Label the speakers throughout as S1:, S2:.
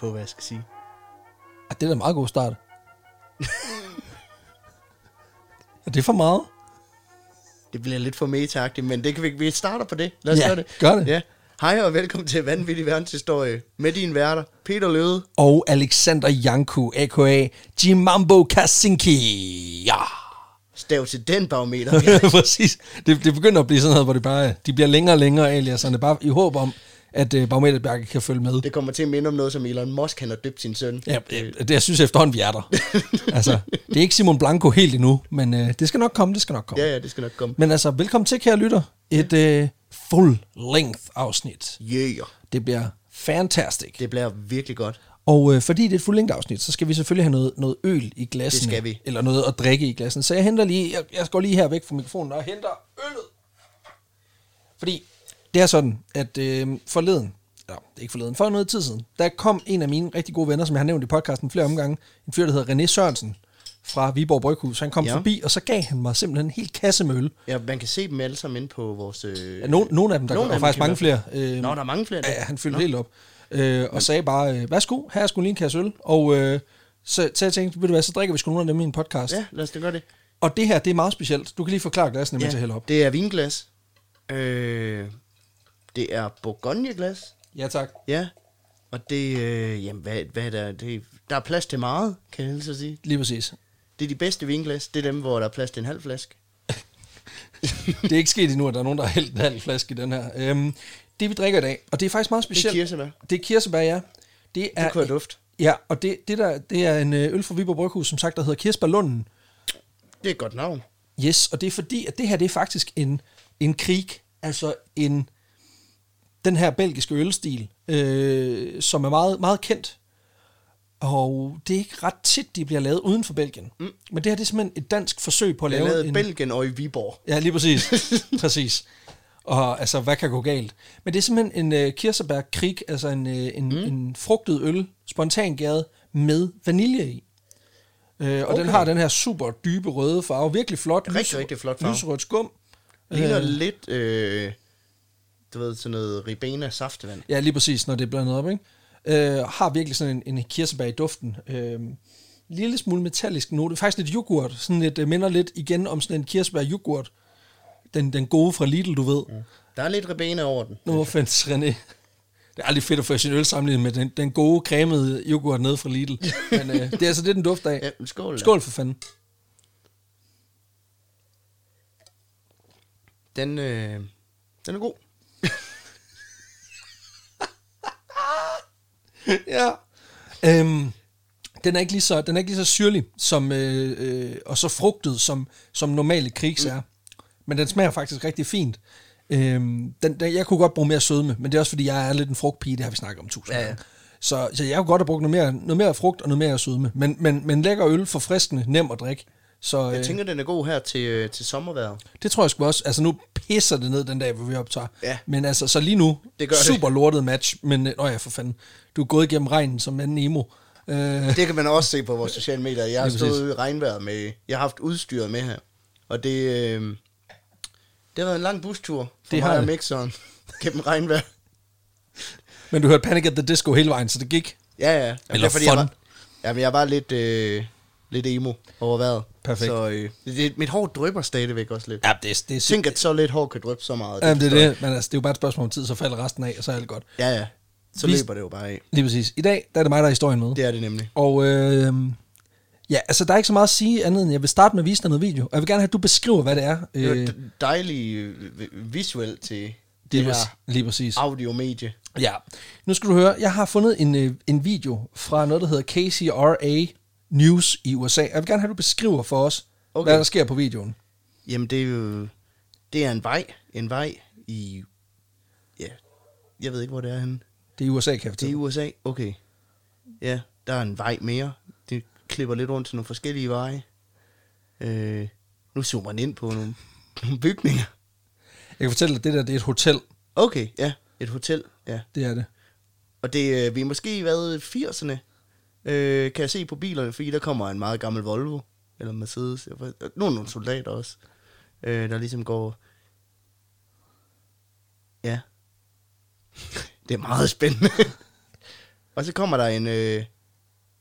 S1: på, hvad jeg skal sige.
S2: Ej, det er da en meget god start. er det for meget?
S1: Det bliver lidt for meta men det kan vi, vi starter på det. Lad os
S2: Ja,
S1: gøre det.
S2: gør det.
S1: Ja. Hej og velkommen til Vanvittig Verdenshistorie med din værter, Peter Løde.
S2: Og Alexander Janku, a.k.a. Jimambo Kasinki. Ja.
S1: Stav til den barometer.
S2: Præcis. Det, det begynder at blive sådan noget, hvor det bare, de bliver længere og længere aliaserne, bare i håb om, at øh, Barometer Bjarke kan følge med.
S1: Det kommer til at minde om noget, som Elon Musk han har døbt sin søn.
S2: Ja, det, det, jeg synes efterhånden, vi er der. altså, det er ikke Simon Blanco helt endnu, men øh, det skal nok komme, det skal nok komme.
S1: Ja, ja, det skal nok komme.
S2: Men altså, velkommen til, kære lytter. Et øh, full-length afsnit.
S1: Yeah.
S2: Det bliver fantastisk.
S1: Det bliver virkelig godt.
S2: Og øh, fordi det er et fuldlængde afsnit, så skal vi selvfølgelig have noget, noget øl i glassen.
S1: Det skal vi.
S2: Eller noget at drikke i glassen. Så jeg henter lige, jeg, jeg går lige her væk fra mikrofonen og henter øllet. Fordi det er sådan, at øh, forleden, eller det er ikke forleden, for noget tid siden, der kom en af mine rigtig gode venner, som jeg har nævnt i podcasten flere omgange, en fyr, der hedder René Sørensen fra Viborg Bryghus. Han kom
S1: Ja.
S2: ja. forbi, og så gav han mig simpelthen en hel kasse med øl.
S1: Ja, man kan se dem alle sammen inde på vores... Øh...
S2: Ja, no, nogle af dem,
S1: Nogle
S2: der nogle
S1: af
S2: og
S1: dem
S2: faktisk
S1: kan
S2: mange
S1: være-
S2: flere. Øh,
S1: Nå, der er mange flere.
S2: Ja, ja,
S1: der.
S2: han fyldte helt op. Øh, og sagde bare, øh, værsgo, her er sgu lige en kasse øl. Og øh, så, så jeg tænkte, ved du hvad, så drikker vi sgu nogle af dem i en podcast.
S1: Ja, lad os da gøre det.
S2: Og det her, det er meget specielt. Du kan lige forklare glassene, mens jeg hælder op.
S1: det er vinglas. Øh, det er bourgogneglas.
S2: Ja, tak.
S1: Ja. Og det, øh, jamen, hvad, hvad er der? Det, der er plads til meget, kan jeg helst sige.
S2: Lige præcis.
S1: Det er de bedste vinglas. Det er dem, hvor der er plads til en halv flaske.
S2: Det er ikke sket endnu, at der er nogen, der har hældt en halv flaske i den her. Øhm, det vi drikker i dag, og det er faktisk meget specielt.
S1: kirsebær.
S2: Det er kirsebær, ja. Det er,
S1: Det kunne jeg dufte.
S2: Ja, og det, det, der, det er en øh, øl fra Viborg Bryghus, som sagt, der hedder Kirsebærlunden.
S1: Det er et godt navn.
S2: Yes, og det er fordi, at det her det er faktisk en, en krig, altså en, den her belgiske ølstil, øh, som er meget, meget kendt. Og det er ikke ret tit, de bliver lavet uden for Belgien. Mm. Men det her det er simpelthen et dansk forsøg på at
S1: Jeg
S2: lave
S1: lavede
S2: en...
S1: i Belgien og i Viborg.
S2: Ja, lige præcis. præcis. Og altså, hvad kan gå galt? Men det er simpelthen en øh, kirsebærkrig, altså en, øh, en, mm. en frugtet øl, spontangæret, med vanilje i. Øh, og okay. den har den her super dybe røde farve. Virkelig flot.
S1: Rigtig,
S2: lyserød-
S1: rigtig flot farve.
S2: Lyserødt skum.
S1: Ligner lidt, øh, du ved, sådan noget ribena saftevand.
S2: Ja, lige præcis, når det er blandet op, ikke? Øh, har virkelig sådan en, en kirsebær i duften. Øh, lille smule metallisk note. Faktisk lidt yoghurt. Sådan lidt, øh, minder lidt igen om sådan en kirsebær-yoghurt. Den, den gode fra Lidl, du ved. Ja.
S1: Der er lidt ribena over den.
S2: No offense, René. Det er aldrig fedt at få sin øl sammenlignet med den, den gode, cremede yoghurt nede fra Lidl. Men øh, det er altså det, den dufter af.
S1: Ja, men skål. da.
S2: Skål for fanden.
S1: Den, øh, den er god.
S2: ja. Øhm, den er ikke lige så, den er ikke lige så syrlig som, øh, øh, og så frugtet, som, som normale krigs er. Men den smager faktisk rigtig fint. Øhm, den, den, jeg kunne godt bruge mere sødme, men det er også fordi, jeg er lidt en frugtpige, det har vi snakket om tusind
S1: Ja,
S2: ja,
S1: ja.
S2: gange. Så, så jeg kunne godt have brugt noget mere, noget mere frugt og noget mere sødme. Men, men, men lækker øl, forfriskende, nem at drikke. Så, øh,
S1: Jeg tænker, den er god her til, øh, til sommervejret.
S2: det tror jeg sgu også. Altså, nu pisser det ned den dag, hvor vi optager.
S1: Ja.
S2: Men altså, så lige nu,
S1: Det gør det.
S2: super lortet match. Men, øh, nå ja, for fanden. Du er gået igennem regnen som en Nemo. Øh,
S1: Det kan man også se på vores sociale medier. Jeg har
S2: Lige præcis.
S1: stået ude i regnvejret med... Jeg har haft udstyret med her. Og det... Øh, det har været en lang bustur for
S2: Det
S1: det
S2: har
S1: mig og
S2: det.
S1: Mixeren gennem regnvejr.
S2: men du hørte Panic at the Disco hele vejen, så det gik.
S1: Ja, ja. Jamen,
S2: Eller
S1: er, fordi jeg
S2: fun.
S1: var, jamen, jeg var lidt, øh, lidt emo over vejret.
S2: Perfekt.
S1: Så øh, det, mit hår drypper stadigvæk også lidt.
S2: Ja, det, er- det er
S1: Jeg tænker, at så lidt hår kan dryppe så meget.
S2: Jamen, det
S1: forstår
S2: er det. Men altså, det er jo bare et spørgsmål om tid, så falder resten af, og så er alt godt.
S1: jeg. Ja, ja. Så
S2: Vi-
S1: løber det jo bare af.
S2: Lige præcis. I dag, der er det mig, der er historien med.
S1: Det er det nemlig.
S2: Og øh, ja, altså, der er ikke så meget at sige andet, end jeg vil starte med at vise dig noget video. Og jeg vil gerne have, at du beskriver, hvad det er.
S1: Det var d- dejligt øh, visuelt til det
S2: lige,
S1: her
S2: præcis. lige præcis.
S1: audiomedie.
S2: Ja, nu skal du høre, jeg har fundet en, øh, en video fra noget, der hedder KCRA News i USA. Jeg vil gerne have, at du beskriver for os,
S1: Okay.
S2: okay. hvad der sker på videoen.
S1: Jamen, det er jo... Det er en vej. En vej i... Ja, jeg ved ikke, hvor det er henne.
S2: Det er i USA, kan jeg
S1: Det er i
S2: fortælle.
S1: USA? Okay. Ja, der er en vej mere. Det klipper lidt rundt til nogle forskellige veje. Øh, nu zoomer man ind på nogle, nogle bygninger.
S2: Jeg kan fortælle dig, at det der det er et hotel.
S1: Okay, ja. Et hotel, ja.
S2: Det er det.
S1: Og det, øh, vi er måske været i 80'erne, øh, kan jeg se på bilerne, fordi der kommer en meget gammel Volvo, eller Mercedes, jeg ved- og nogle, nogle soldater også, øh, der ligesom går... Ja. Det er meget spændende. Og så kommer der en... Øh,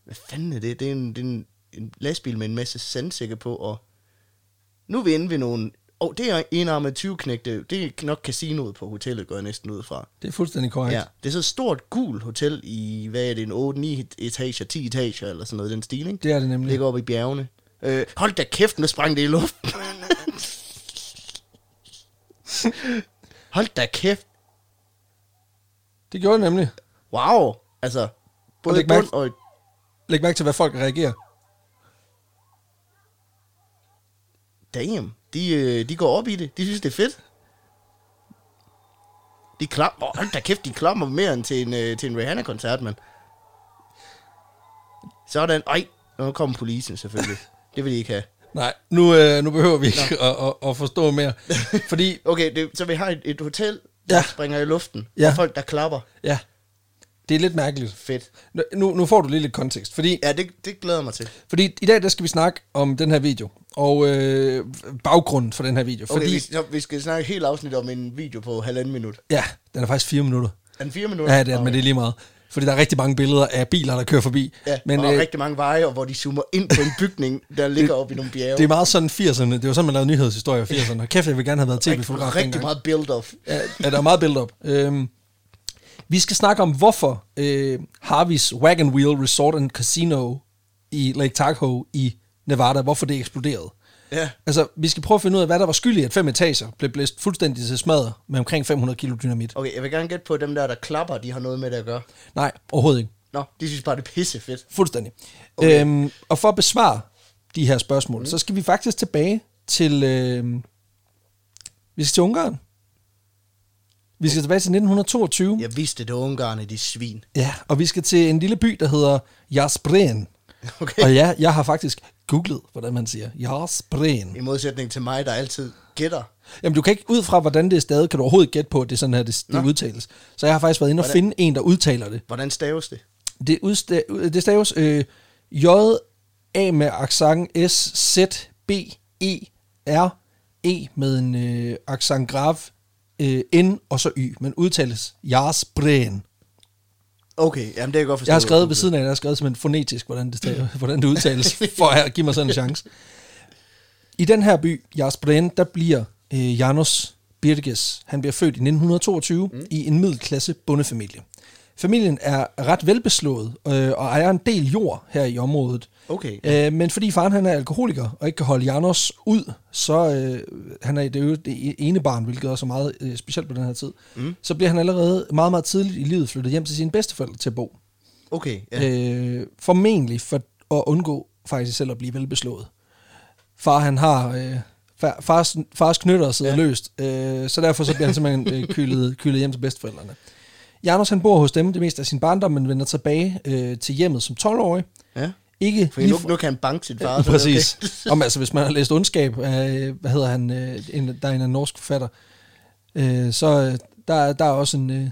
S1: hvad fanden er det? Det er en, det er en, en lastbil med en masse sandsække på, og... Nu er vi inde ved nogle... Åh, oh, det er enarmet 20 knægte. Det er nok casinoet på hotellet, går jeg næsten ud fra.
S2: Det er fuldstændig korrekt.
S1: Ja, det er så et stort gul hotel i, hvad er det, en 8-9 etager, 10 etager eller sådan noget, den stil, ikke?
S2: Det er det nemlig.
S1: Ligger oppe i bjergene. Øh, hold da kæft, nu sprang det i luften. hold da kæft.
S2: Det gjorde det nemlig.
S1: Wow. Altså, både i
S2: læg mærke-
S1: bund og i...
S2: Læg mærke til, hvad folk reagerer.
S1: Damn. De, øh, de går op i det. De synes, det er fedt. De klammer... Hold da kæft, de klammer mere end til en, øh, til en Rihanna-koncert, mand. Sådan. Ej, nu kommer polisen selvfølgelig. Det vil de ikke have.
S2: Nej, nu, øh, nu behøver vi ikke at, at, at forstå mere. Fordi,
S1: Okay, det, så vi har et, et hotel, der
S2: Ja.
S1: springer i luften. Ja.
S2: Ja.
S1: Og folk, der klapper.
S2: ja, det er lidt mærkeligt.
S1: Fedt.
S2: Nu, nu får du lige lidt kontekst. Fordi,
S1: Ja, det, det glæder jeg mig til.
S2: fordi i dag der skal vi snakke om den her video. Og øh, baggrunden for den her video.
S1: Okay,
S2: fordi,
S1: vi, så vi skal snakke et helt afsnit om en video på halvanden minut.
S2: ja, den er faktisk fire minutter.
S1: Er den fire minutter?
S2: Ja, det er, den, men
S1: Okay.
S2: det er lige meget. Fordi der er rigtig mange billeder af biler, der kører forbi.
S1: Ja,
S2: men,
S1: men, og øh, rigtig mange veje, og hvor de zoomer ind på en bygning, der ligger oppe i nogle bjerge.
S2: det er meget sådan 80'erne. Det var sådan, man lavede nyhedshistorier i 80'erne. Og kæft, jeg vil gerne have været tv-fotograf
S1: rigtig, rigtig
S2: dengang.
S1: meget build-up.
S2: Ja, ja, der er meget build-up. Øhm, vi skal snakke om, hvorfor øh, Harveys Wagon Wheel Resort and Casino i Lake Tahoe i Nevada, hvorfor det eksploderede.
S1: Ja.
S2: Altså, vi skal prøve at finde ud af, hvad der var skyld i, at fem etager blev blæst fuldstændig til smadret med omkring 500 kilo dynamit.
S1: Okay, jeg vil gerne gætte på, at dem der, der klapper, de har noget med det at gøre.
S2: Nej, overhovedet ikke.
S1: Nå, de synes bare, det er pissefedt.
S2: Fuldstændig. Okay. Øhm, og for at besvare de her spørgsmål, mm. så skal vi faktisk tilbage til... Øh, vi skal til Ungarn. Vi skal tilbage til 1922.
S1: Jeg vidste, det var ungarne, de svin.
S2: Ja, og vi skal til en lille by, der hedder Jaspreen.
S1: Okay.
S2: Og ja, jeg har faktisk googlet, hvordan man siger Jaspreen.
S1: I modsætning til mig, der altid gætter.
S2: Jamen, du kan ikke ud fra, hvordan det er stadig, kan du overhovedet gætte på, at det er sådan her, det, det udtales. Så jeg har faktisk været inde og finde en, der udtaler det.
S1: Hvordan staves det?
S2: Det, udsta- øh, det staves øh, J, A med accent S, Z, B, E, R, E med en øh, accent grav, øh, N og så Y, men udtales Jaspreen.
S1: Okay, jamen det er jeg godt forstå.
S2: Jeg har skrevet ved siden af, jeg har skrevet simpelthen fonetisk, hvordan det, stav, hvordan det udtales, for at give mig sådan en chance. I den her by, Jaspren, der bliver øh, Janus Birges, han bliver født i 1922 mm. i en middelklasse bondefamilie. Familien er ret velbeslået øh, og ejer en del jord her i området.
S1: Okay.
S2: Øh, men fordi faren han er alkoholiker og ikke kan holde Janos ud, så øh, han er i det, øvrigt det ene barn, hvilket også er meget øh, specielt på den her tid, mm. så bliver han allerede meget, meget tidligt i livet flyttet hjem til sine bedsteforældre til at bo
S1: Okay, ja.
S2: øh, formentlig for at undgå faktisk selv at blive velbeslået. Far han har, øh, far, fars, fars knytter sidder ja. løst, øh, så derfor så bliver han simpelthen øh, kylet, kylet hjem til bedsteforældrene. Janus han bor hos dem det meste af sin barndom, men vender tilbage øh, til hjemmet som 12-årig.
S1: ja.
S2: Ikke
S1: For
S2: lige
S1: nu,
S2: fra-
S1: nu kan han banke sin far.
S2: Ja,
S1: så er det
S2: præcis.
S1: Okay.
S2: Om, altså, hvis man har læst ondskab, af, hvad hedder han, øh, en, der er en af norsk forfatter, øh, så øh, der, er- der er også en... Øh,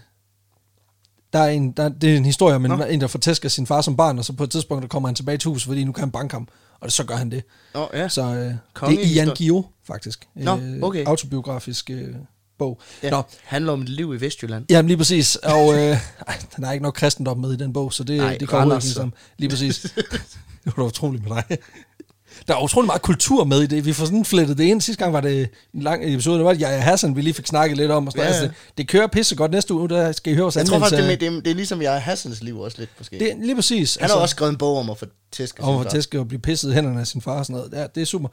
S2: der er en, der, det er en historie om en, en, der får tæsk af sin far som barn, og så på et tidspunkt, der kommer han tilbage til huset, fordi nu kan han banke ham, og så gør han det.
S1: Nå, ja.
S2: Så øh, det er
S1: Kongehistorie.
S2: Ian Gio, faktisk. Øh,
S1: Nå, okay.
S2: Autobiografisk øh, bog.
S1: ja.
S2: Nå,
S1: handler om et liv i Vestjylland.
S2: Jamen lige præcis, og øh, ej, der er ikke nok kristendom med i den bog, så det,
S1: Nej,
S2: Ej, det kommer ud
S1: Randers,
S2: ligesom. Lige præcis. det var da utroligt med dig. Der er utrolig meget kultur med i det. Vi får sådan flettet det ind. Sidste gang var det en lang episode, det var Jaja Hassan, vi lige fik snakket lidt om. Og sådan
S1: Ja,
S2: ja,
S1: ja.
S2: Altså, det kører pisse godt næste uge, der skal I høre vores
S1: Jeg tror
S2: anmeldelse
S1: faktisk, det er,
S2: af-
S1: med, det, er, det er ligesom jeg Hassans liv også lidt måske.
S2: det, er lige præcis. Altså,
S1: han har også skrevet en bog altså- om at få tæsk. af sin
S2: Og hvor
S1: far.
S2: Tæske jo blive pisset i hænderne af sin far og sådan noget. Ja, det er super.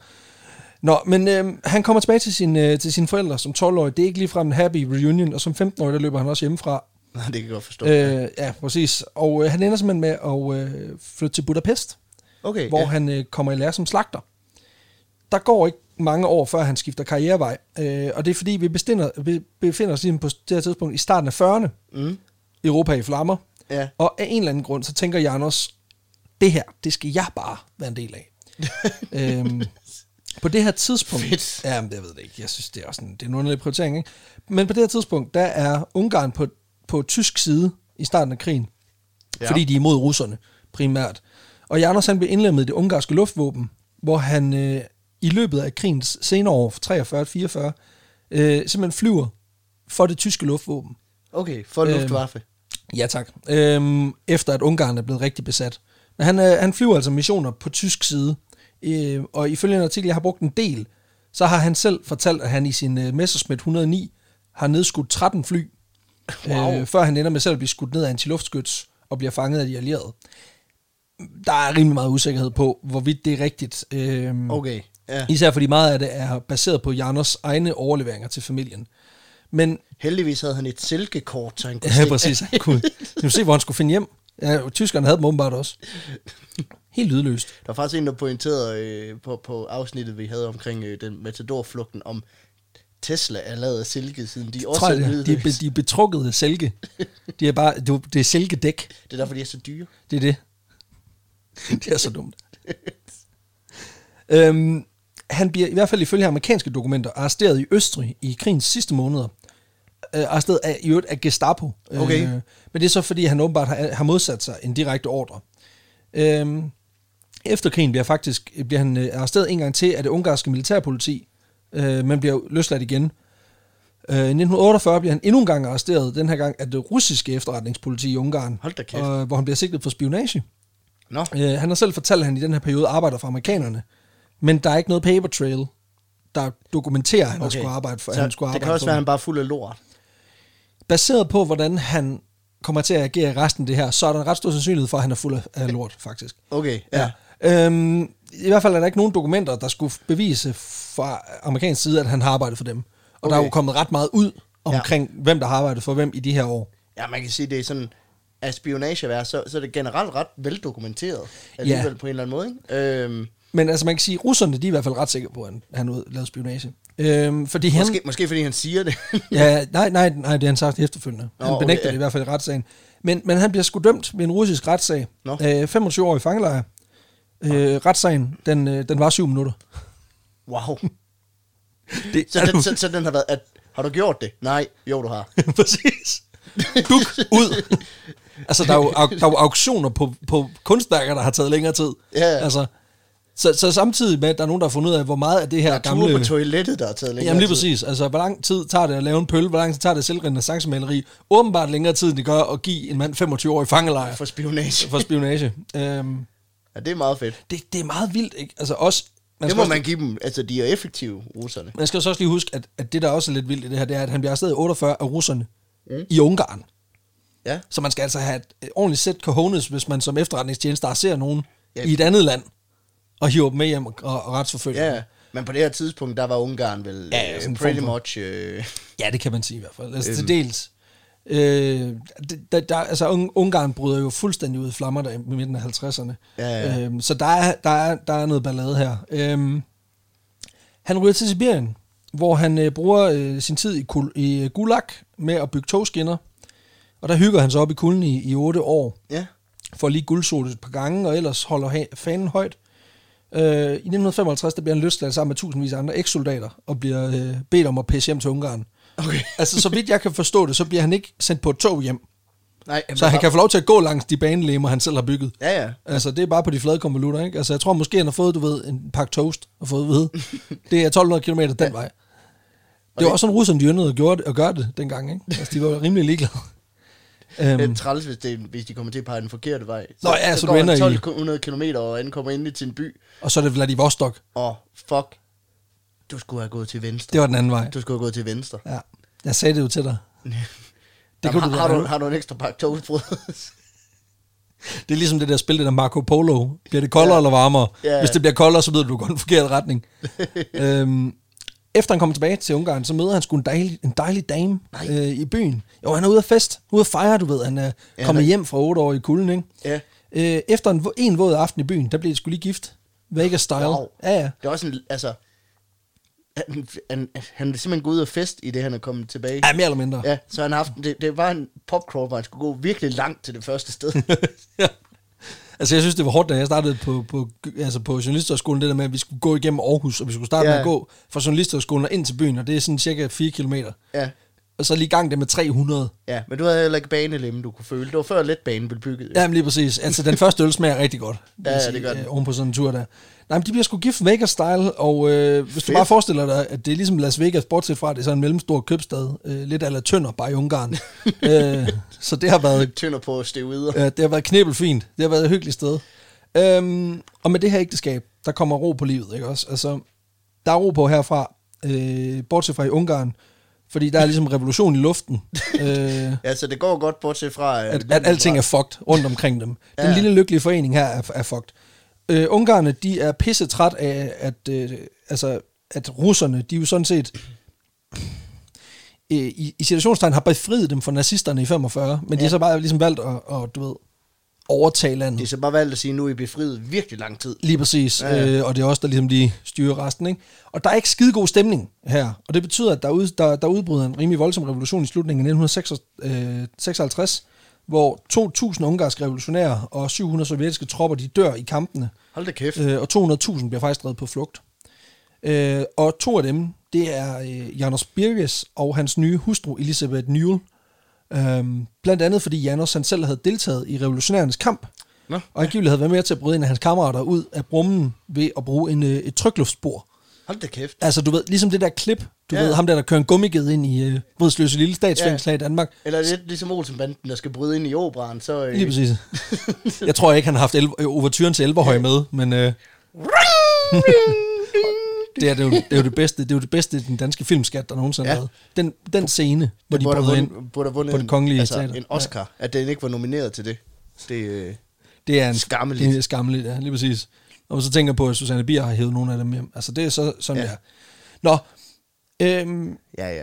S2: Nå, men øh, han kommer tilbage til, sin, øh, til sine forældre som 12-årig. Det er ikke ligefrem en happy reunion, og som 15-årig, der løber han også hjemmefra
S1: Nej, det kan jeg godt forstå.
S2: Øh, ja, præcis. Og øh, han ender simpelthen med at øh, flytte til Budapest,
S1: okay,
S2: hvor
S1: ja.
S2: han øh, kommer i lære som slagter. Der går ikke mange år, før han skifter karrierevej, øh, og det er fordi, vi, bestinder, vi befinder os ligesom på det her tidspunkt i starten af 40'erne,
S1: Mm.
S2: Europa i flammer,
S1: Ja.
S2: og af en eller anden grund, så tænker Janos, det her, det skal jeg bare være en del af. øhm, på det her tidspunkt...
S1: Fedt.
S2: Ja, men jeg ved det ikke. Jeg synes, det er også en, det er en underlig prioritering. Ikke? Men på det her tidspunkt, der er Ungarn på, på tysk side i starten af krigen.
S1: Ja.
S2: Ja. Fordi de er imod russerne primært. Og Janos han blev indlemmet i det ungarske luftvåben, hvor han øh, i løbet af krigens senere år, 43-44, øh, simpelthen flyver for det tyske luftvåben.
S1: Okay, for
S2: Øhm,
S1: Luftwaffe.
S2: Ja tak. Øhm, efter at Ungarn er blevet rigtig besat. Men han, øh, han flyver altså missioner på tysk side. Øh, og ifølge en artikel, jeg har brugt en del, så har han selv fortalt, at han i sin øh, Messerschmitt 109 har nedskudt 13 fly, wow. øh, før han ender med selv at blive skudt ned af antiluftskyts og bliver fanget af de allierede. Der er rimelig meget usikkerhed på, hvorvidt det er rigtigt. Øh,
S1: Okay, ja.
S2: Især fordi meget af det er baseret på Janos egne overleveringer til familien. Men
S1: Heldigvis havde han et silkekort, så han kunne
S2: Ja,
S1: se-
S2: præcis. Han kunne, han kunne se, hvor han skulle finde hjem. Ja, tyskerne havde dem åbenbart også. Helt lydløst.
S1: Der var faktisk en, der pointerede øh, på, på afsnittet, vi havde omkring øh, den matadorflugten, om Tesla er lavet af silke, siden de også
S2: Tror jeg,
S1: er
S2: det. de, er be-
S1: lydløse.
S2: de er betrukkede silke. De er bare, du- det er silkedæk.
S1: Det er derfor, de er så dyre.
S2: Det er det. Det er så dumt. Øhm, han bliver i hvert fald ifølge amerikanske dokumenter arresteret i Østrig i krigens sidste måneder. Øh, arresteret af, i øvrigt af Gestapo.
S1: Okay.
S2: Øh, men det er så fordi, han åbenbart har, har modsat sig en direkte ordre. Øhm, efter krigen bliver, faktisk, bliver han øh, arresteret en gang til af det ungarske militærpoliti, øh, men bliver løsladt igen. Øh, I 1948 bliver han endnu en gang arresteret, den her gang af det russiske efterretningspoliti i Ungarn,
S1: Hold da kæft.
S2: Og, hvor han bliver sigtet for spionage.
S1: Nå,
S2: Øh, han har selv fortalt, at han i den her periode arbejder for amerikanerne, men der er ikke noget paper trail, der dokumenterer, at han okay. skulle arbejde for, at
S1: Så
S2: han skulle arbejde
S1: det kan også
S2: for
S1: være, at
S2: dem.
S1: han bare er fuld af lort.
S2: Baseret på, hvordan han kommer til at agere i resten af det her, så er der en ret stor sandsynlighed for, at han er fuld af- af lort, faktisk.
S1: Okay, ja. ja.
S2: Øhm, I hvert fald er der ikke nogen dokumenter, der skulle bevise fra amerikansk side, at han har arbejdet for dem. Og okay. der er
S1: Okay.
S2: jo kommet ret meget ud omkring, ja. hvem der har arbejdet for hvem i de her år.
S1: Ja, man kan sige, det er sådan, at spionage er, så, så er det generelt ret veldokumenteret, alligevel ja. på en eller anden måde, ikke? Øhm,
S2: Men altså man kan sige, at russerne de er i hvert fald ret sikre på, at han, han ud- lavede spionage. Øhm, fordi han,
S1: måske, måske fordi han siger det.
S2: Ja, nej, nej, nej, det har han sagt efterfølgende.
S1: Nå,
S2: han
S1: okay,
S2: benægter
S1: ja.
S2: det i hvert fald i retssagen. Men, men han bliver sgu dømt ved en russisk retssag.
S1: Nå.
S2: Øh, 25 år i fangelejr. Øh, retssagen, den, øh, den var 7 minutter.
S1: wow.
S2: Det,
S1: Så den, så, så den har været, at, har du gjort det? Nej, jo du har.
S2: præcis. Duk ud. altså, der er jo, au- der er jo auktioner på, på kunstværker, der har taget længere tid.
S1: Ja.
S2: Altså, så, så samtidig med, at der er nogen, der har fundet ud af, hvor meget af det her gamle...
S1: Ture på toilettet, der har taget længere
S2: Jamen lige
S1: tid.
S2: præcis. Altså, hvor lang tid tager det at lave en pøl? Hvor lang tid tager det selvrenæssancemaleri? Åbenbart længere tid, end det gør at give en mand 25 år i fangelejr
S1: For spionage.
S2: for spionage. øhm,
S1: Ja, det er meget fedt.
S2: det, det er meget vildt, ikke? Altså også... Man
S1: Det
S2: skal
S1: må
S2: også,
S1: man give dem. Altså, de er effektive, russerne.
S2: man skal så også lige huske, at, at det, der også er lidt vildt i det her, det er, at han bliver arresteret i 48 af russerne mm. i Ungarn.
S1: Ja.
S2: Så man skal altså have et, et ordentligt sæt cojones, hvis man som efterretningstjeneste arresterer nogen
S1: Ja.
S2: i et andet land, og hiver dem med hjem og, og, og retsforfølger dem.
S1: Ja, men på det her tidspunkt, der var Ungarn vel
S2: Ja, ja,
S1: ja,
S2: sådan en
S1: uh,
S2: form
S1: pretty
S2: for-
S1: much... Uh,
S2: Ja, det kan man sige i hvert fald. Altså øhm. til dels. Øh, der, der, altså Un- Ungarn bryder jo fuldstændig ud i flammer der i midten af 50'erne.
S1: Ja, ja.
S2: Øhm, så der er, der, er, der er noget ballade her. Øhm, han ryger til Sibirien, hvor han øh, bruger øh, sin tid i, kul, i øh, Gulag med at bygge togskinner. Og der hygger han sig op i kulden i, i 8 år
S1: ja.
S2: får lige guldsotet et par gange, og ellers holder ha- fanen højt. Øh, I 1955 der bliver han løsladt sammen med tusindvis af andre ekssoldater, og bliver øh, bedt om at pisse hjem til Ungarn.
S1: Okay.
S2: Altså, så vidt jeg kan forstå det, så bliver han ikke sendt på et tog hjem.
S1: Nej,
S2: Så
S1: men-
S2: han kan få lov til at gå langs de banelemmer, han selv har bygget.
S1: Ja, ja.
S2: Altså, det er bare på de flade konvolutter, ikke? Altså, jeg tror måske, han har fået, du ved, en pakke toast og fået ved. Det er 1200 km den vej. Det var også sådan, russerne de yndede at gøre det, at gøre det dengang, ikke? Altså, de var rimelig ligeglade.
S1: Det
S2: Øhm,
S1: er træls, hvis, det, hvis de kommer til at pege den forkerte vej. Så,
S2: Nå ja, så
S1: så
S2: du
S1: går
S2: ender i-
S1: han 1200 km og ankommer endelig til en by.
S2: og så er det Vladivostok.
S1: Og fuck, du skulle have gået til venstre.
S2: Det var den anden vej.
S1: Du skulle have gået til venstre.
S2: Ja, jeg sagde det jo til dig.
S1: Det
S2: kunne
S1: Jamen,
S2: du
S1: har, har, du,
S2: godt.
S1: har du en ekstra pakke toastbrød?
S2: Det er ligesom det der spil, det der Marco Polo. Bliver det koldere ja. eller varmere? Ja.
S1: Ja.
S2: Hvis det bliver koldere, så ved du, du går i den forkerte retning. øhm, efter han kommer tilbage til Ungarn, så møder han sgu en dejlig, en dejlig dame øh, i byen. Jo, han er ude af fest. Ude at fejre, du ved. Han er ja,
S1: Ja,
S2: kommet
S1: der-
S2: hjem fra otte år i kulden, ikke?
S1: Ja.
S2: Øh, efter en, en våd aften i byen, der blev de sgu lige gift. Vegas style.
S1: Wow.
S2: Ja, ja.
S1: Det er også en, altså... Han, han, han er simpelthen gået ud og fest i det, han er kommet tilbage.
S2: Ja, mere eller mindre.
S1: Ja, så han har haft, det, det var en popcrawl, hvor han skulle gå virkelig langt til det første sted.
S2: ja. Altså, jeg synes, det var hårdt, da jeg startede på, på, altså på journalisterskolen, det der med, at vi skulle gå igennem Aarhus, og vi skulle starte
S1: Ja.
S2: ja. med at gå fra journalisterskolen og ind til byen, og det er sådan cirka 4 kilometer.
S1: ja.
S2: og så lige gang det med 300.
S1: Ja, men du havde heller ikke banelemme, du kunne føle. Det var før letbanen blev bygget.
S2: Jamen lige præcis. Altså, den første øl smager rigtig godt. vil
S1: Ja,
S2: jeg
S1: ja,
S2: sige,
S1: det gør den.
S2: øh, Oven på sådan en tur der. Nej, men de bliver sgu gift Vegas-style, og øh, hvis du
S1: Fedt.
S2: bare forestiller dig, at det er ligesom Las Vegas, bortset fra, at det er sådan en mellemstor købstad, øh, lidt ala Tønder, bare i Ungarn. øh, så det har været
S1: Tynder på at stå videre.
S2: Ja, det har været knæbelfint. Det har været et hyggeligt sted. Øhm, og med det her ægteskab, der kommer ro på livet, ikke også? Altså, der er ro på herfra, øh, bortset fra i Ungarn, fordi der er ligesom revolution i luften. Øh,
S1: Ja, så det går godt, bortset fra...
S2: at, at alting er fucked rundt omkring dem. Den
S1: Ja.
S2: lille lykkelige forening her er, er fucked. Øh, Ungarerne, de er pisse træt af, at, øh, altså, at russerne, de er jo sådan set øh, i, i situationstegn har befriet dem fra nazisterne i 45, men ja. de har så bare ligesom valgt at, at du ved, overtage landet.
S1: Det er så bare valgt at sige, nu er I befriet virkelig lang tid.
S2: Lige præcis,
S1: Ja,
S2: ja,
S1: ja.
S2: ja. Øh, og det er også der ligesom lige styrer resten. Ikke? Og der er ikke skide god stemning her, og det betyder, at der, ud, der, der udbryder en rimelig voldsom revolution i slutningen af 1956, hvor 2.000 ungarske revolutionære og 700 sovjetiske tropper, de dør i kampene,
S1: Hold da kæft.
S2: øh, og 200.000 bliver faktisk drevet på flugt. Øh, og to af dem, det er øh, Janos Birges og hans nye hustru Elisabeth Newell. Øhm, blandt andet fordi Janos han selv havde deltaget i revolutionærernes kamp,
S1: Nå.
S2: og angiveligt havde været med til at bryde en af hans kammerater ud af brummen ved at bruge en, øh, et trykluftspor.
S1: Hold da kæft.
S2: Altså du ved, ligesom det der klip, du
S1: Ja.
S2: ja. ved, ham der, der kører en gummiged ind i øh, Rødsløse Lille Statsfængsel ja. i Danmark.
S1: Eller er det lidt ligesom Olsenbanden, der skal bryde ind i operan, så... Øh,
S2: Lige præcis. Jeg tror ikke, han har haft elv- øh, overturen til Elverhøj med, men øh, det, er, det, er jo, det er jo det bedste, det er jo det bedste den danske filmskat, der nogensinde
S1: Ja.
S2: har været. Den, den scene, hvor de
S1: burde have
S2: bryder ind,
S1: vundet, burde have vundet
S2: på det kongelige
S1: en, altså,
S2: teater.
S1: en Oscar, ja. at den ikke var nomineret til det. Det, øh,
S2: det er en,
S1: Skammeligt.
S2: Det er skammeligt, ja, lige præcis. Når man så tænker på, at Susanne Bier har hævet nogle af dem hjem. Altså, det er så, sådan,
S1: Ja.
S2: ja. det er. Nå, øhm,
S1: ja, ja.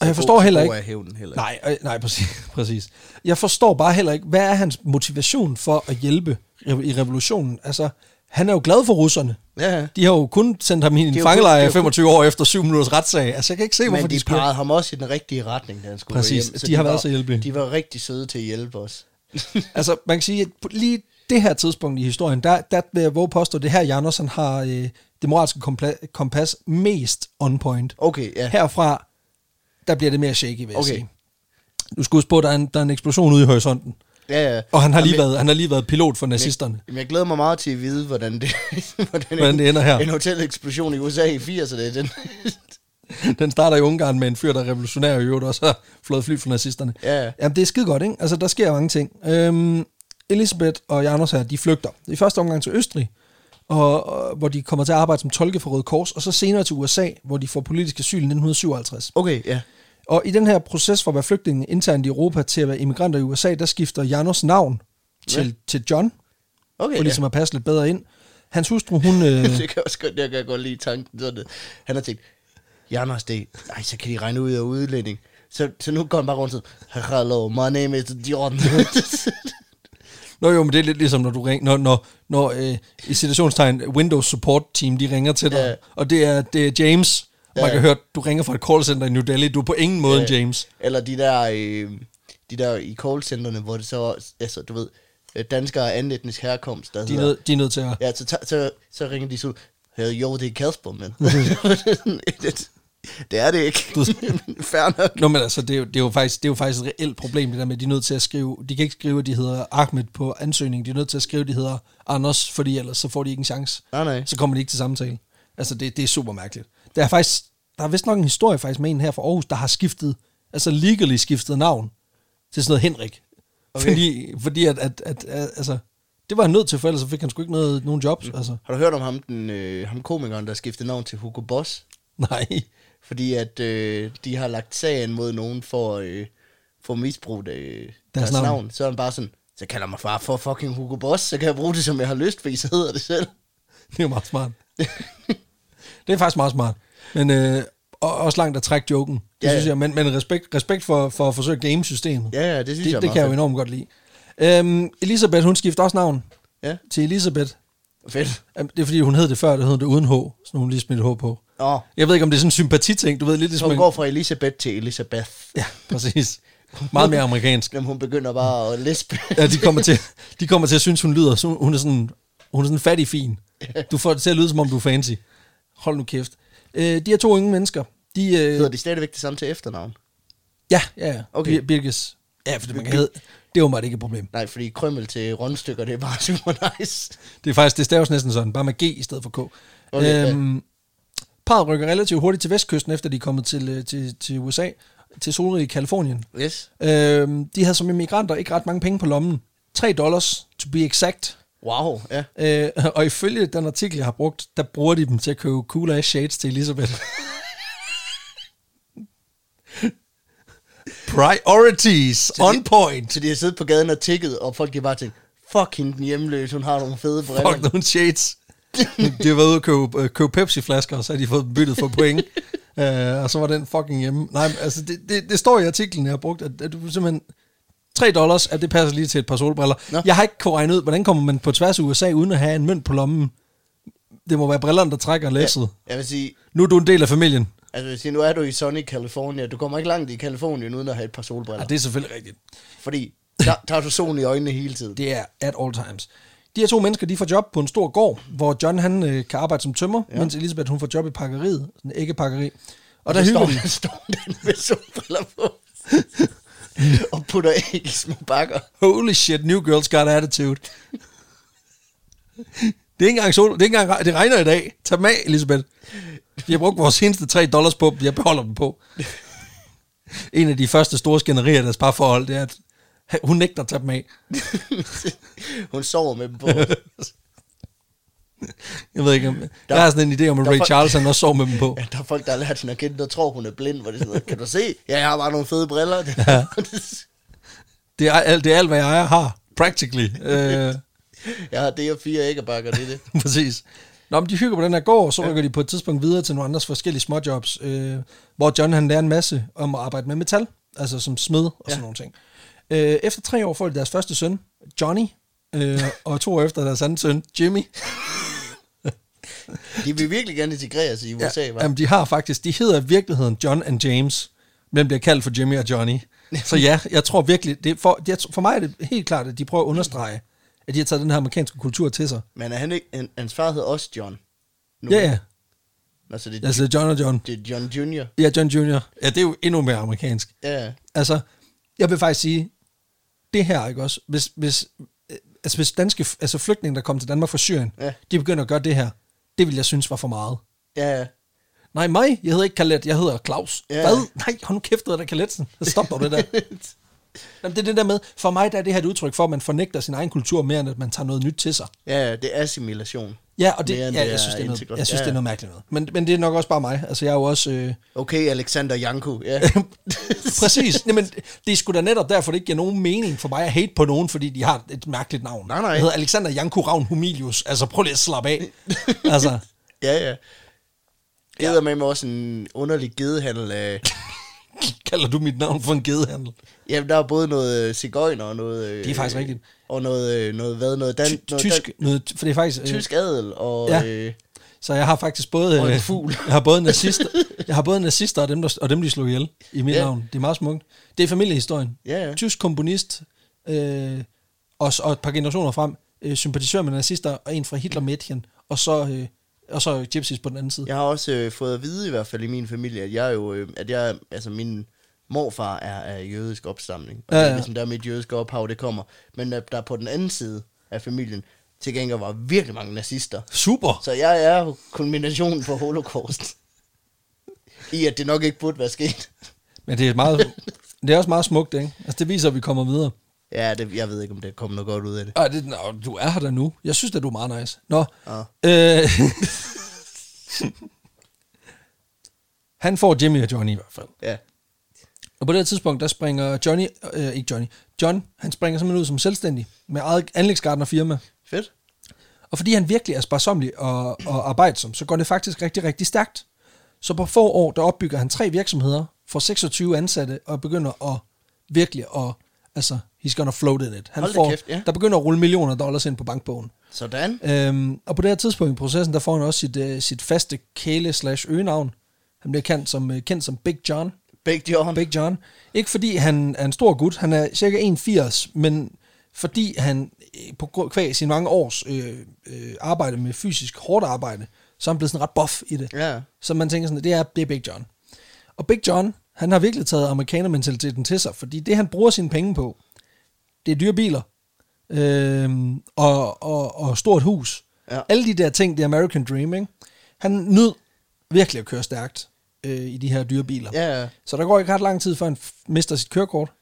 S2: og jeg
S1: Så
S2: forstår
S1: god-
S2: heller
S1: god
S2: ikke,
S1: er hævnen heller
S2: Nej, øh, nej præcis, præcis. Jeg forstår bare heller ikke, hvad er hans motivation for at hjælpe re- i revolutionen? Altså, han er jo glad for russerne.
S1: Ja, ja.
S2: De har jo kun sendt ham i en
S1: jo
S2: fangelejr
S1: kun-
S2: i
S1: det er jo kun-
S2: 25 år efter 7 minutters retssag. Altså, jeg kan ikke se,
S1: Men
S2: hvorfor
S1: de
S2: de skulle...
S1: parrede ham også i den rigtige retning, da han skulle
S2: Præcis.
S1: hjem,
S2: De har været så hjælpelige.
S1: De var rigtig søde til at hjælpe os.
S2: Altså, man kan sige, at på lige det her tidspunkt i historien, der, der vil jeg våge påstå, at det her, Jandersen har øh, det moralske kompla- kompas mest on point.
S1: Okay, ja.
S2: Herfra, der bliver det mere shaky, vil jeg
S1: Okay.
S2: sige. Du skal huske på, at der er, en, der er en eksplosion ude i horisonten.
S1: ja, ja.
S2: Og han har, lige
S1: Jamen,
S2: været, han har lige været pilot for nazisterne.
S1: Jamen, jeg glæder mig meget til at vide, hvordan det, hvordan
S2: Hvordan det ender her.
S1: En hoteleksplosion i USA i 80'erne, den,
S2: Den starter i Ungarn med en fyr, der er revolutionær og i øvrigt også har flået fly for nazisterne.
S1: Ja.
S2: Jamen, det er skide godt, ikke? Altså, der sker mange ting. Øhm, Elisabeth og Janos her, de flygter. I første omgang til Østrig, og, og, hvor de kommer til at arbejde som tolke for Røde Kors, og så senere til USA, hvor de får politisk asyl i 1957.
S1: Okay, ja.
S2: Og i den her proces fra at være flygtninge internt i Europa til at være immigranter i USA, der skifter Janos navn til, ja. til John,
S1: Okay,
S2: for ligesom at passe lidt bedre ind. Hans hustru, hun... Øh,
S1: ja. Det kan jeg også godt, jeg kan godt lide tanken. Sådan, at han har tænkt, Janos, det, ej, så kan de regne ud af udlænding. Så, så nu går han bare rundt og sådan, Hello, my name is John.
S2: Nå jo, men det er lidt ligesom, når du ringer, når, når, når øh, i situationstegn Windows Support Team, de ringer til dig,
S1: Ja.
S2: ja. og det er, det er James, og
S1: Ja.
S2: man kan høre, du ringer fra et callcenter i New Delhi, du er på ingen måde en James.
S1: Eller de der, øh, de der i callcenterne, hvor det så, altså, du ved, øh, danskere af anden etnisk herkomst, der
S2: De er,
S1: hedder,
S2: nød, de er nødt til at...
S1: ja, så, ta- så, så ringer de så, hey, jo, det er Kasper, men. det, det er det ikke. Fair nok.
S2: Nå, men altså, det er, jo, det, er jo faktisk, det er jo faktisk et reelt problem, det der med, at de er nødt til at skrive... De kan ikke skrive, at de hedder Ahmed på ansøgningen, de er nødt til at skrive, at de hedder Anders, fordi ellers så får de ikke en chance.
S1: Nej, nej.
S2: Så kommer de ikke til samtale. Altså, det, det er super mærkeligt. Der er faktisk... Der er vist nok en historie faktisk med en her fra Aarhus, der har skiftet, altså legally skiftet navn til sådan noget Henrik.
S1: Okay.
S2: Okay. Fordi, fordi at, at, at, at, altså, det var han nødt til, for ellers så fik han sgu ikke noget, nogen jobs. Altså,
S1: Har du hørt om ham, den, øh, ham komikeren, der skiftede navn til Hugo Boss?
S2: nej.
S1: Fordi at øh, de har lagt sagen mod nogen for, øh, for misbrug øh, deres, deres navn.
S2: navn.
S1: navn. Så er han bare sådan, så kalder mig bare for fucking Hugo Boss, så kan jeg bruge det, som jeg har lyst, fordi så hedder det selv.
S2: Det er jo meget smart. det er faktisk meget smart. Men øh, og, også langt at trække joken. Det
S1: Ja,
S2: ja,
S1: ja.
S2: synes jeg. Men, men respekt, respekt for, for at forsøge at game systemet.
S1: Ja, ja, det synes
S2: det,
S1: jeg er
S2: det kan jeg jo
S1: meget
S2: enormt godt lide. Øhm, Elisabeth, hun skifter også navn
S1: Ja,
S2: til Elisabeth.
S1: fedt.
S2: Øhm, Det er fordi, hun hed det før, det hed det uden H. Så hun lige smidt H på.
S1: Nå,
S2: Jeg ved ikke, om det er sådan en sympatiting. Du ved, lidt
S1: så
S2: ligesom...
S1: hun
S2: en-
S1: går fra Elisabeth til Elisabeth.
S2: Ja, præcis. Meget mere amerikansk.
S1: Jamen, hun begynder bare at lispe.
S2: Ja, de kommer til, de kommer til at synes, hun lyder. så Hun er sådan, hun er sådan fattig fin. Du får det til at lyde, som om du er fancy. Hold nu kæft. Øh, de her to unge mennesker, de... Øh,
S1: Hedder de stadigvæk det samme til efternavn?
S2: Ja, ja, ja.
S1: Okay.
S2: Bir- Birkes. Ja, fordi man kan hedde. Det er åbenbart ikke et problem.
S1: Nej, fordi krømmel til rundstykker, det er bare super nice.
S2: Det er faktisk, det staves næsten sådan, bare med G i stedet for K.
S1: Okay,
S2: Okay, øhm, Parret rykker relativt hurtigt til vestkysten, efter de er kommet til, øh, til, til USA, til solrige Kalifornien.
S1: Yes.
S2: Øhm, de havde som immigranter ikke ret mange penge på lommen. 3 dollars, to be exact.
S1: Wow, ja.
S2: Øh, og ifølge den artikel, jeg har brugt, der bruger de dem til at købe cool ass shades til Elizabeth. Priorities on point.
S1: Så de har siddet på gaden og tækket, og folk de har bare tænkt, fuck hende den hjemløse, hun har nogle fede briller.
S2: Fuck nogle shades. de har været ude og købe, øh, købe Pepsi-flasker, og så har de fået dem byttet for point. øh, og så var den fucking hjemme. Nej, men altså, det, det, det står i artiklen, jeg har brugt, at, at du simpelthen... 3 dollars, at det passer lige til et par solbriller.
S1: Nå.
S2: Nå. Jeg har ikke kunnet regne ud, hvordan kommer man på tværs af USA, uden at have en mønt på lommen. Det må være brillerne, der trækker læsset. Ja.
S1: Jeg vil sige,
S2: Nu er du en del af familien.
S1: altså jeg vil sige, nu er du i Sunny California. Du kommer ikke langt i Californien uden at have et par solbriller.
S2: Ja, Ah, det er selvfølgelig rigtigt.
S1: Fordi der, der har du solen i øjnene hele tiden.
S2: Det er at all times. De her to mennesker, de får job på en stor gård, hvor John han øh, kan arbejde som tømmer, ja. mens Elisabeth hun får job i pakkeriet, sådan en æggepakkeri. Og der
S1: Så står,
S2: hygger de.
S1: der står den med solbriller på. og putter æg i små bakker.
S2: Holy shit, new girls got attitude. det er ikke engang sol, det, er ikke engang, re- det regner i dag. Tag med, Elisabeth. Vi har brugt vores seneste 3 dollars på dem, jeg beholder dem på. en af de første store skænderier i deres parforhold, det er, at hun nægter at tage dem af.
S1: hun sover med dem på.
S2: Jeg ved ikke, om, jeg har sådan en idé om, at
S1: der
S2: Ray
S1: er folk-
S2: Charles han også sov med dem på.
S1: Ja, der er folk, der har lært hende at kende, der tror, hun er blind. Hvor det er sådan noget, kan du se? Ja, jeg har bare nogle fede briller.
S2: Ja. Det er, alt, det er alt, hvad jeg ejer har, practically. Øh,
S1: jeg har det og fire æggebakker, det er det.
S2: præcis. Nå, men de hygger på den her gård, så rykker ja. de på et tidspunkt videre til nogle andres forskellige småjobs, øh, hvor John han lærer en masse om at arbejde med metal, altså som smed og ja. sådan nogle ting. Øh, efter tre år får de deres første søn, Johnny, øh, og to år efter deres anden søn, Jimmy.
S1: De vil virkelig gerne integreres i USA, ja,
S2: jamen, de har faktisk, de hedder i virkeligheden John and James, men bliver kaldt for Jimmy og Johnny. Så ja, jeg tror virkelig, det er for, jeg, for mig er det helt klart, at de prøver at understrege, at de har taget den her amerikanske kultur til sig.
S1: Men er han ikke, han, hans far hed også John. Nu,
S2: Ja, ja.
S1: Altså, det,
S2: Altså John og John.
S1: det er John Jr.
S2: Ja, John Jr. Ja, det er jo endnu mere amerikansk.
S1: Ja,
S2: Altså, jeg vil faktisk sige, det her, ikke også? Hvis, hvis, øh, altså, hvis danske f- altså flygtninge, der kom til Danmark fra Syrien,
S1: Ja.
S2: ja. de begynder at gøre det her, det vil jeg synes var for meget.
S1: ja, ja.
S2: Nej, mig, jeg hedder ikke Kalet, jeg hedder Claus.
S1: Ja.
S2: Ja. Hvad? Nej, hold nu kæft, det er Kaletsen. Stop dog det der. Jamen, det er det der med, for mig der er det her et udtryk for, at man fornægter sin egen kultur mere, end at man tager noget nyt til sig.
S1: ja, ja, det er assimilation.
S2: Ja, og det,
S1: Mere
S2: ja,
S1: end
S2: jeg, synes, det er noget,
S1: integration.
S2: jeg synes,
S1: Ja,
S2: det er
S1: ja.
S2: noget mærkeligt noget. Men, men det er nok også bare mig. Altså, jeg er jo også... Øh,
S1: Okay, Alexander Janko, ja.
S2: Præcis. Jamen, det er sgu da netop derfor, det ikke giver nogen mening for mig at hate på nogen, fordi de har et mærkeligt navn.
S1: Nej, nej.
S2: Jeg hedder Alexander Janko Ravn Humilius. Altså, prøv lige at slappe af. altså,
S1: ja, ja. Det er med mig også en underlig gedehandel af...
S2: kalder du mit navn for en gedehandel?
S1: Jamen, der er både noget øh, cigøjner og noget... øh,
S2: Det er faktisk rigtigt.
S1: Og noget, øh, noget hvad, noget, dan, noget
S2: Tysk,
S1: Dan,
S2: noget, for det er faktisk... øh,
S1: tysk adel og...
S2: Ja.
S1: Øh,
S2: Så jeg har faktisk både...
S1: Og en
S2: øh,
S1: fugl.
S2: Jeg har både nazister, jeg har både nazister og dem, der, og dem, de slog ihjel i mit
S1: Ja.
S2: ja. navn. Det er meget smukt. Det er familiehistorien.
S1: Ja, ja.
S2: Tysk komponist, øh, og, og et par generationer frem, øh, sympatisør med nazister, og en fra Hitler Mädchen, og så, øh, og så gypsies på den anden side.
S1: Jeg har også øh, fået at vide i hvert fald i min familie, at jeg jo, øh, at jeg, altså min morfar er af jødisk opstamning. Og ja, ja.
S2: Ja,
S1: det er
S2: ja.
S1: ligesom der mit jødiske ophav, det kommer. Men at der på den anden side af familien til gengæld var virkelig mange nazister.
S2: Super!
S1: Så jeg er jo kulminationen på holocaust. I at det nok ikke burde være sket.
S2: Men det er, meget, det er også meget smukt, ikke? Altså, det viser, at vi kommer videre.
S1: Ja, det, jeg ved ikke, om det kom noget godt ud af det.
S2: Og det, nå, du er her da nu. Jeg synes, at du er meget nice. Nå.
S1: Ja.
S2: Øh, han får Jimmy og Johnny i hvert fald.
S1: Ja,
S2: Og på det her tidspunkt, der springer Johnny, øh, ikke Johnny, John, han springer simpelthen ud som selvstændig med eget anlægsgartnerfirma.
S1: fedt.
S2: Og fordi han virkelig er sparsomlig og, og arbejdsom, så går det faktisk rigtig, rigtig stærkt. Så på få år, der opbygger han tre virksomheder, får 26 ansatte og begynder at virkelig at, altså, he's gonna float in it. Han
S1: Hold da
S2: får,
S1: kæft, ja.
S2: Der begynder at rulle millioner af dollars ind på bankbogen.
S1: Sådan.
S2: Øhm, og på det her tidspunkt i processen, der får han også sit, øh, sit faste kæle slash øgenavn. Han bliver kendt som, øh, kendt som Big John.
S1: Big John.
S2: Big John. Ikke fordi han er en stor gut, han er cirka 1,80, men fordi han øh, på grund af sine mange års øh, øh, arbejde med fysisk hårdt arbejde, så er han blevet sådan ret buff i det.
S1: Ja.
S2: Så man tænker sådan, det er, det er Big John. Og Big John, Han har virkelig taget amerikanermentaliteten til sig, fordi det, han bruger sine penge på, det er dyre biler øh, og, og, og stort hus.
S1: Ja.
S2: Alle de der ting, det er American Dream, ikke? Han nød virkelig at køre stærkt øh, i de her dyre biler.
S1: Ja, ja,
S2: Så der går ikke ret lang tid, før han f- mister sit kørekort.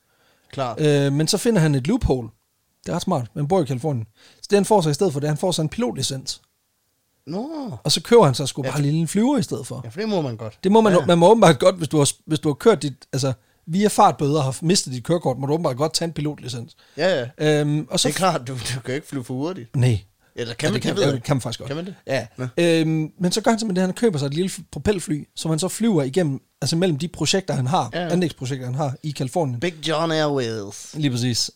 S1: klart.
S2: Øh, men så finder han et loophole. Det er ret smart, men han bor i Kalifornien. Så det han får sig i stedet for, det er, han får sig en pilotlicens.
S1: Nå.
S2: Og så køber han sig sgu
S1: Ja.
S2: bare en lille flyver i stedet for.
S1: Ja, for det må man godt.
S2: Det må man,
S1: ja.
S2: man må åbenbart godt, hvis du har, hvis du har kørt dit, altså via fartbøder og har mistet dit kørekort, må du åbenbart godt tage en pilotlicens.
S1: Ja, ja.
S2: Øhm, og så
S1: Det er klart, du, du kan jo ikke flyve for hurtigt.
S2: Nej.
S1: Eller kan
S2: Ja,
S1: man
S2: det kan,
S1: det? ved jeg
S2: ja,
S1: ikke.
S2: kan man faktisk godt.
S1: Kan man det?
S2: Ja.
S1: Nå.
S2: Øhm, men så gør han simpelthen det, at han køber sig et lille f- propelfly, som han så flyver igennem, altså mellem de projekter, han har,
S1: Ja, ja.
S2: ja. anlægsprojekter, han har i Kalifornien.
S1: Big John Airways.
S2: Lige præcis.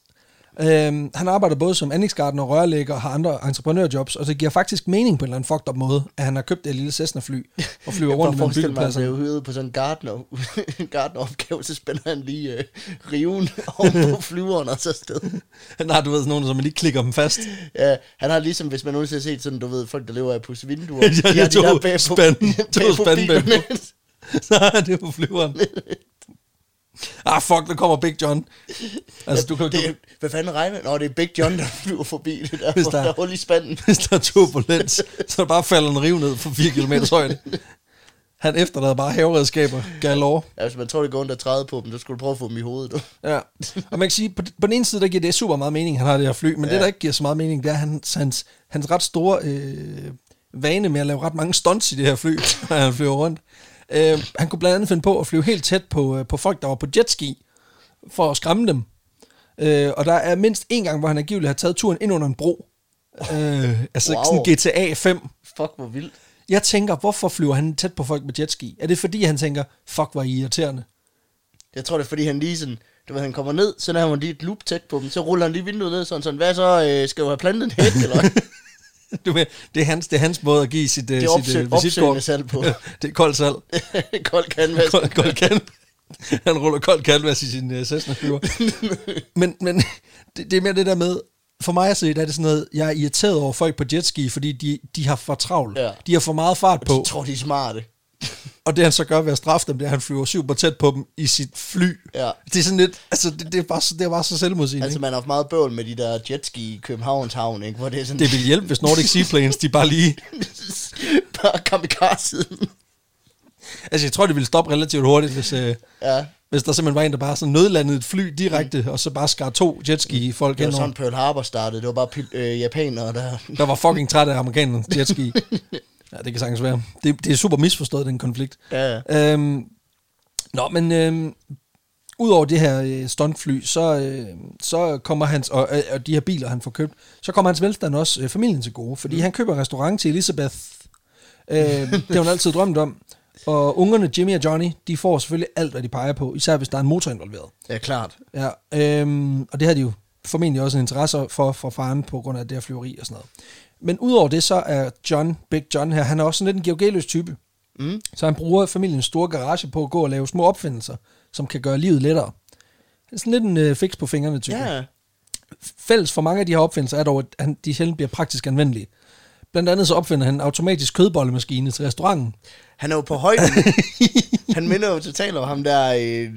S2: Øhm, han arbejder både som anlægsgartner, rørlægger og har andre entreprenørjobs, og det giver faktisk mening på en eller anden fucked up måde, at han har købt det lille Cessna-fly og flyver
S1: Jeg kan bare
S2: rundt mellem
S1: forestille mig, at han
S2: byggepladser.
S1: blev hyret på sådan en gartner, en gartneropgave, så spænder han lige øh, riven oven på flyveren og så sted.
S2: Han har, du ved, sådan nogle, som man lige klikker dem fast.
S1: Ja, han har ligesom, hvis man nogensinde har set sådan, du ved, folk, der lever af pussevinduer.
S2: Ja, de to
S1: bag på-
S2: spande. To
S1: bag på
S2: spande bag på.
S1: bilerne.
S2: Så er det på flyveren. Ah, fuck, der kommer Big John. Altså, du kan, du,
S1: Det, er- hvad fanden regner? Nå, det er Big John, der flyver forbi det der,
S2: Hvis
S1: der,
S2: der-
S1: der er hul i spanden.
S2: hvis der er turbulens, så der bare falder en rive ned fra 4 km højde. Han efterlader bare haveredskaber galore.
S1: Ja, hvis man tror, det går under 30 på dem, så skulle du prøve at få dem i hovedet. Du.
S2: Ja. Og man kan sige, på, på den ene side, der giver det super meget mening, han har det her fly, men ja.
S1: Ja.
S2: det, der ikke giver så meget mening, det er hans, hans, hans ret store øh, vane med at lave ret mange stunts i det her fly, når han flyver rundt. Øh, han kunne blandt andet finde på at flyve helt tæt på, øh, på folk, der var på jetski, for at skræmme dem. Øh, og der er mindst en gang, hvor han angiveligt har taget turen ind under en bro. Øh, altså
S1: Wow.
S2: wow. sådan GTA 5.
S1: Fuck, hvor vildt.
S2: Jeg tænker, hvorfor flyver han tæt på folk med jetski? Er det fordi, han tænker, fuck, hvor er I irriterende?
S1: Jeg tror, det er, fordi han lige sådan, du ved, han kommer ned, så laver han lige et loop tæt på dem, så ruller han lige vinduet ned, sådan sådan, hvad så, øh, skal du have plantet en hæk, eller hvad?
S2: Du ved, det, er hans, det er hans måde at give sit,
S1: Det
S2: øh,
S1: er
S2: sit
S1: opsøg,
S2: øh, visitkort.
S1: opsøgende salg på.
S2: det er koldt salg.
S1: Kold canvas.
S2: Kold, kold kan. Han ruller kold canvas i sin uh, Cessna flyver. men men det, det, er mere det der med, for mig at se, der er det sådan noget, jeg er irriteret over folk på jetski, fordi de, de har for travlt.
S1: Ja.
S2: De har for meget fart på.
S1: Jeg tror, de er smarte.
S2: Og det han så gør ved at straffe dem, det er, at han flyver super tæt på dem i sit fly.
S1: Ja.
S2: Det er sådan lidt, altså det, det, er, bare, så- det er bare så selvmodsigende.
S1: Altså,
S2: Altså,
S1: man har haft meget bøvl med de der jetski i Københavns Havn, ikke? Hvor det er sådan,
S2: det ville hjælpe, hvis Nordic Seaplanes, de bare lige...
S1: bare kamikaze.
S2: Altså jeg tror, det ville stoppe relativt hurtigt, hvis... Uh,
S1: ja,
S2: Hvis der simpelthen var en, der bare sådan nødlandede et fly direkte, mm. og så bare skar to jetski-folk
S1: Mm. det var
S2: ind
S1: sådan Pearl Harbor startede. Det var bare pil- øh, japanere, der...
S2: der var fucking træt af amerikanernes jetski. ja, det kan sagtens være. Det, det er super misforstået, den konflikt.
S1: Ja, ja.
S2: Øhm, nå, men øhm, udover det her øh, stuntfly, så, øh, så kommer hans, og, øh, og de her biler, han får købt, så kommer hans velstand også øh, familien til gode, fordi mm. han køber en restaurant til Elizabeth. Øh, det har hun altid drømt om. Og ungerne, Jimmy og Johnny, de får selvfølgelig alt, hvad de peger på, især hvis der er en motor involveret.
S1: Ja, klart.
S2: Ja, øhm, og det havde de jo formentlig også en interesse for fra faren på grund af det her flyveri og sådan noget. Men udover det, så er John, Big John her, han er også sådan lidt en georgeløs type.
S1: Mm.
S2: Så han bruger familiens store garage på at gå og lave små opfindelser, som kan gøre livet lettere. Han er sådan lidt en øh, fix på fingrene type.
S1: Ja,
S2: Fælles for mange af de her opfindelser er dog, at han, de sjældent bliver praktisk anvendelige. Blandt andet så opfinder han en automatisk kødbollemaskine til restauranten.
S1: han er jo på højden. han minder jo totalt om ham der, øh,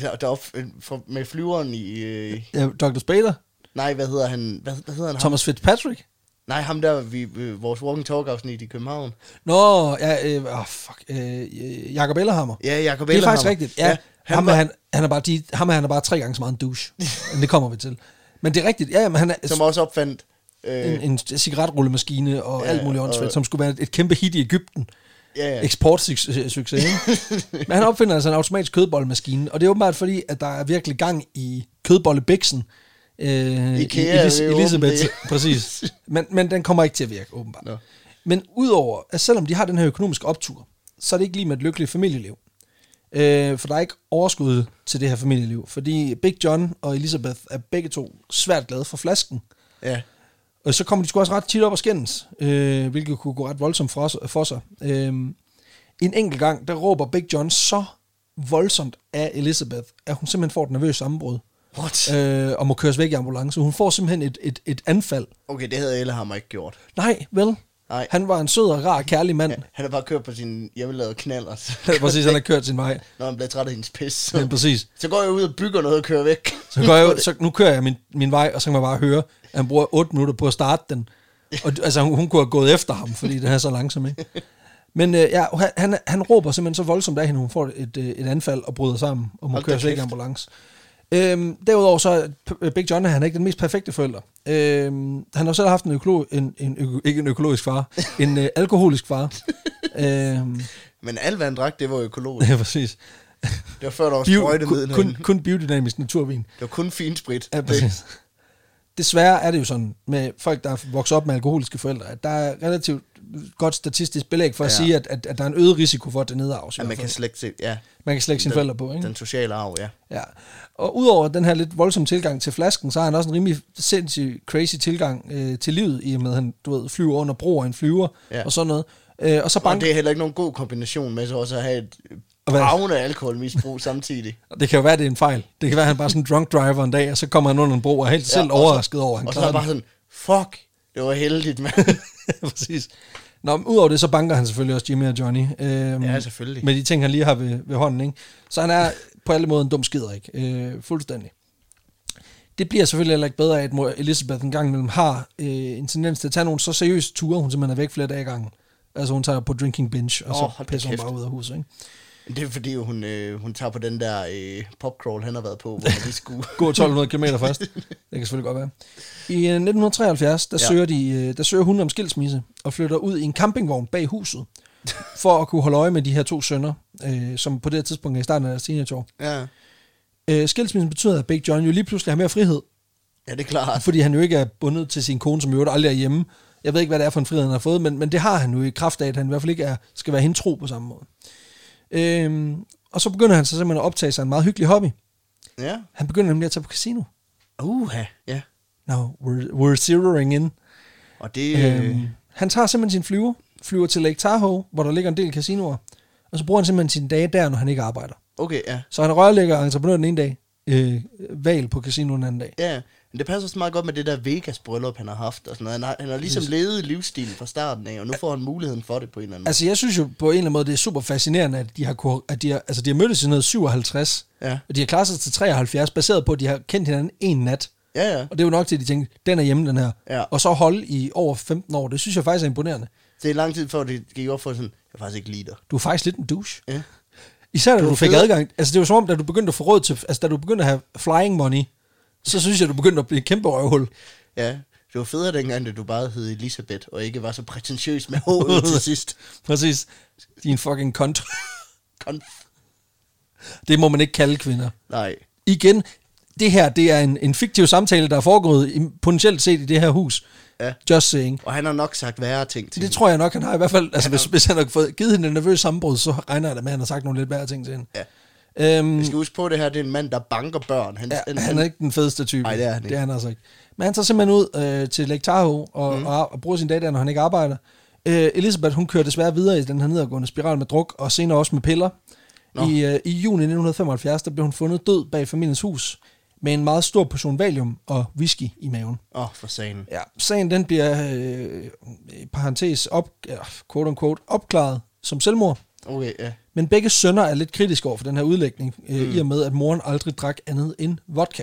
S1: der, der op, øh, fra- med flyveren i... Øh,
S2: Ja, Dr. Spader,
S1: nej, hvad hedder han? Hvad, hvad hedder han?
S2: Thomas Fitzpatrick.
S1: Nej, ham der, vi, øh, vores walking talk afsnit i København.
S2: Nå, ja, øh, oh, fuck, øh, Jacob Ellerhammer.
S1: Ja, Jacob
S2: Det er faktisk
S1: Ellerhammer.
S2: rigtigt. Ja, ja
S1: han,
S2: ham,
S1: var,
S2: er, han, han er bare, de, ham er han er bare tre gange så meget en douche. Men det kommer vi til. Men det er rigtigt. Ja, men han er
S1: som også opfandt... Øh,
S2: en, en cigaretrullemaskine og
S1: Ja,
S2: ja, alt muligt
S1: og-
S2: åndssvagt, som skulle være et kæmpe hit i Ægypten.
S1: ja, ja.
S2: Eksportsucces. ikke? men han opfinder altså en automatisk kødbollemaskine, og det er åbenbart fordi, at der er virkelig gang i kødbollebiksen. Øh,
S1: Ikea
S2: i,
S1: vil
S2: Elis-
S1: åbne
S2: Elisabeth,
S1: det.
S2: præcis. Men, men den kommer ikke til at virke, åbenbart.
S1: Nå.
S2: Men udover, at selvom de har den her økonomiske optur, så er det ikke lige med et lykkeligt familieliv. Øh, for der er ikke overskud til det her familieliv, fordi Big John og Elizabeth er begge to svært glade for flasken.
S1: ja.
S2: Og så kommer de sgu også ret tit op og skændes, øh, hvilket kunne gå ret voldsomt for, os- for sig. Øh, en enkelt gang, der råber Big John så voldsomt af Elizabeth, at hun simpelthen får et nervøst sammenbrud.
S1: What?
S2: Øh, og må køres væk i ambulance. Hun får simpelthen et, et, et anfald.
S1: Okay, det havde Ellehammer ikke gjort.
S2: Nej, vel?
S1: Nej.
S2: Han var en sød og rar, kærlig mand.
S1: Han har bare kørt på sin hjemmelavede knaller.
S2: Ja. Præcis, han har kørt sin vej.
S1: Når han bliver træt af hendes pis. Så,
S2: Men præcis.
S1: så går jeg ud og bygger noget og kører væk.
S2: Så, går jeg, ud- så nu kører jeg min, min vej, og så kan man bare høre, at han bruger 8 minutter på at starte den. Og, altså, hun, hun kunne have gået efter ham, fordi den er så langsom, ikke? Men øh, ja, han, han, han råber simpelthen så voldsomt af hende, hun får et, øh, et anfald og bryder sammen, og må
S1: Hold da
S2: køre slet ikke
S1: kæft.
S2: ambulance. Øhm, derudover så er P- Big John, han er ikke den mest perfekte forælder. Øhm, han har selv haft en, økolo, en, en øko, ikke en økologisk far, en øh, alkoholisk far. øhm,
S1: Men alt, hvad han drak, det var økologisk.
S2: ja, præcis.
S1: Det var før, der var
S2: Bio, kun,
S1: sprøjtemiddel.
S2: kun,
S1: herinde.
S2: kun biodynamisk naturvin.
S1: Det var kun finsprit.
S2: Ja,
S1: Det-
S2: præcis. Desværre er det jo sådan med folk, der er vokset op med alkoholiske forældre, at der er relativt godt statistisk belæg for at
S1: Ja.
S2: sige, at, at, at der er en øget risiko for, at det nedarves. i
S1: Ja,
S2: hvert
S1: man
S2: fald.
S1: kan slet ikke se, ja,
S2: man kan slække sine
S1: den-
S2: forældre på, ikke?
S1: den sociale arv, ja.
S2: Ja. Og udover den her lidt voldsomme tilgang til flasken, så har han også en rimelig sindssyg crazy tilgang øh, til livet, i og med at han du ved, flyver under broer en flyver
S1: Ja.
S2: og sådan noget. Øh, og så
S1: Og
S2: bank,
S1: det er heller ikke nogen god kombination med så også at have et
S2: Og hvad-
S1: bravende alkoholmisbrug samtidig.
S2: det... det kan jo være, at det er en fejl. Det kan være, at han bare er sådan en drunk driver en dag, og så kommer han under en bro og er helt
S1: Ja,
S2: selv
S1: og så-
S2: overrasket over, at han
S1: Og så er
S2: klarede
S1: jeg
S2: den.
S1: bare sådan, fuck, det var heldigt, mand.
S2: Præcis. Nå, men udover det, så banker han selvfølgelig også Jimmy og Johnny. Øhm,
S1: Ja, selvfølgelig.
S2: Med de ting, han lige har ved, ved hånden, ikke? Så han er på alle måder en dum skider, ikke? Øh, fuldstændig. Det bliver selvfølgelig heller ikke bedre af, at mor Elizabeth en gang imellem har øh, en tendens til at tage nogle så seriøse ture, hun simpelthen er væk flere dage i gangen. Altså hun tager på drinking binge, og
S1: Åh,
S2: oh, så
S1: hold da
S2: pisser hun
S1: kæft.
S2: bare ud af huset, ikke?
S1: Det er fordi, hun, øh, hun tager på den der øh, popcrawl, han har været på, hvor de skulle...
S2: Gå 1200 km først. Det kan selvfølgelig godt være. I øh, 1973, der,
S1: Ja.
S2: ja. søger de, øh, der søger hun om skilsmisse og flytter ud i en campingvogn bag huset, for at kunne holde øje med de her to sønner, øh, som på det her tidspunkt er i starten af deres teenageår.
S1: Ja,
S2: Øh, skilsmissen betyder, at Big John jo lige pludselig har mere frihed,
S1: ja det er klart.
S2: fordi han jo ikke er bundet til sin kone, som jo aldrig er hjemme. Jeg ved ikke, hvad det er for en frihed, han har fået, men, men det har han jo i kraft af, at han i hvert fald ikke er, skal være hende tro på samme måde. Øhm, og så begynder han så simpelthen at optage sig en meget hyggelig hobby.
S1: Ja.
S2: Han begynder nemlig at tage på casino.
S1: Uha, ja.
S2: No, we're, we're zeroing in.
S1: Og det... Øh,
S2: Øhm, han tager simpelthen sin flyver, flyver til Lake Tahoe, hvor der ligger en del casinoer, og så bruger han simpelthen sine dage der, når han ikke arbejder.
S1: okay, ja.
S2: Så han er rørlægger og entreprenør den ene dag, øh, valg på casino den anden dag.
S1: Ja, men det passer så meget godt med det der Vegas bryllup, han har haft og sådan noget. Han har, han har ligesom levet livsstilen fra starten af, og nu får han muligheden for det på en eller anden måde.
S2: Altså jeg synes jo på en eller anden måde, det er super fascinerende, at de har, kunne- at de har, altså, de har mødtes i noget 57,
S1: Ja.
S2: og de har klaret sig til 73, baseret på, at de har kendt hinanden en nat.
S1: Ja, ja.
S2: Og det er jo nok til, at de tænkte, den er hjemme, den her.
S1: Ja.
S2: Og så holde i over 15 år, det synes jeg faktisk er imponerende.
S1: Det er lang tid før, det gik op for sådan, jeg er faktisk ikke lige dig.
S2: Du er faktisk lidt en douche.
S1: Ja.
S2: Især da du,
S1: var
S2: fik
S1: federe.
S2: adgang. Altså det var som om, da du begyndte at få råd til, altså da du begyndte at have flying money, så synes jeg, du begyndte at blive et kæmpe røvhul.
S1: ja. Det var federe dengang, da du bare hed Elisabeth, og ikke var så prætentiøs med H'et til sidst.
S2: Præcis. Din fucking kont.
S1: Konf.
S2: Det må man ikke kalde kvinder.
S1: Nej.
S2: Igen, det her, det er en, en fiktiv samtale, der er foregået i, potentielt set i det her hus.
S1: Ja.
S2: Just saying.
S1: Og han har nok sagt værre ting til
S2: Det
S1: hende.
S2: tror jeg nok, han har i hvert fald. Altså, hvis, hvis han har fået givet hende en nervøs sammenbrud, så regner jeg da med, at han har sagt nogle lidt værre ting til hende.
S1: Ja.
S2: Øhm,
S1: Jeg skal huske på, at det her det er en mand, der banker børn. Han,
S2: Ja, han er ikke den fedeste type.
S1: Nej, det er han ikke.
S2: Det er han altså ikke. Men han tager simpelthen ud øh, til Lake Tahoe og, mm. og, og bruger sin dag der, når han ikke arbejder. Øh, Elisabeth, hun kører desværre videre i den her nedadgående spiral med druk, og senere også med piller.
S1: Nå.
S2: I, øh, I juni 1975, der blev hun fundet død bag familiens hus med en meget stor portion valium og whisky i maven.
S1: Åh, oh, for sagen.
S2: Ja, sagen den bliver, øh, i parentes, op, ja, quote unquote, opklaret som selvmord.
S1: Okay, ja.
S2: Men begge sønner er lidt kritiske over for den her udlægning,
S1: Mm.
S2: øh, i og med, at moren aldrig drak andet end vodka.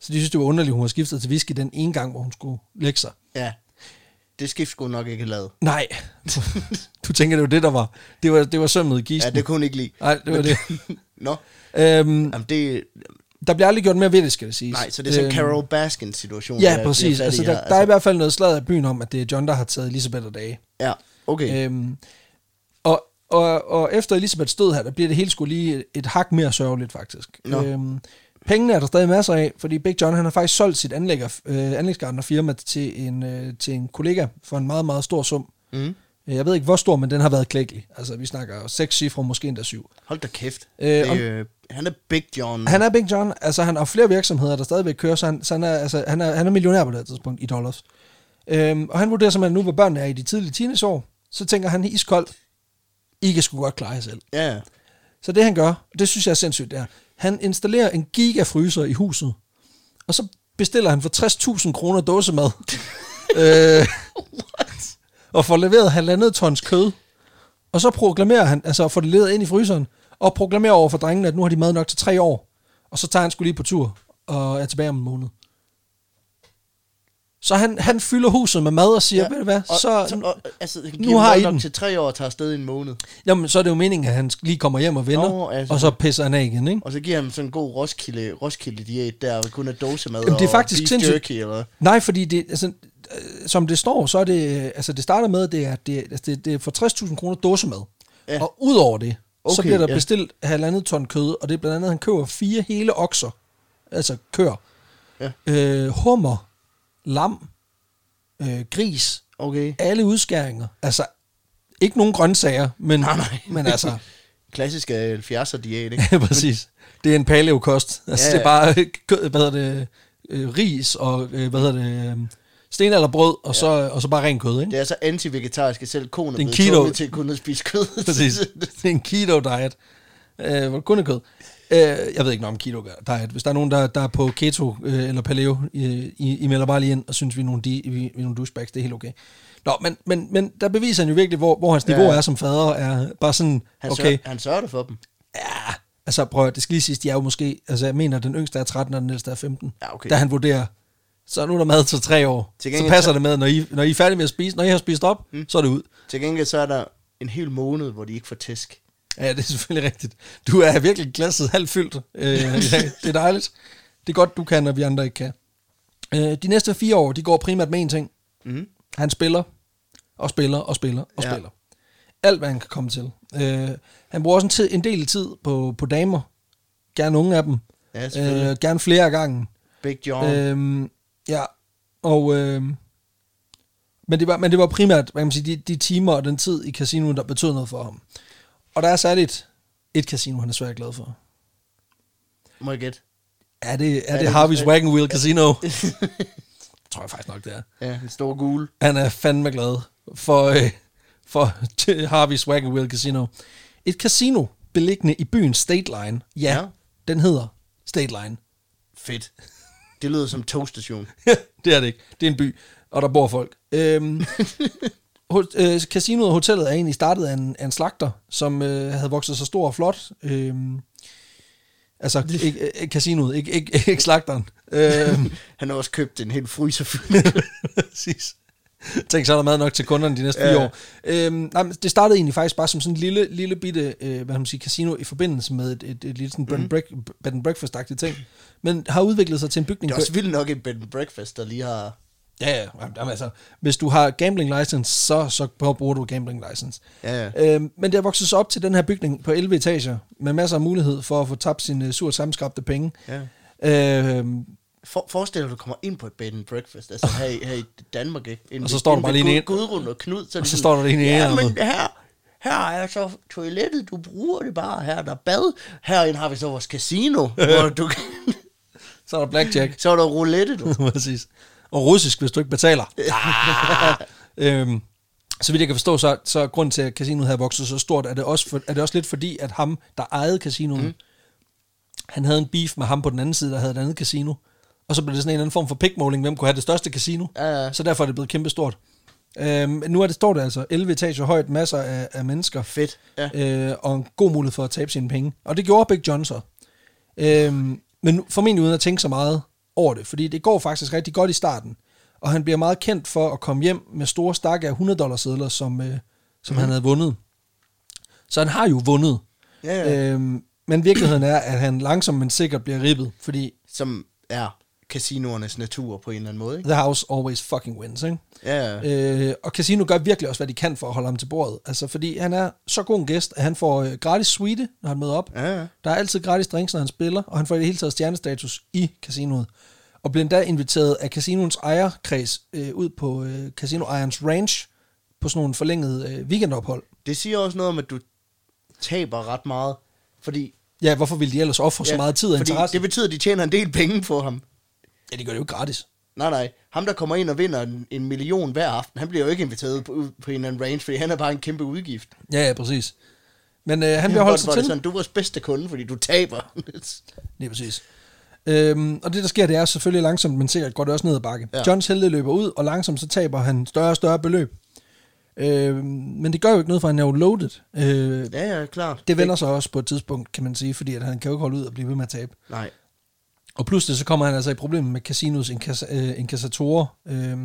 S2: Så de synes, det var underligt, at hun har skiftet til whisky den ene gang, hvor hun skulle lægge sig.
S1: Ja. Det skift skulle nok ikke have lavet.
S2: Nej, du tænker, det var det, der var. Det var, det var sømmet i
S1: Ja,
S2: kisten.
S1: det kunne hun ikke lide.
S2: Nej, det var det.
S1: Nå,
S2: øhm,
S1: Jamen, det,
S2: der bliver aldrig gjort mere ved det, skal det siges. Øhm,
S1: nej, så det er sådan en Carol Baskin-situation.
S2: Ja,
S1: der
S2: præcis.
S1: bliver fat i
S2: Altså, der,
S1: her.
S2: der er i hvert fald noget slag af byen om, at det er John, der har taget Elisabeth og dage.
S1: Ja, okay.
S2: Øhm, og, og, og efter Elisabeths død her, der bliver det hele sgu lige et hak mere sørgeligt, faktisk.
S1: Nå.
S2: Øhm, pengene er der stadig masser af, fordi Big John han har faktisk solgt sit anlægger, øh, anlægsgartnerfirma til en, øh, til en kollega for en meget, meget stor sum.
S1: Mm.
S2: Øh, Jeg ved ikke, hvor stor, men den har været klækkelig. Altså, vi snakker seks cifre, måske endda syv.
S1: Hold da kæft.
S2: Øh,
S1: Øh, det,
S2: om-
S1: øh, han er Big John.
S2: Han er Big John, altså han har flere virksomheder, der stadigvæk kører, så han, så han, er, altså, han, er, han er millionær på det her tidspunkt i dollars. Øhm, og han vurderer simpelthen nu, hvor børnene er i de tidlige teenageår, så tænker han iskoldt, I kan sgu godt klare jer selv.
S1: Ja,
S2: Så det han gør, det synes jeg er sindssygt, det er, han installerer en gigafryser i huset, og så bestiller han for 60.000 kroner dåsemad. øh, og får leveret halvandet tons kød, og så proklamerer han, altså får det leveret ind i fryseren, og proklamerer over for drengene, at nu har de mad nok til tre år, og så tager han skulle lige på tur, og er tilbage om en måned. Så han, han fylder huset med mad og siger, ja, ved du hvad,
S1: og,
S2: så,
S1: så og, altså, giver
S2: nu har
S1: mad
S2: I
S1: nok
S2: den.
S1: til tre år og tager afsted i en måned.
S2: Jamen, så er det jo meningen, at han lige kommer hjem og vender,
S1: Nå,
S2: Nå,
S1: altså.
S2: altså. og så pisser han af igen, ikke?
S1: Og så giver han sådan en god Roskilde, Roskilde diæt der, hvor kun er dosemad
S2: Jamen, det er
S1: og
S2: faktisk
S1: beef
S2: sindssygt.
S1: jerky. Eller,
S2: Nej, fordi det, altså, øh, som det står, så er det, øh, altså det starter med, det er, det, altså, det, det er for 60.000 kroner dåsemad.
S1: Ja.
S2: Ja. Og udover det, okay,
S1: Okay,
S2: så bliver der
S1: ja.
S2: ja. bestilt halvandet ton kød, og det er blandt andet, at han køber fire hele okser, altså køer,
S1: Ja.
S2: øh, hummer, lam, øh, gris,
S1: okay,
S2: alle udskæringer, altså ikke nogen grøntsager, men,
S1: Nej, nej.
S2: men altså,
S1: klassisk øh, 70'er diæt, ikke?
S2: ja, præcis. Det er en paleokost. Altså,
S1: Ja,
S2: ja,
S1: ja.
S2: ja. det er bare øh, kød, hvad hedder det, øh, ris og, øh, hvad hedder det, øh, stenalderbrød, og, ja. så, øh, og så bare ren kød, ikke?
S1: Det er så anti-vegetarisk, at selv konen er
S2: Det er en
S1: blevet
S2: keto.
S1: tvunget til kun at spise kød.
S2: Præcis. Det er en keto-diet, øh, hvor det kun er kød. Øh, jeg ved ikke noget om keto-diet. Hvis der er nogen, der, der er på keto øh, eller paleo, øh, I, I melder bare lige ind og synes, vi er nogle, di, vi, vi er nogle douchebags. Det er helt okay. Nå, men, men, men der beviser han jo virkelig, hvor, hvor hans
S1: Ja.
S2: niveau ja. er som fader. Er bare sådan,
S1: Han, okay.
S2: okay,
S1: sørger, han sørger det for dem.
S2: ja, altså prøv at, høre, det skal lige siges, de er jo måske, altså jeg mener, den yngste er 13, og den ældste er 15.
S1: Ja, okay.
S2: Da han vurderer, så nu er der mad til tre år.
S1: Til
S2: Til
S1: gengæld-
S2: så passer det med, når I, når I er færdige med at spise, når I har spist op, mm. så er det ud.
S1: Til gengæld så er der en hel måned, hvor de ikke får tæsk.
S2: Ja, det er selvfølgelig rigtigt. Du er virkelig glasset halvt fyldt. Øh, i dag. det er dejligt. Det er godt, du kan, og vi andre ikke kan. Øh, de næste fire år, de går primært med en ting.
S1: Mhm.
S2: Han spiller, og spiller, og spiller, og
S1: Ja.
S2: ja. spiller. Alt, hvad han kan komme til. Øh, han bruger også en, tid, en del tid på, på damer. Gerne nogle af dem.
S1: Ja, selvfølgelig.
S2: Øh, gerne flere af gangen.
S1: Big John. Øh,
S2: Øhm, ja, og... Øhm, men, det var, men det var primært hvad kan man sige, de, de timer og den tid i casinoen, der betød noget for ham. Og der er særligt et casino, han er svært glad for.
S1: må jeg gætte?
S2: Er det, er,
S1: Er
S2: er det,
S1: det-
S2: det Harvey's Wagon Wheel Casino? tror jeg faktisk nok, det er.
S1: Ja, en stor gul.
S2: Han er fandme glad for, øh, for Harvey's Wagon Wheel Casino. Et casino beliggende i byen State Line. Ja,
S1: Ja.
S2: ja. den hedder State Line.
S1: Fedt. Det lyder som togstation.
S2: det er det ikke. Det er en by, og der bor folk. Øhm, ho- øh, casinoet og hotellet er egentlig startet af en, af en slagter, som øh, havde vokset så stor og flot. Øhm, altså, ikke, øh, casinoet, ikke, ikke, ikke slagteren. Øhm,
S1: Han har også købt en hel fryserfyldt.
S2: Præcis. Tænk, så er der mad nok til kunderne de næste fire
S1: Ja.
S2: år. Øhm, nej, men det startede egentlig faktisk bare som sådan en lille, lille bitte øh, hvad kan man sige, casino i forbindelse med et, et, et lille sådan
S1: Mhm.
S2: bed, and break, bed and breakfast-agtigt ting, men har udviklet sig til en bygning.
S1: Det er også vildt nok en bed and breakfast, der lige har...
S2: Ja, ja. Jamen, Jamen, altså, hvis du har gambling license, så, så bruger du gambling license.
S1: Ja, ja.
S2: Øhm, men det har vokset sig op til den her bygning på 11 etager, med masser af mulighed for at få tabt sine surt samskrabte penge.
S1: Ja.
S2: Øhm,
S1: For, forestil dig, at du kommer ind på et bed and breakfast, altså her i, her i Danmark, ikke? Ind
S2: Og så
S1: ved-
S2: står der
S1: ind
S2: bare
S1: ved
S2: lige en-
S1: Gud- Gudrun og Knud, så, er
S2: og
S1: det
S2: så
S1: sådan,
S2: står der lige en
S1: Ja,
S2: ene
S1: men her, her er så toilettet, du bruger det bare. Her er der bad. Herinde har vi så vores casino, hvor du kan...
S2: så er der blackjack.
S1: Så er der roulette, du.
S2: Præcis. Og russisk, hvis du ikke betaler. Ah! øhm, så vidt jeg kan forstå, så, så er grunden til, at casinoet havde vokset så stort, er det også, for, er det også lidt fordi, at ham, der ejede casinoet, mm.
S1: Mm.
S2: han havde en beef med ham på den anden side, der havde et andet casino. Og så blev det sådan en eller anden form for pigmåling, hvem kunne have det største casino.
S1: Ja, ja.
S2: Så derfor er det blevet kæmpestort. Øhm, nu er det, står det altså 11 etager højt, masser af, af mennesker.
S1: Fedt. Ja.
S2: Øh, og en god mulighed for at tabe sine penge. Og det gjorde Big John så. Øhm, men nu- formentlig uden at tænke så meget over det, fordi det går faktisk rigtig godt i starten. Og han bliver meget kendt for at komme hjem med store stakke af 100 dollars sedler, som, øh, som
S1: Mhm.
S2: mm. han havde vundet. Så han har jo vundet.
S1: Ja, ja.
S2: Øhm, men virkeligheden er, at han langsomt men sikkert bliver ribbet, fordi
S1: Som er casinoernes natur på en eller anden måde, ikke?
S2: the house always fucking wins, ikke?
S1: Ja, ja.
S2: Øh, og Casino gør virkelig også, hvad de kan for at holde ham til bordet. Altså, fordi han er så god en gæst, at han får øh, gratis suite, når han møder op.
S1: Ja, ja.
S2: Der er altid gratis drinks, når han spiller, og han får i det hele taget stjernestatus i casinoet. Og bliver endda inviteret af casinoens ejerkreds øh, ud på øh, Casino Irons Ranch på sådan nogle forlængede øh, weekendophold.
S1: Det siger også noget om, at du taber ret meget, fordi...
S2: Ja, hvorfor ville de ellers ofre ja, så meget tid og
S1: fordi
S2: interesse?
S1: Det
S2: Det...
S1: betyder, at de tjener en del penge på ham.
S2: Ja, de gør det jo ikke gratis.
S1: Nej, nej. Ham, der kommer ind og vinder en, en million hver aften, han bliver jo ikke inviteret på, ud på en eller anden range, fordi han er bare en kæmpe udgift.
S2: Ja, ja, præcis. Men øh, han bliver
S1: Hvor-
S2: holdt sig
S1: hvor
S2: til.
S1: det Sådan, du er vores bedste kunde, fordi du taber.
S2: Lige præcis. Øhm, og det, der sker, det er selvfølgelig langsomt, men sikkert går det også ned ad bakke.
S1: Ja.
S2: Ja. Johns heldige løber ud, og langsomt så taber han større og større beløb. Øh, men det gør jo ikke noget, for han er jo loaded. Øh,
S1: Ja, ja, klart.
S2: det vender sig også på et tidspunkt, kan man sige, fordi at han kan jo ikke holde ud og blive ved med at tabe.
S1: Nej,
S2: Og pludselig så kommer han altså i problemer med casinos inkas- øh, inkassatorer, øh,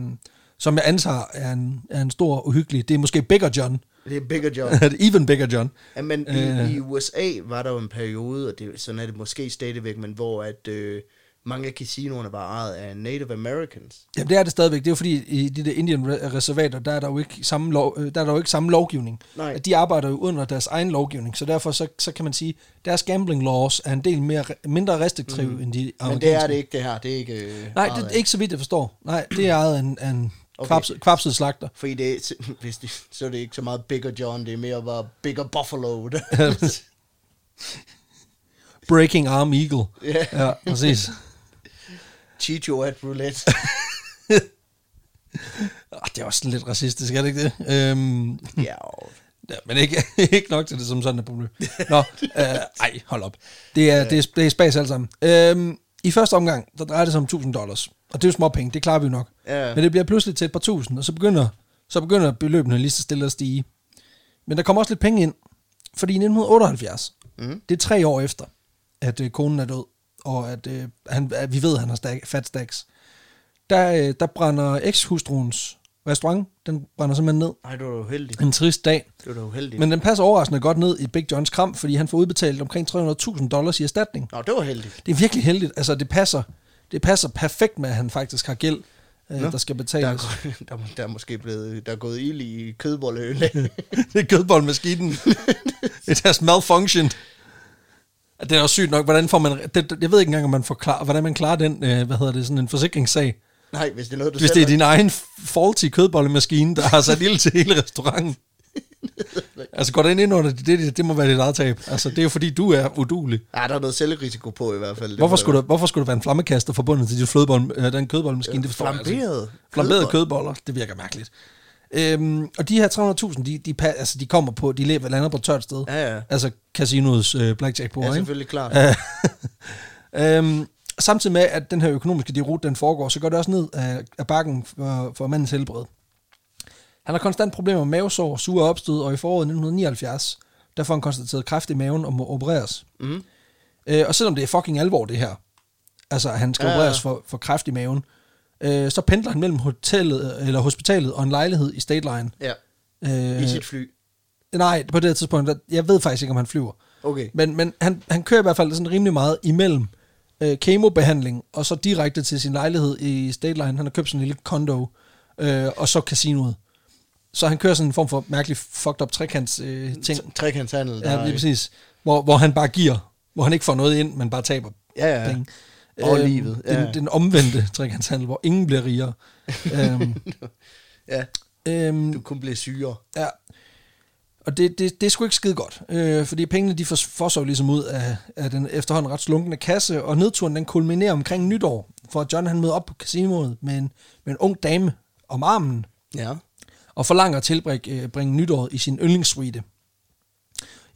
S2: som jeg antager er en, er en stor uhyggelig. Det er måske Bigger John.
S1: det er bigger job.
S2: Even Bigger John.
S1: Ja, men
S2: Øh.
S1: i, i USA var der jo en periode, og det, sådan er det måske stadigvæk, men hvor at, øh, mange af casinoerne var ejet af Native Americans.
S2: Jamen det er det stadigvæk. Det er jo fordi i de der Indian re- reservater, der er der jo ikke samme, lov, øh, der er der jo ikke samme lovgivning.
S1: Nej.
S2: At De arbejder jo under deres egen lovgivning, så derfor så, så kan man sige, deres gambling laws er en del mere, re- mindre restriktive mm. end de
S1: Mhm. Men det er
S2: amerikanske.
S1: det ikke, det her. Det er ikke øh,
S2: Nej,
S1: ejet
S2: det er
S1: af-
S2: ikke så vidt, jeg forstår. Nej, det er ejet af en, af en
S1: Okay.
S2: okay. kvapset slagter.
S1: Fordi det, er- hvis det, så er det ikke så meget Bigger John, det er mere bare Bigger Buffalo.
S2: Breaking Arm Eagle.
S1: Ja.
S2: ja præcis.
S1: Chicho at roulette.
S2: Arh, Ah, det er også lidt racistisk, er det ikke det? Øhm,
S1: ja,
S2: Ja, men ikke, ikke nok til det som sådan et problem. Nå, øh, ej, hold op. Det er, det er, det er spas alt sammen. Øhm, I første omgang, der drejer det sig om 1000 dollars. Og det er jo småpenge, det klarer vi jo nok.
S1: Ja.
S2: Men det bliver pludselig til et par tusind, og så begynder, så begynder beløbene lige så stille at stige. Men der kommer også lidt penge ind, fordi i 1978, mm. det er tre år efter, at øh, konen er død, og at, øh, han, at vi ved, at han har stack, fat stacks, der, øh, der brænder ekshustruens restaurant, den brænder simpelthen ned.
S1: Ej, du er da uheldig.
S2: En trist dag.
S1: Du er da uheldig. Men...
S2: Men den passer overraskende godt ned i Big Johns kram, fordi han får udbetalt omkring 300.000 dollars i erstatning.
S1: Nå, det var heldigt.
S2: Det er virkelig heldigt. Altså, det passer, det passer perfekt med, at han faktisk har gæld, øh, der skal
S1: Der er,
S2: betales.
S1: gået- der, er- der er måske blevet, der er gået ild i kødbolleøl.
S2: det er kødboldmaskinen. It has malfunctioned. Det er også sygt nok, hvordan får man... Det, det- jeg ved ikke engang, om man forklarer, hvordan man klarer den, øh, hvad hedder det, sådan en forsikringssag.
S1: Nej, hvis det er noget, du
S2: Hvis det er
S1: selv
S2: din egen faulty kødbollemaskine, der har sat ild til hele restauranten. Altså, går den ind under det, det, det må være dit eget tab. Altså, det er jo fordi, du er udulig.
S1: Ja, der er noget selvrisiko på i hvert fald. Det
S2: Hvorfor
S1: må
S2: skulle, der, hvorfor skulle der være en flammekaster forbundet til dit flødebold, øh, den kødboldmaskine? det forstår jeg altså ikke.
S1: Flamberede
S2: Flamberede kødboller, det virker mærkeligt. Øhm, og de her 300.000, de, de, pa- altså, de kommer på, de lever lander på et tørt sted.
S1: Ja, ja.
S2: Altså casinoets øh, blackjack på,
S1: Ja,
S2: ikke?
S1: selvfølgelig klart.
S2: øhm, samtidig med, at den her økonomiske derute, den foregår, så går det også ned af, af bakken for, for mandens helbred. Han har konstant problemer med mavesår, sure opstød, og i foråret 1979, der får han konstateret kræft i maven og må opereres.
S1: Mhm.
S2: Øh, og selvom det er fucking alvor, det her, altså han skal
S1: Ja,
S2: ja,
S1: ja.
S2: opereres for, for kræft i maven, øh, så pendler han mellem hotellet, eller hospitalet og en lejlighed i Stateline.
S1: Ja, i
S2: Øh,
S1: sit fly.
S2: nej, på det her tidspunkt, der, jeg ved faktisk ikke, om han flyver.
S1: Okay.
S2: Men, men han, han kører i hvert fald sådan rimelig meget imellem øh, kemobehandling, og så direkte til sin lejlighed i Stateline. Han har købt sådan en lille kondo, øh, og så casinoet. Så han kører sådan en form for mærkelig fucked up trekants øh, ting.
S1: T- Trekantshandel.
S2: Ja,
S1: der-
S2: lige præcis. Hvor, hvor han bare giver. Hvor han ikke får noget ind, men bare taber
S1: Ja, ja.
S2: penge. Øh,
S1: Og livet, ja.
S2: Den, den omvendte trekantshandel, hvor ingen bliver rigere. øhm,
S1: ja.
S2: øhm,
S1: Du kunne blive syre.
S2: Ja. Og det, det, det er sgu ikke skide godt, øh, fordi pengene de fors- fosser jo ligesom ud af, af den efterhånden ret slunkende kasse, og nedturen den kulminerer omkring nytår, for John han møder op på casinoet med en, med en ung dame om armen,
S1: Ja.
S2: og forlanger at tilbringe øh, bringe nytåret i sin yndlingssuite.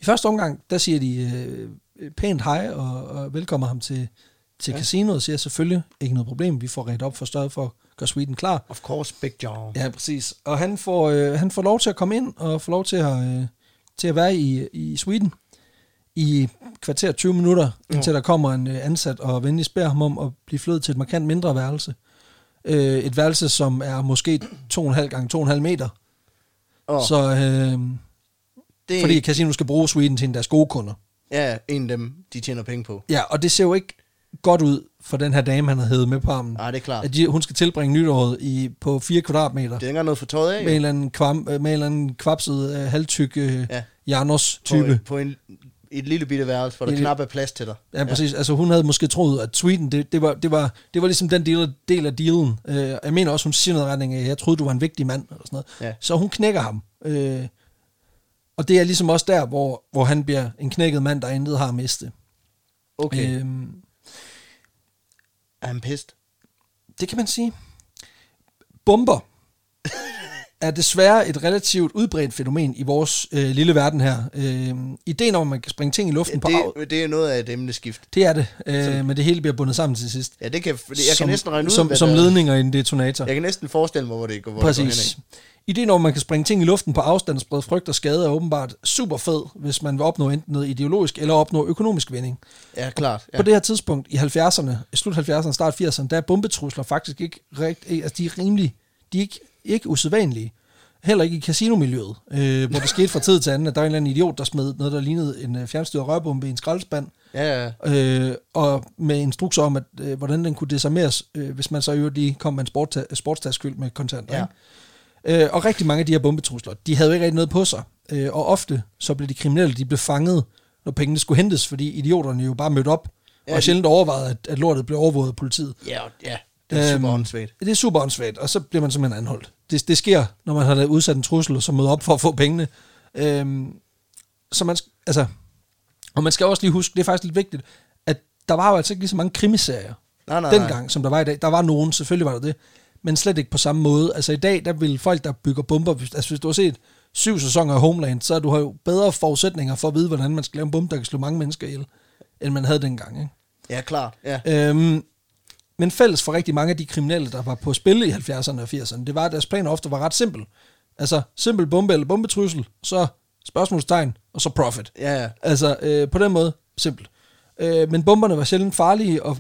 S2: I første omgang, der siger de øh, øh, pænt hej og, og velkommer ham til, til ja. casinoet, og siger selvfølgelig ikke noget problem, vi får ret op for større for at gøre suiten klar.
S1: Of course, big job.
S2: Ja, præcis. Og han får, øh, han får lov til at komme ind og får lov til at, øh, til at være i, i Sweden i kvarter 20 minutter, indtil der kommer en øh, ansat og venligst beder ham om at blive flyttet til et markant mindre værelse. Øh, et værelse, som er måske 2,5 gange 2,5 meter.
S1: Og
S2: Oh. Så, øh,
S1: det er
S2: fordi casino skal bruge Sweden til en af deres gode kunder.
S1: ja, en af dem, de tjener penge på.
S2: Ja, og det ser jo ikke godt ud for den her dame, han har hævet med på armen.
S1: Nej, det er klart.
S2: At de, hun skal tilbringe nytåret i, på 4 kvadratmeter.
S1: Det er ikke engang noget for tøjet af.
S2: med en
S1: jo.
S2: eller anden, kvam, øh, med en eller anden kvapset, øh, halvtyk øh,
S1: Ja.
S2: ja. Janos
S1: På,
S2: type.
S1: på en, et lille bitte værelse, hvor der
S2: Lille-
S1: knap er plads til dig.
S2: Ja, præcis. Altså, hun havde måske troet, at Sweden, det, det, var, det, var, det var ligesom den del, del af dealen. Øh, jeg mener også, hun siger noget i retning af, jeg troede, du var en vigtig mand, eller sådan noget.
S1: Ja.
S2: Så hun knækker ham. Øh, og det er ligesom også der, hvor, hvor han bliver en knækket mand, der intet har at miste.
S1: Okay. Øh.
S2: Øhm,
S1: Er han pissed?
S2: det kan man sige. Bomber. er desværre et relativt udbredt fænomen i vores øh, lille verden her. Øh, ideen om, at man kan springe ting i luften ja, på havet,
S1: det, det er noget af et emneskift.
S2: det er det. Øh, men det hele bliver bundet sammen til sidst.
S1: Ja, det kan, fordi jeg
S2: som,
S1: kan næsten regne ud,
S2: som,
S1: hvad
S2: som
S1: der-
S2: ledninger i en detonator.
S1: Jeg kan næsten forestille mig, hvor det går, hvor det går
S2: Præcis. Ideen om, at man kan springe ting i luften på afstand og sprede frygt og skade, er åbenbart super fed, hvis man vil opnå enten noget ideologisk eller opnå økonomisk vinding.
S1: henad. Ja, klart.
S2: Ja.
S1: Ja.
S2: På det her tidspunkt i 70'erne, i slut 70'erne, start 80'erne, der er bombetrusler faktisk ikke rigtig, altså de er rimelig, de er ikke, ikke usædvanlige. Heller ikke i casinomiljøet, øh, hvor det skete fra tid til anden, at der var en eller anden idiot, der smed noget, der lignede en øh, fjernstyret rørbombe i en skraldespand,
S1: Ja, ja.
S2: øh, og med instrukser om, at, øh, hvordan den kunne desarmeres, øh, hvis man så i øvrigt lige kom med en sporta- sportstagskyld med kontanter.
S1: Ja.
S2: Ikke? Øh, og rigtig mange af de her bombetrusler, de havde jo ikke rigtig noget på sig, øh, og ofte så blev de kriminelle, de blev fanget, når pengene skulle hentes, fordi idioterne jo bare mødte op, ja,
S1: Ja,
S2: og
S1: de-
S2: sjældent overvejede, at, at lortet blev overvåget af politiet.
S1: Ja, og- ja. Det er super
S2: Øhm,
S1: åndssvagt.
S2: Det er super åndssvagt, og så bliver man simpelthen anholdt. Det, det sker, når man har lavet udsat en trussel, og så møder op for at få pengene. Øhm, så man, sk- altså, og man skal også lige huske, det er faktisk lidt vigtigt, at der var jo altså ikke lige så mange krimiserier
S1: Nej, nej, nej.
S2: dengang, som der var i dag. Der var nogen, selvfølgelig var der det, men slet ikke på samme måde. Altså i dag, der vil folk, der bygger bomber, hvis- altså hvis du har set syv sæsoner af Homeland, så har du har jo bedre forudsætninger for at vide, hvordan man skal lave en bombe, der kan slå mange mennesker ihjel, end man havde dengang. Ikke?
S1: Ja, klart. Ja.
S2: Øhm, men fælles for rigtig mange af de kriminelle, der var på spil i 70'erne og 80'erne, det var, at deres planer ofte var ret simpel. Altså, simpel bombe eller bombetrussel, så spørgsmålstegn, og så profit.
S1: Ja, ja.
S2: Altså, øh, på den måde, simpelt. Øh, men bomberne var sjældent farlige, og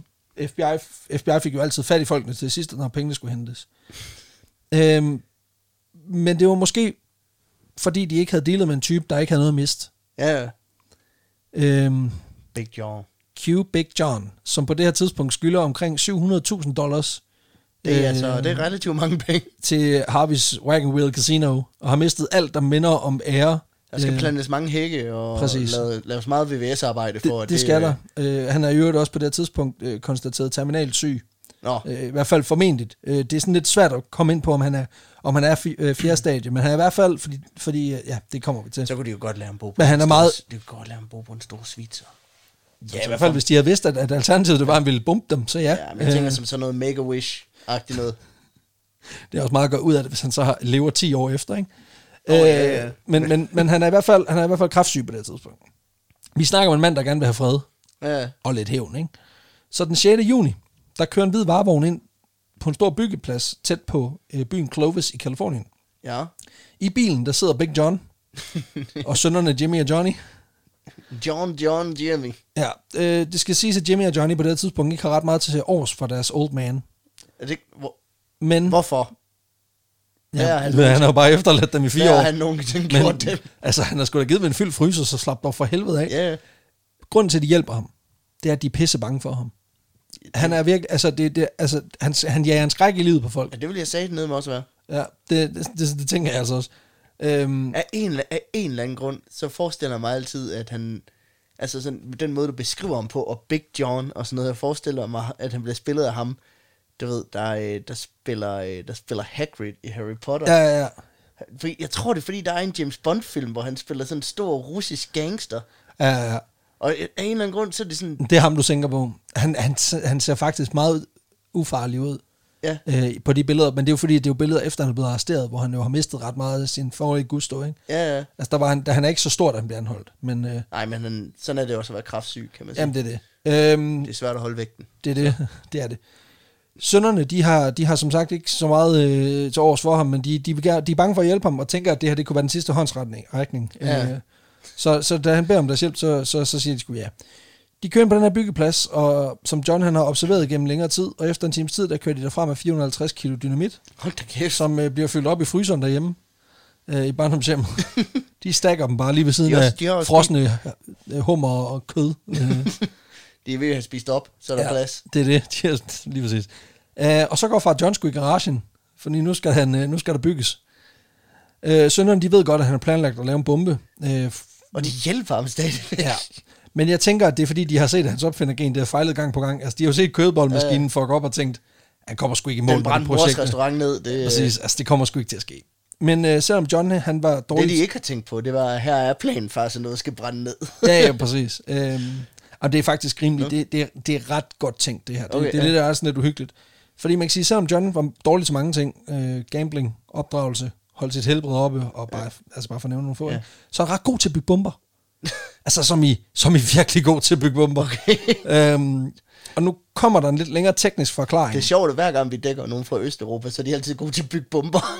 S2: FBI, FBI fik jo altid fat i folkene til sidst, når pengene skulle hentes. Øhm, men det var måske, fordi de ikke havde dealet med en type, der ikke havde noget mist.
S1: Ja, ja.
S2: Øhm,
S1: Big John.
S2: Q Big John, som på det her tidspunkt skylder omkring 700.000 dollars
S1: Det er, øh, altså, det er relativt mange penge.
S2: til Harvey's Wagon Wheel Casino, og har mistet alt, der minder om ære. Øh,
S1: Der skal plantes mange hække og
S2: præcis.
S1: lave, laves meget VVS-arbejde for,
S2: det, det skal der. Øh, han er i øvrigt også på det her tidspunkt øh, konstateret terminalt syg.
S1: Nå,
S2: Øh, I hvert fald formentligt. Øh, det er sådan lidt svært at komme ind på, om han er, om han er fi, øh, fjerde stadie, men han er i hvert fald, fordi, fordi øh, ja, det kommer vi til.
S1: så kunne de jo godt lade ham bo på
S2: Men
S1: en
S2: han er
S1: stor-
S2: meget-
S1: De kunne godt lade ham bo på en stor svitser.
S2: Ja, i hvert fald, hvis de havde vidst, at, at alternativet det var, at han ville bombe dem, så ja.
S1: Ja, men jeg tænker
S2: øh,
S1: som sådan noget make-a-wish-agtigt noget.
S2: Det er også meget at gøre ud af det, hvis han så har, lever 10 år efter, ikke?
S1: Åh, ja, ja.
S2: Øh, men, men, men han er i hvert fald, han er i hvert fald kraftsyg på det her tidspunkt. Vi snakker om en mand, der gerne vil have fred
S1: Ja,
S2: og lidt hævn, ikke? Så den 6. juni, der kører en hvid varevogn ind på en stor byggeplads tæt på øh, byen Clovis i Kalifornien.
S1: ja.
S2: I bilen, der sidder Big John og sønnerne Jimmy og Johnny.
S1: John, John, Jimmy.
S2: Ja, øh, det skal siges, at Jimmy og Johnny på det her tidspunkt ikke har ret meget til års for deres old man.
S1: Er det, ikke- hvor,
S2: Men
S1: hvorfor? hvad er
S2: ja,
S1: han-
S2: han har jo bare efterladt dem i fire
S1: Hvad
S2: år.
S1: har han nogensinde gjort
S2: Men,
S1: det?
S2: altså, han har sgu da givet mig en fyldt fryser, så slap dog for helvede af.
S1: Ja,
S2: Grunden til, at de hjælper ham, det er, at de er pisse bange for ham. Han er virkelig, altså, det, det, altså han, han jager en skræk i livet på
S1: ja,
S2: folk.
S1: det vil jeg sige ned med også være.
S2: Ja, det, det, det, det tænker jeg altså også. Øhm,
S1: Af en, eller- af en eller anden grund, så forestiller jeg mig altid, at han... Altså sådan, den måde, du beskriver ham på, og Big John og sådan noget, jeg forestiller mig, at han bliver spillet af ham, du ved, der, øh, der, spiller, øh, der spiller Hagrid i Harry Potter.
S2: ja, ja, ja.
S1: Fordi, jeg tror, det er, fordi der er en James Bond-film, hvor han spiller sådan en stor russisk gangster.
S2: Ja, ja, ja.
S1: Og af en eller anden grund, så er det sådan...
S2: Det er ham, du tænker på. Han, han, han ser faktisk meget ufarlig ud
S1: Ja,
S2: øh, på de billeder, men det er jo fordi, det er jo billeder efter, han er blevet arresteret, hvor han jo har mistet ret meget af sin forrige gusto, ikke?
S1: ja, ja.
S2: Altså, der var han, der, han er ikke så stor, da han bliver anholdt, men øh,
S1: Nej, men han, sådan er det også at være kraftsyg, kan man sige.
S2: jamen, det er det. Øhm,
S1: Det er svært at holde vægten.
S2: Det er det. det er det. Sønderne, de har, de har som sagt ikke så meget øh, til års for ham, men de, de, vil gerne, de er bange for at hjælpe ham, og tænker, at det her det kunne være den sidste håndsretning. Rækning.
S1: Ja.
S2: Øh, så, så da han beder om deres hjælp, så, så, så siger de sgu ja. De kører ind på den her byggeplads, og som John han har observeret gennem længere tid, og efter en times tid, der kører de derfra med 450 kilo dynamit,
S1: Hold da kæft.
S2: som øh, bliver fyldt op i fryseren derhjemme øh, i barndomshjemmet. de stakker dem bare lige ved siden
S1: De har også-
S2: af
S1: de har også-
S2: frosne øh, hummer og kød. Øh,
S1: De er ved at have spist op, så er der ja. plads.
S2: det er det. De er, lige præcis. Uh, og så går far John sgu i garagen, fordi nu skal, han, uh, nu skal der bygges. Uh, sønderne, de ved godt, at han har planlagt at lave en bombe. Uh,
S1: Og de hjælper ham stadig.
S2: ja. Men jeg tænker, at det er fordi, de har set, at hans opfindergen, det har fejlet gang på gang. Altså, de har jo set kødboldmaskinen ja. fuck op og tænkt, han kommer sgu ikke i mål
S1: Den
S2: med det
S1: brændte mors
S2: projekt.
S1: restaurant ned. Det,
S2: Præcis, altså, det kommer sgu ikke til at ske. Men uh, selvom John, han var dårlig...
S1: det, de ikke har tænkt på, det var, at her er planen faktisk, at noget skal brænde ned.
S2: ja, ja, præcis. Øhm, og det er faktisk rimeligt. Det, det, er- det er ret godt tænkt, det her. Det, okay,
S1: Okay,
S2: det er
S1: ja.
S2: lidt, der er sådan lidt uhyggeligt. Fordi man kan sige, selvom John var dårlig til mange ting, øh, gambling, opdragelse, holde sit helbred oppe, og bare, ja. altså bare for at nævne nogle få,
S1: Ja.
S2: ja. så er han ret god til at bygge bomber. altså som i, som i virkelig god til at bygge bomber. Okay. Øhm, og nu kommer der en lidt længere teknisk forklaring.
S1: Det er sjovt, at hver gang vi dækker nogen fra Østeuropa, så er de altid gode til at bygge bomber.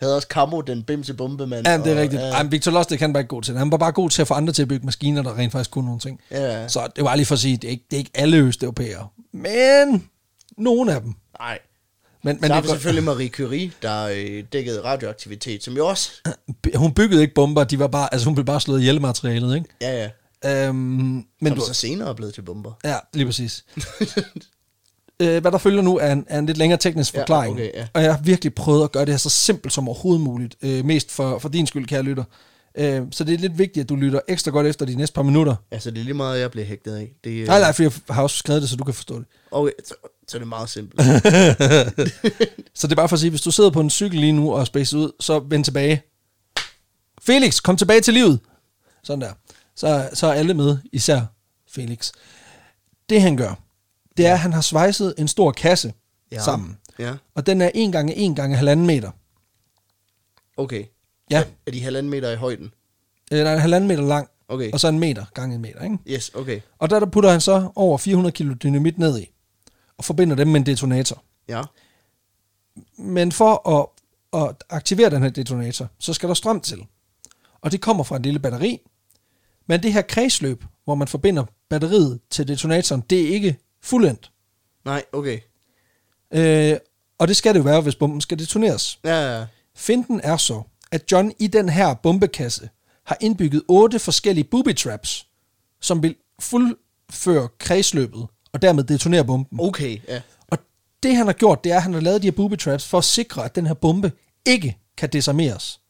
S1: Jeg havde også Camo, den bimse bombemand.
S2: Ja, det er
S1: og- øh,
S2: rigtigt.
S1: ja.
S2: Ej, men Victor Lustig, han var ikke god til det. Han var bare god til at få andre til at bygge maskiner, der rent faktisk kunne nogle ting.
S1: Ja.
S2: Så det var lige for at sige, det er ikke, det er ikke alle østeuropæere. Men nogle af dem.
S1: Nej.
S2: Men,
S1: Men
S2: men
S1: så har
S2: det
S1: vi
S2: var-
S1: selvfølgelig Marie Curie, der øh, dækkede radioaktivitet, som jo også...
S2: hun byggede ikke bomber, de var bare, altså hun blev bare slået ihjel i materialet, ikke?
S1: Ja, ja.
S2: Øhm, men
S1: Som
S2: du,
S1: så senere er blevet til bomber.
S2: ja, lige præcis. øh, hvad der følger nu er en, er en lidt længere teknisk
S1: Ja,
S2: forklaring.
S1: okay, ja.
S2: Og jeg har virkelig prøvet at gøre det her så simpelt som overhovedet muligt. Øh, mest for, for din skyld, kære lytter. Øh, så det er lidt vigtigt, at du lytter ekstra godt efter de næste par minutter.
S1: altså, det er lige meget, jeg bliver hægtet af. Det, øh,
S2: Nej, nej, for jeg har også skrevet det, så du kan forstå det.
S1: Okay, så, så det er meget simpelt.
S2: Så det er bare for at sige, hvis du sidder på en cykel lige nu og er spacet ud, så vend tilbage. Felix, kom tilbage til livet. Sådan der. Så, så er alle med, især Felix. Det han gør, det er, at han har svejset en stor kasse ja. sammen.
S1: Ja,
S2: Og den er 1 gange 1 gange halvanden meter.
S1: okay.
S2: Ja,
S1: Er de halvanden meter i højden?
S2: øh, nej, halvanden meter lang,
S1: Okay.
S2: og så en meter gange en meter. Ikke?
S1: Yes, okay.
S2: Og der, der putter han så over 400 kilo dynamit ned i, og forbinder dem med en detonator.
S1: Ja.
S2: Men for at, at aktivere den her detonator, så skal der strøm til. Og det kommer fra en lille batteri. Men det her kredsløb, hvor man forbinder batteriet til detonatoren, det er ikke fuldendt.
S1: Nej, okay.
S2: Øh, og det skal det jo være, hvis bomben skal detoneres.
S1: Ja, ja, ja.
S2: Finten er så, at John i den her bombekasse har indbygget otte forskellige booby traps, som vil fuldføre kredsløbet og dermed detonere bomben.
S1: Okay, ja.
S2: Og det han har gjort, det er, at han har lavet de her booby traps for at sikre, at den her bombe ikke kan desarmeres.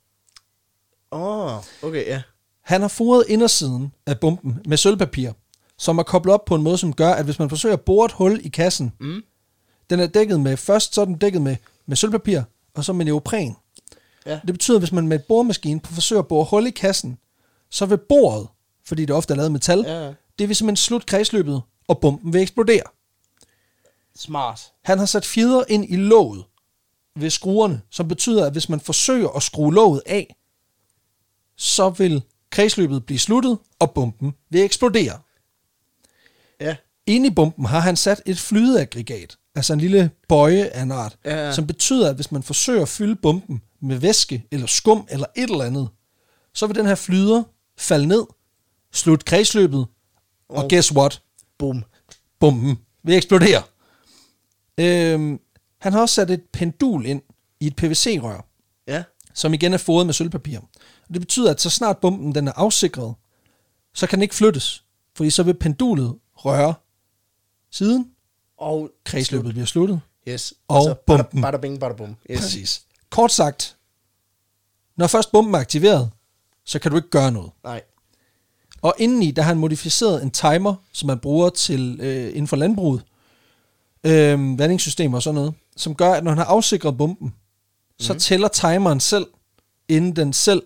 S1: Åh, oh, okay, ja.
S2: Han har foret indersiden af bomben med sølvpapir, som er koblet op på en måde, som gør, at hvis man forsøger at bore et hul i kassen,
S1: Mm.
S2: den er dækket med, først så er den dækket med, med sølvpapir, og så med neopren.
S1: Ja.
S2: Det betyder, at hvis man med et boremaskine forsøger at bore hul i kassen, så vil boret, fordi det ofte er lavet af metal,
S1: Ja, ja.
S2: det vil simpelthen slutte kredsløbet, og bomben vil eksplodere.
S1: Smart.
S2: Han har sat fjeder ind i låget ved skruerne, som betyder, at hvis man forsøger at skrue låget af, så vil kredsløbet blive sluttet, og bomben vil eksplodere.
S1: Ja,
S2: Inde i bomben har han sat et flydeaggregat, altså en lille bøje af en art,
S1: Ja, ja.
S2: som betyder, at hvis man forsøger at fylde bomben med væske eller skum eller et eller andet, så vil den her flyder falde ned, slutte kredsløbet, og
S1: Og-
S2: guess what?
S1: bum.
S2: bomben vil eksplodere. Øhm, han har også sat et pendul ind i et PVC-rør,
S1: Ja,
S2: som igen er foret med sølvpapir. Og det betyder, at så snart bomben den er afsikret, så kan den ikke flyttes, fordi så vil pendulet røre siden,
S1: og
S2: kredsløbet bliver sluttet.
S1: Yes. Altså,
S2: Og
S1: bada,
S2: bomben.
S1: Bada bing, bada bum. Yes.
S2: Præcis. Kort sagt, når først bomben er aktiveret, så kan du ikke gøre noget.
S1: Nej.
S2: Og indeni, der har han modificeret en timer, som man bruger til øh, inden for landbruget, øh, vandingssystemer og sådan noget, som gør, at når han har afsikret bomben, så tæller timeren selv, inden den selv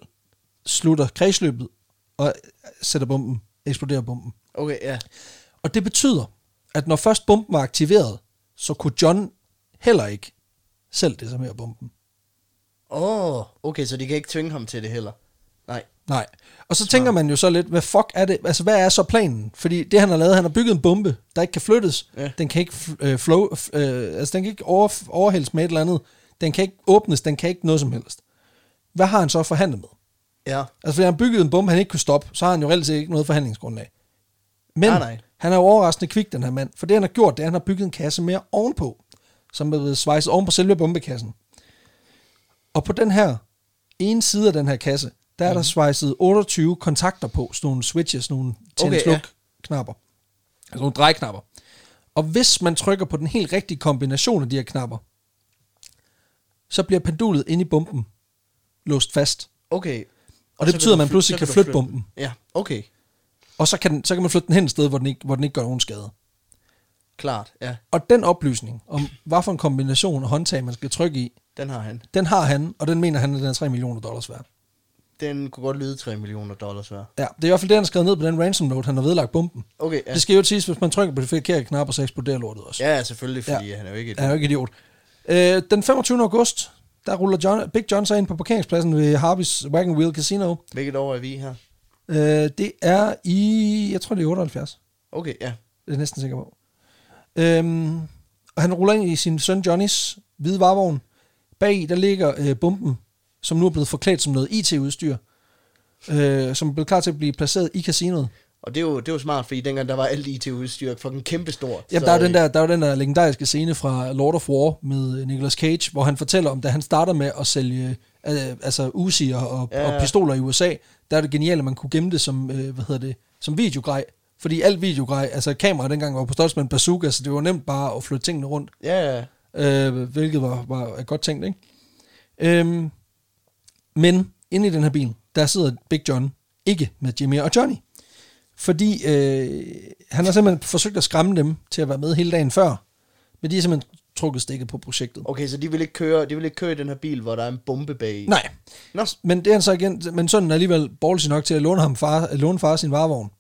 S2: slutter kredsløbet og øh, sætter bomben, eksploderer bomben.
S1: Okay, ja.
S2: Og det betyder, at når først bomben var aktiveret, så kunne John heller ikke selv desarmere bomben.
S1: Åh, oh, okay, så de kan ikke tvinge ham til det heller. Nej.
S2: Nej. Og så tænker man jo så lidt, hvad fuck er det? Altså, hvad er så planen? Fordi det, han har lavet, han har bygget en bombe, der ikke kan flyttes.
S1: Ja.
S2: Den kan ikke f- øh, flow, f- øh, altså, den kan ikke over, overhældes med et eller andet. Den kan ikke åbnes, den kan ikke noget som helst. Hvad har han så forhandlet med?
S1: Ja,
S2: Altså, fordi han byggede en bombe, han ikke kunne stoppe, så har han jo reelt set ikke noget forhandlingsgrundlag. Men
S1: Nej, nej.
S2: han er jo overraskende kvik, den her mand. For det, han har gjort, det er, at han har bygget en kasse mere ovenpå, som er blevet svejset oven på selve bombekassen. Og på den her ene side af den her kasse, der er der svejset 28 kontakter på, sådan nogle switches, nogle
S1: Mhm. Okay,
S2: tænd-sluk knapper. Altså nogle drejeknapper. Og hvis man trykker på den helt rigtige kombination af de her knapper, så bliver pendulet inde i bomben låst fast.
S1: okay.
S2: Og det
S1: så kan
S2: betyder, at man
S1: du fly-
S2: pludselig
S1: så
S2: kan
S1: du
S2: flytte bomben.
S1: Ja, okay.
S2: Og så kan, den, så kan man flytte den hen et sted, hvor den, ikke, hvor den ikke gør nogen skade.
S1: Klart, ja.
S2: Og den oplysning om, hvad for en kombination af håndtag, man skal trykke i,
S1: Den har han.
S2: den har han, og den mener han, at den er 3 millioner dollars værd.
S1: Den kunne godt lyde 3 millioner dollars værd.
S2: Ja, det er i hvert fald det, han har skrevet ned på den ransom note, han har vedlagt bomben.
S1: Okay, ja.
S2: Ja. Det skal jo siges, hvis man trykker på de forkerte knapper, så eksploderer lortet også.
S1: Ja, ja, selvfølgelig, fordi ja. han er jo ikke et...
S2: Han er jo ikke idiot. Øh, den 25. august, der ruller John, Big John så ind på parkeringspladsen ved Harvey's Wagon Wheel Casino.
S1: Hvilket år er vi her?
S2: Øh, det er i, jeg tror det er 78.
S1: Okay, ja.
S2: Det er jeg næsten sikker på. Øhm, og han ruller ind i sin søn Johnnys hvide varevogn. Bag der ligger øh, bomben, som nu er blevet forklædt som noget IT-udstyr, øh, som er blevet klar til at blive placeret i casinoet.
S1: Og det er jo, det er jo smart, fordi dengang der var alt IT-udstyr fucking kæmpestort.
S2: Jamen,
S1: så,
S2: der er, jo
S1: øh,
S2: den der, der er jo den der legendariske scene fra Lord of War med øh, Nicolas Cage, hvor han fortæller om, da han starter med at sælge øh, altså Uzi'er og,
S1: Ja,
S2: ja.
S1: ja.
S2: og pistoler i USA, der er det genialt, at man kunne gemme det som, øh, hvad hedder det, som videogrej. Fordi alt videogrej, altså kameraet dengang var på størrelse med en bazooka, så det var nemt bare at flytte tingene rundt,
S1: Ja, ja.
S2: øh, hvilket var, var er godt tænkt, ikke? Øhm, men inde i den her bil, der sidder Big John ikke med Jimmy og Johnny. Fordi øh, han har simpelthen forsøgt at skræmme dem til at være med hele dagen før. Men de er simpelthen trukket stikket på projektet.
S1: Okay, så de vil ikke køre, de vil ikke køre i den her bil, hvor der er en bombe bag.
S2: Nej,
S1: Nå,
S2: men det er han så igen, men sådan er alligevel ballsy nok til at låne, ham far, at låne far sin varevogn.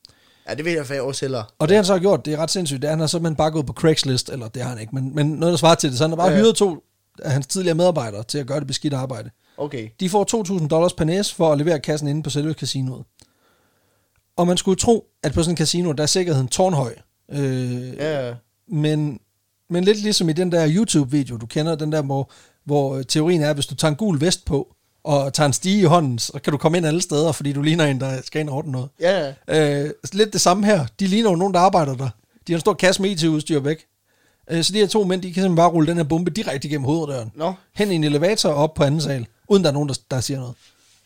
S1: ja, det vil jeg faktisk også hellere.
S2: Og det han så har gjort, det er ret sindssygt, det er, at han har simpelthen bare gået på Craigslist, eller det har han ikke, men, men noget der svarer til det. Så han har bare
S1: Ja, ja.
S2: hyret to af hans tidligere medarbejdere til at gøre det beskidte arbejde.
S1: Okay.
S2: De får 2.000 dollars per næse for at levere kassen inde på selve casinoet. Og man skulle tro, at på sådan en casino, der er sikkerheden tårnhøj. Øh, ja.
S1: Ja,
S2: men, men lidt ligesom i den der YouTube-video, du kender, den der, hvor, hvor øh, teorien er, at hvis du tager en gul vest på, og tager en stige i hånden, så kan du komme ind alle steder, fordi du ligner en, der skal ind og ordne noget.
S1: ja.
S2: Øh, lidt det samme her. De ligner jo nogen, der arbejder der. De har en stor kasse med IT-udstyr væk. Øh, så de her to mænd, de kan simpelthen bare rulle den her bombe direkte igennem hoveddøren.
S1: Nå,
S2: Hen i en elevator og op på anden sal, uden der er nogen, der, der siger noget.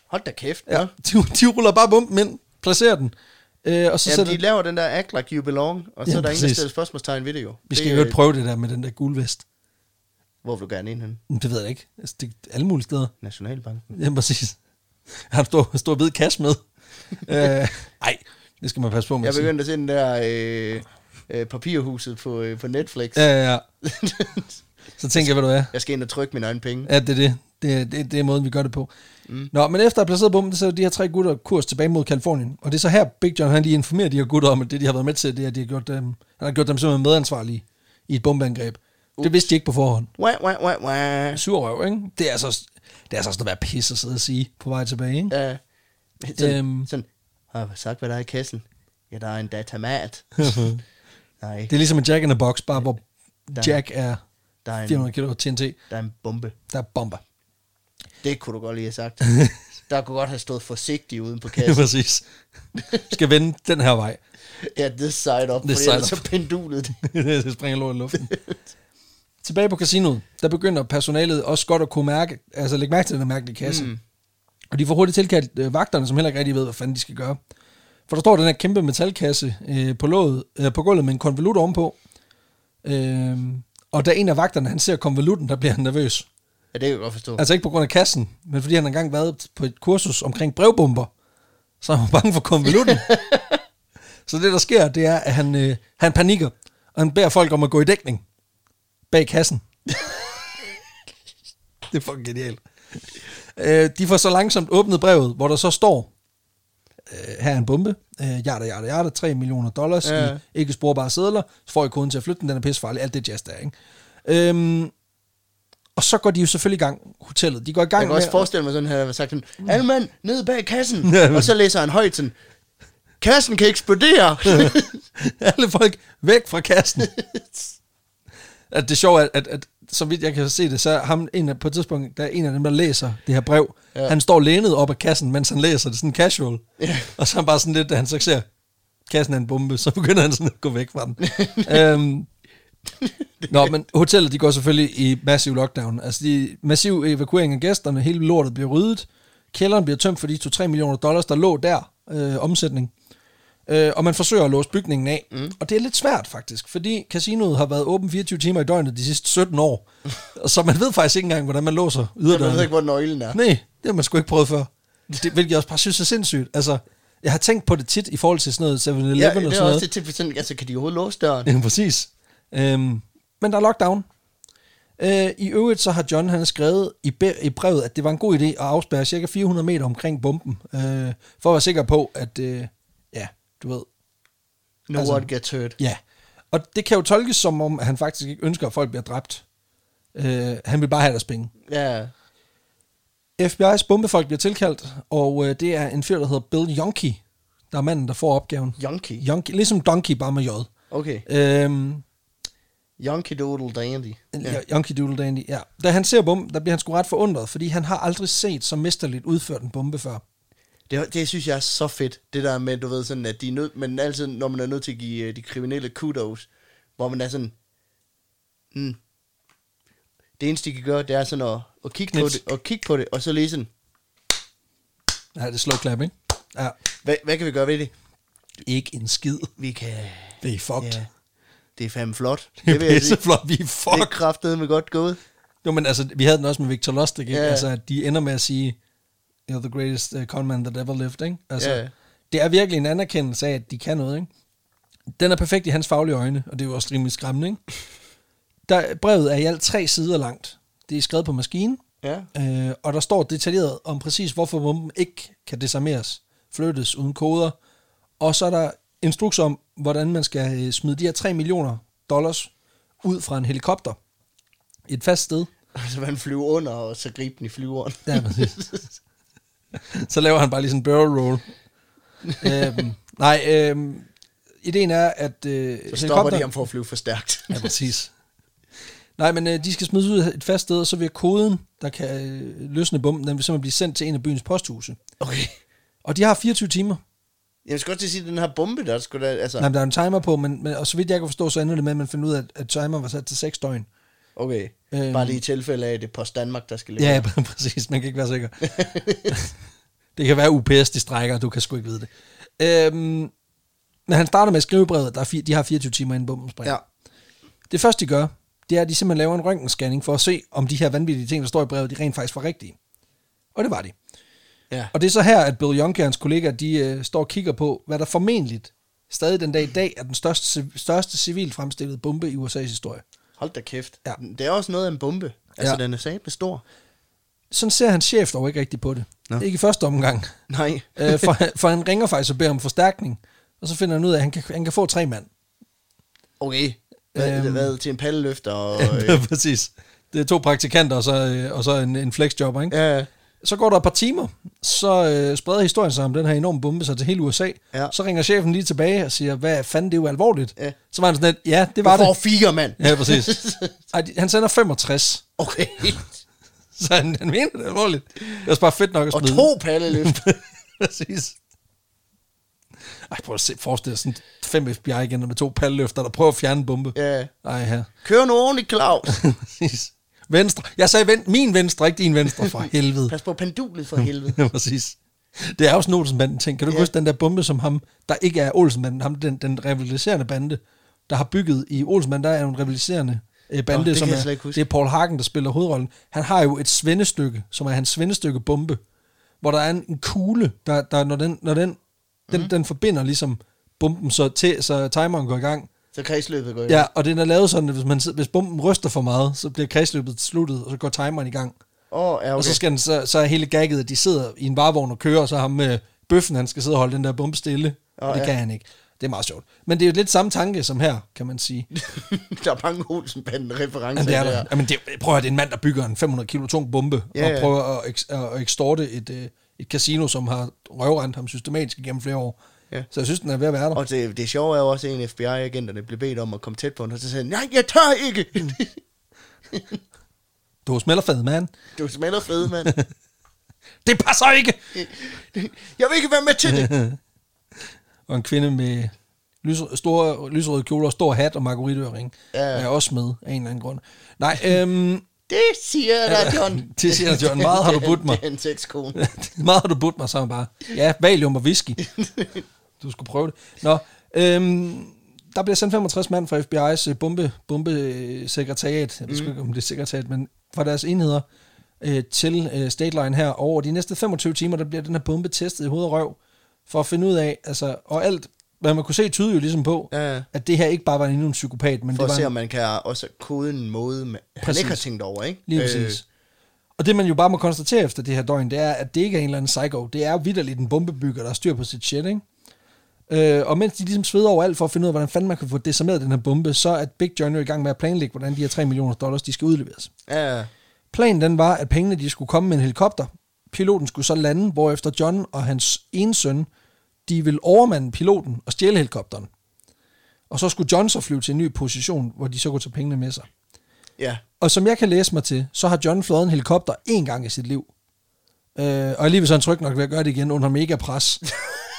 S1: hold da kæft.
S2: Ja,
S1: Ja.
S2: de, de ruller bare bomben ind, placerer den, øh, og så
S1: Jamen,
S2: sætter
S1: de laver den der act like you belong, og så
S2: Ja,
S1: er der ingen, der
S2: præcis.
S1: stiller spørgsmålstegn ved det jo.
S2: Vi
S1: Det,
S2: skal jo
S1: øh,
S2: prøve det der med den der guldvest.
S1: Hvor vil du gerne ind hen?
S2: Men Det ved jeg ikke. Altså, det er alle mulige steder.
S1: Nationalbanken.
S2: Ja, præcis. Jeg har en stor, stor hvid kasse med. øh, ej, det skal man passe på med
S1: Jeg
S2: at sige.
S1: begyndte at se den der øh, øh, papirhuset på, øh, på Netflix.
S2: Ja, ja, ja. Så tænker jeg, hvad du er.
S1: Jeg skal ind og trykke mine egne penge.
S2: Ja, det er det. Det, det, det er måden, vi gør det på. Mm. Nå, men efter at have placeret bomben, så er de her tre gutter kurs tilbage mod Kalifornien. Og det er så her, Big John han lige informerer de her gutter om, at det, de har været med til, det er, at de har gjort dem, han har gjort dem simpelthen medansvarlige i et bombeangreb. Det vidste de ikke på forhånd.
S1: Wah, wah, wah, wah.
S2: Sur røv, ikke? Det er altså, det er altså sådan at være pisse at sidde og sige på vej tilbage, ikke?
S1: Ja. Sådan,
S2: Øhm.
S1: sådan, har jeg sagt, hvad der er i kassen? Ja, der er en datamat. Nej,
S2: Det er ligesom en Jack in the Box, bare hvor
S1: Der-
S2: Jack er
S1: der er, en,
S2: 400 kilo TNT,
S1: der er en bombe.
S2: der er bomber.
S1: Det kunne du godt lige have sagt. Der kunne godt have stået forsigtig uden på
S2: Ja,
S1: kassen.
S2: præcis. Skal vende den her vej.
S1: Ja, this side up,
S2: This
S1: for
S2: side
S1: ellers
S2: up.
S1: så pendulet det.
S2: det springer lort i luften. Tilbage på casinoet, der begynder personalet også godt at kunne mærke, altså lægge mærke til den her mærkelige kasse. Mm. Og de får hurtigt tilkaldt øh, vagterne, som heller ikke rigtig ved, hvad fanden de skal gøre. For der står den her kæmpe metalkasse øh, på, låget, øh, på gulvet med en konvolut ovenpå. Øh, og da en af vagterne, han ser konvolutten, der bliver han nervøs.
S1: Ja, det kan jeg godt forstå.
S2: Altså ikke på grund af kassen, men fordi han engang været på et kursus omkring brevbomber, så er han bange for konvolutten. så det, der sker, det er, at han, øh, han panikker, og han beder folk om at gå i dækning bag kassen. det er fucking genialt. Øh, de får så langsomt åbnet brevet, hvor der så står, øh, her er en bombe, øh, jada, jada, jada, 3 millioner dollars
S1: Ja.
S2: ja. i ikke sporbare sædler, så får I koden til at flytte den, den er pissefarlig, alt det jazz der, ikke? Øhm, og så går de jo selvfølgelig i gang, hotellet. De går i gang
S1: Jeg kan
S2: med...
S1: også forestille mig sådan, at han havde sagt
S2: Mm.
S1: sådan, alle mand, ned bag kassen. og så læser han højt sådan, kassen kan eksplodere.
S2: alle folk væk fra kassen. at det sjove er, at, at så vidt jeg kan se det, så er ham en af, på et tidspunkt, der er en af dem, der læser det her brev.
S1: Ja.
S2: Ja. Han står lænet op af kassen, mens han læser det sådan casual.
S1: Ja.
S2: Og så er han bare sådan lidt, da han så ser, kassen er en bombe, så begynder han sådan at gå væk fra den. øhm, Nå, men hotellet, de går selvfølgelig i massiv lockdown. Altså, de massiv evakuering af gæsterne, hele lortet bliver ryddet, kælderen bliver tømt for de 2-3 millioner dollars, der lå der, øh, omsætning. Øh, og man forsøger at låse bygningen af. Mm. Og det er lidt svært, faktisk, fordi casinoet har været åben 24 timer i døgnet de sidste 17 år. så man ved faktisk ikke engang, hvordan man låser
S1: jeg ved
S2: yderdørene.
S1: ikke, hvor nøglen er.
S2: Nej, det har man sgu ikke prøvet før. Det, hvilket jeg også bare synes er sindssygt. Altså, jeg har tænkt på det tit i forhold til sådan noget 7-Eleven
S1: Ja,
S2: og sådan
S1: det er
S2: noget.
S1: også det til, sådan, altså, kan de overhovedet låse døren?
S2: Ja, præcis. Øhm, men der er lockdown. Øh, I øvrigt så har John han skrevet i, be- i brevet, at det var en god idé at afspærre cirka 400 meter omkring bomben, øh, for at være sikker på, at øh, ja, du ved,
S1: No
S2: altså-
S1: one gets hurt.
S2: ja. Og det kan jo tolkes som om, at han faktisk ikke ønsker, at folk bliver dræbt. Øh, han vil bare have deres penge.
S1: Ja,
S2: FBI's bombefolk bliver tilkaldt, og øh, det er en fyr, der hedder Bill Yonke, der er manden, der får opgaven.
S1: Yonky.
S2: Yonke, ligesom Donkey, bare med J.
S1: Okay.
S2: Øhm,
S1: Yonky Doodle Dandy.
S2: ja. Yonke Doodle Dandy, ja. Da han ser bomben, der bliver han sgu ret forundret, fordi han har aldrig set så mesterligt udført en bombe før.
S1: Det, det synes jeg er så fedt, det der med, du ved, sådan, at de er nød, men altid, når man er nødt til at give øh, de kriminelle kudos, hvor man er sådan, hmm. det eneste, de kan gøre, det er sådan at, at kigge på
S2: Knips.
S1: det, og kigge på det, og så lige sådan,
S2: Ja, det er slow clap, ikke? Ja,
S1: hvad, hvad kan vi gøre ved det?
S2: ikke en skid.
S1: Vi kan,
S2: Det er fucked.
S1: ja, det er fandme flot.
S2: Det er
S1: vil jeg sige.
S2: pisseflot, vi er
S1: Det er
S2: fucked.
S1: kraftedeme godt gået.
S2: Jo, men altså, vi havde den også med Victor Lustig, ikke?
S1: Ja, ja.
S2: Altså, at de ender med at sige, you're the greatest uh, con man that ever lived, ikke? Altså,
S1: Ja, ja.
S2: det er virkelig en anerkendelse af, at de kan noget, ikke? Den er perfekt i hans faglige øjne, og det er jo også rimelig skræmmende, ikke? Der, brevet er i alt tre sider langt. Det er skrevet på maskinen,
S1: Ja.
S2: øh, og der står detaljeret om præcis, hvorfor bomben ikke kan desarmeres, flyttes uden koder, og så er der instrukser om, hvordan man skal øh, smide de her 3 millioner dollars ud fra en helikopter et fast sted.
S1: Og så man flyver under, og så gribe den i flyveren.
S2: Ja, præcis. så laver han bare lige sådan en barrel roll. øhm, nej, øhm, ideen er, at øh,
S1: Så stopper de ham for at flyve for stærkt.
S2: Ja, præcis. Nej, men øh, de skal smides ud et fast sted, og så vil koden, der kan øh, løsne bomben, den vil simpelthen blive sendt til en af byens posthuse.
S1: Okay.
S2: Og de har 24 timer.
S1: Jeg skal godt til at sige, at den her bombe, der skulle da, altså,
S2: Nej, men der er en timer på, men, men, og så vidt jeg kan forstå, så ender det med, at man finder ud af, at, at timeren var sat til 6 døgn.
S1: okay.
S2: Øhm.
S1: Bare lige i tilfælde af, at det er Post Danmark, der skal levere.
S2: Ja, ja, præ- præcis. Man kan ikke være sikker. det kan være UPS, de strækker, og du kan sgu ikke vide det. Øhm, men han starter med at skrive brevet, der er fire, de har 24 timer inden bomben springer.
S1: Ja.
S2: Det første, de gør, det er, at de simpelthen laver en røntgenscanning for at se, om de her vanvittige ting, der står i brevet, de rent faktisk var rigtige. Og det var de.
S1: ja.
S2: Og det er så her, at Bill Jonke og hans kollegaer, de øh, står og kigger på, hvad der formentligt stadig den dag i dag er den største, største civilt fremstillede bombe i USA's historie.
S1: Hold da kæft.
S2: Ja.
S1: Ja. Det er også noget af en bombe. Altså,
S2: Ja.
S1: ja. den er satme stor.
S2: Sådan ser hans chef dog ikke rigtigt på det.
S1: Nå.
S2: Ikke i første omgang.
S1: Nej.
S2: Øh, for, for han ringer faktisk og beder om forstærkning, og så finder han ud af, at han kan, han kan få tre mand.
S1: Okay. Hvad,
S2: Øhm.
S1: øhm. hvad til en palleløfter og...
S2: Ja,
S1: Øh,
S2: præcis. Det er to praktikanter, og så, øh, og så en, en flexjobber, ikke? Ja.
S1: ja,
S2: Så går der et par timer, så øh, spreder historien sig om den her enorme bombe sig til hele USA.
S1: Ja.
S2: Så ringer chefen lige tilbage og siger, hvad fanden, det er jo alvorligt.
S1: Ja.
S2: Så var han sådan lidt, ja, det
S1: det var
S2: var
S1: du får
S2: det.
S1: fire, mand.
S2: Ja, præcis. Ej, de- han sender 65,
S1: Okay.
S2: så han, han mener det er alvorligt. Det er også bare fedt nok at
S1: Og
S2: smide.
S1: to palleløfter.
S2: Præcis. Ej, prøv at se, forestil dig sådan fem FBI-agenter med to palløfter, der prøver at fjerne en bombe.
S1: ja.
S2: Ej, her.
S1: Kør nu ordentligt, Claus.
S2: Præcis. Venstre. Jeg sagde ven, min venstre, ikke din venstre, for helvede.
S1: Pas på pendulet for helvede.
S2: Ja, Præcis. Det er også en Olsenbanden ting. Kan du ja.
S1: Ja.
S2: huske den der bombe, som ham, der ikke er Olsenbanden, ham den, den rivaliserende bande, der har bygget i Olsenbanden, der er jo en rivaliserende øh, bande,
S1: Nå, det kan
S2: som
S1: jeg
S2: er,
S1: slet ikke huske.
S2: det er Paul Hagen, der spiller hovedrollen. Han har jo et svendestykke, som er hans svendestykke bombe, hvor der er en, en kugle, der, der når, den, når den, den,
S1: Mhm.
S2: den forbinder ligesom bomben så til, så timeren går i gang,
S1: Så kredsløbet går i
S2: Ja, og den er lavet sådan, at hvis, man, sidder- hvis bomben ryster for meget, så bliver kredsløbet sluttet, og så går timeren i gang. Okay.
S1: Åh, oh, ja,
S2: Og
S1: okay.
S2: så, skal den, så, så er hele gagget, at de sidder i en varevogn og kører, og så ham med øh, bøffen, han skal sidde og holde den der bombe stille. Oh,
S1: Åh,
S2: og det ja.
S1: ja.
S2: kan han ikke. Det er meget sjovt. Men det er jo lidt samme tanke som her, kan man sige.
S1: Mm, der er mange Olsenbanden-referencer
S2: Men det er der.
S1: der.
S2: Jamen, det, er- prøv at høre, det er en mand, der bygger en 500 kilo tung bombe,
S1: Ja,
S2: og
S1: ja.
S2: prøver at, eks- at at ekstorte et, øh, et casino, som har røvrendt ham systematisk igennem flere år.
S1: Ja.
S2: Så jeg synes, den er ved at være der.
S1: Og det, det sjove er jo også, at en af FBI-agenterne blev bedt om at komme tæt på hende, og så sagde han, nej, jeg tør ikke!
S2: Du smelter fed, mand.
S1: du smelter fed, mand.
S2: Det passer ikke!
S1: Jeg vil ikke være med til det!
S2: og en kvinde med lys, store, lyserøde kjole og stor hat og margaritøring.
S1: Ja.
S2: Er også med af en eller anden grund. Nej, øhm,
S1: Det siger der, John.
S2: Det siger der, John. Meget har du budt mig.
S1: Det er en sexkone.
S2: meget har du budt mig, så er han bare, ja, valium og whisky. Du skulle prøve det. Nå, øhm, der bliver sendt 65 mand fra FBI's øh, bombe, bombesekretariat, jeg ved
S1: Mm.
S2: sgu ikke, om det er sekretariat, men fra deres enheder øh, til øh, Stateline her. Og over de næste 25 timer, der bliver den her bombe testet i hoved og røv, for at finde ud af, altså, og alt, hvad man kunne se, tyder jo ligesom på,
S1: Ja, ja.
S2: at det her ikke bare var endnu en psykopat, men
S1: For
S2: det var
S1: at se,
S2: en,
S1: om man kan også kode en måde, man han
S2: Præcis.
S1: ikke har tænkt over, ikke?
S2: Lige præcis. Og det man jo bare må konstatere efter det her døgn, det er, at det ikke er en eller anden psycho. Det er jo vidderligt en bombebygger, der har styr på sit shit, ikke? Øh, og mens de ligesom sveder over alt for at finde ud af, hvordan fanden man kan få desarmeret den her bombe, så er Big John jo i gang med at planlægge, hvordan de her 3 millioner dollars, de skal udleveres.
S1: Øh, ja,
S2: Planen den var, at pengene de skulle komme med en helikopter, Piloten skulle så lande, hvorefter John og hans ene søn, de ville overmande piloten og stjæle helikopteren. Og så skulle John så flyve til en ny position, hvor de så kunne tage pengene med sig.
S1: Ja.
S2: Og som jeg kan læse mig til, så har John fløjet en helikopter én gang i sit liv. Øh, og alligevel så er han tryg nok ved at gøre det igen under mega pres.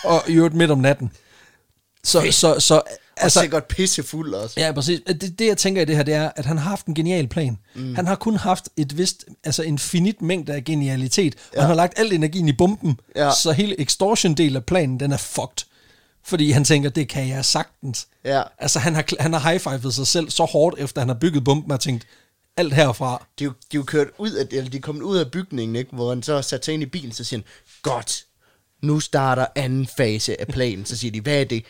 S2: og i øvrigt midt om natten. Så, så, så
S1: Altså, og
S2: altså,
S1: sikkert pissefuld også.
S2: Ja, præcis. Det, det, jeg tænker i det her, det er, at han har haft en genial plan. Mm. Han har kun haft et vist, altså en finit mængde af genialitet, ja. og han har lagt al energien i bomben,
S1: Ja.
S2: så hele extortion-del af planen, den er fucked. Fordi han tænker, det kan jeg sagtens.
S1: Ja.
S2: Altså, han har, han har high-fivet sig selv så hårdt, efter han har bygget bomben, og tænkt, alt herfra.
S1: De, er jo- de er jo kørt ud af, eller de er kommet ud af bygningen, ikke? hvor han så har sat sig ind i bilen, så siger han, godt, nu starter anden fase af planen. Så siger de, hvad er det?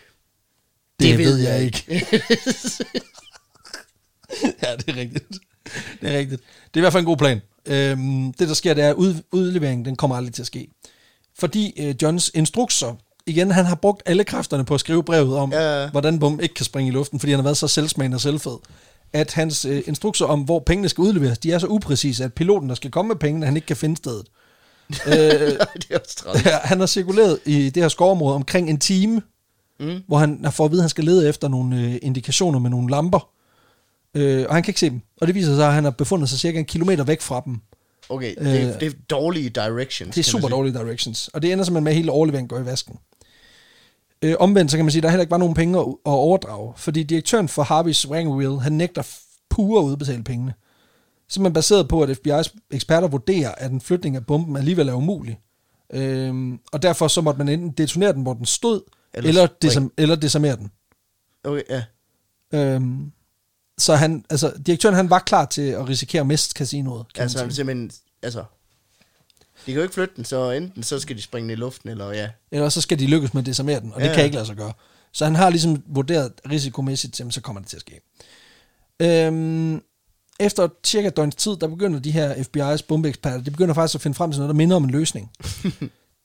S2: Det, det ved jeg ikke. ja, det er rigtigt. Det er rigtigt. Det er i hvert fald en god plan. Øhm, det, der sker, det er, at ud, udleveringen den kommer aldrig til at ske. Fordi øh, Johns instrukser, igen, han har brugt alle kræfterne på at skrive brevet om,
S1: Ja, ja.
S2: ja. hvordan bomben ikke kan springe i luften, fordi han har været så selvsmagende og selvfed, at hans øh, instrukser om, hvor pengene skal udleveres, de er så upræcise, at piloten, der skal komme med pengene, han ikke kan finde stedet. øh,
S1: det er også træt.
S2: Ja, han har cirkuleret i det her skovområde omkring en time, mm. hvor han har fået at vide, at han skal lede efter nogle øh, indikationer med nogle lamper. Øh, og han kan ikke se dem. Og det viser sig, at han har befundet sig cirka en kilometer væk fra dem.
S1: Okay, det, er,
S2: Øh,
S1: det er dårlige directions.
S2: Det er
S1: kan man
S2: super
S1: sige.
S2: dårlige directions. Og det ender simpelthen med, at hele overleveringen går i vasken. Øh, omvendt så kan man sige, at der heller ikke var nogen penge at at overdrage. Fordi direktøren for Harvey's Wangwheel, han nægter f- pure at udbetale pengene. Simpelthen baseret på, at FBI's eksperter vurderer, at en flytning af bomben alligevel er umulig. Øhm, og derfor så måtte man enten detonere den, hvor den stod,
S1: Eller
S2: eller, eller,
S1: springe.
S2: desam- eller desarmere den.
S1: Okay, ja.
S2: Øhm, så han, altså, direktøren han var klar til at risikere at miste casinoet. kan man
S1: Altså,
S2: sige.
S1: han er simpelthen, altså, de kan jo ikke flytte den, så enten så skal de springe den i luften, eller ja.
S2: Eller så skal de lykkes med at desarmere den, og det
S1: Ja,
S2: ja.
S1: ja.
S2: kan ikke lade sig gøre. Så han har ligesom vurderet risikomæssigt, jamen, så kommer det til at ske. Øhm, efter cirka et døgns tid, der begynder de her FBI's bombeeksperter, de begynder faktisk at finde frem til noget, der minder om en løsning.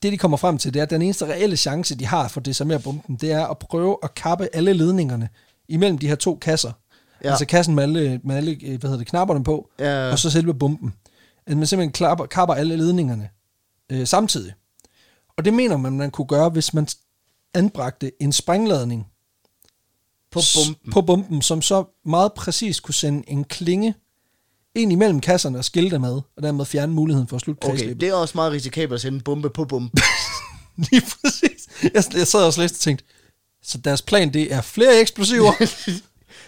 S2: det de kommer frem til, det er, at den eneste reelle chance, de har for at desarmere bomben, det er at prøve at kappe alle ledningerne imellem de her to kasser.
S1: Ja.
S2: Ja. Altså kassen med alle, med alle øh, hvad hedder det, knapperne på,
S1: Ja.
S2: og så selve bomben. At man simpelthen klapper, kapper alle ledningerne øh, samtidig. Og det mener man, man kunne gøre, hvis man anbragte en sprængladning
S1: På
S2: s-
S1: bomben.
S2: på bomben, som så meget præcist kunne sende en klinge ind imellem kasserne og skille dem ad, og dermed fjerne muligheden for at slutte
S1: Okay,
S2: kredsløbet.
S1: det er også meget risikabelt at sende en bombe på bomben.
S2: Lige præcis. Jeg, jeg sad også og læste og tænkte, så deres plan, det er flere eksplosiver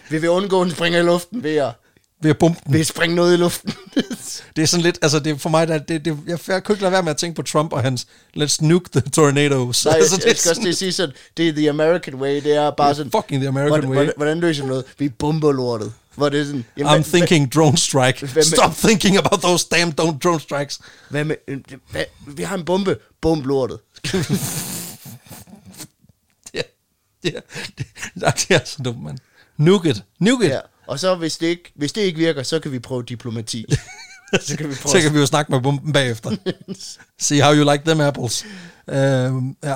S1: Vil vi undgå, at den springer i luften ved at,
S2: ved at bombe den.
S1: ved at springe noget i luften?
S2: Det er sådan lidt, altså det er for mig, der, det, det, jeg, jeg kunne ikke lade være med at tænke på Trump og hans let's nuke the tornadoes.
S1: Nej,
S2: altså,
S1: jeg, jeg skal også lige sige sådan, det er the American way, det er bare sådan,
S2: fucking the American
S1: hvordan,
S2: way.
S1: Hvordan, hvordan løser vi noget? Vi bomber lortet. Hvor det er sådan, jamen,
S2: I'm
S1: hvad-
S2: thinking drone strike.
S1: Hvad med-
S2: Stop thinking about those damn don't drone strikes.
S1: Hvad, hvad med, øh, hvad, vi har en bombe, bomb lortet.
S2: Ja, ja. Det, nej, det er så dumt, mand. Nuke it. Nuke it.
S1: Ja. Og så hvis det, ikke, hvis det ikke virker, så kan vi prøve diplomati. så kan vi prøve
S2: Så kan vi jo snakke med bomben bagefter. See how you like them apples. Øhm, ja.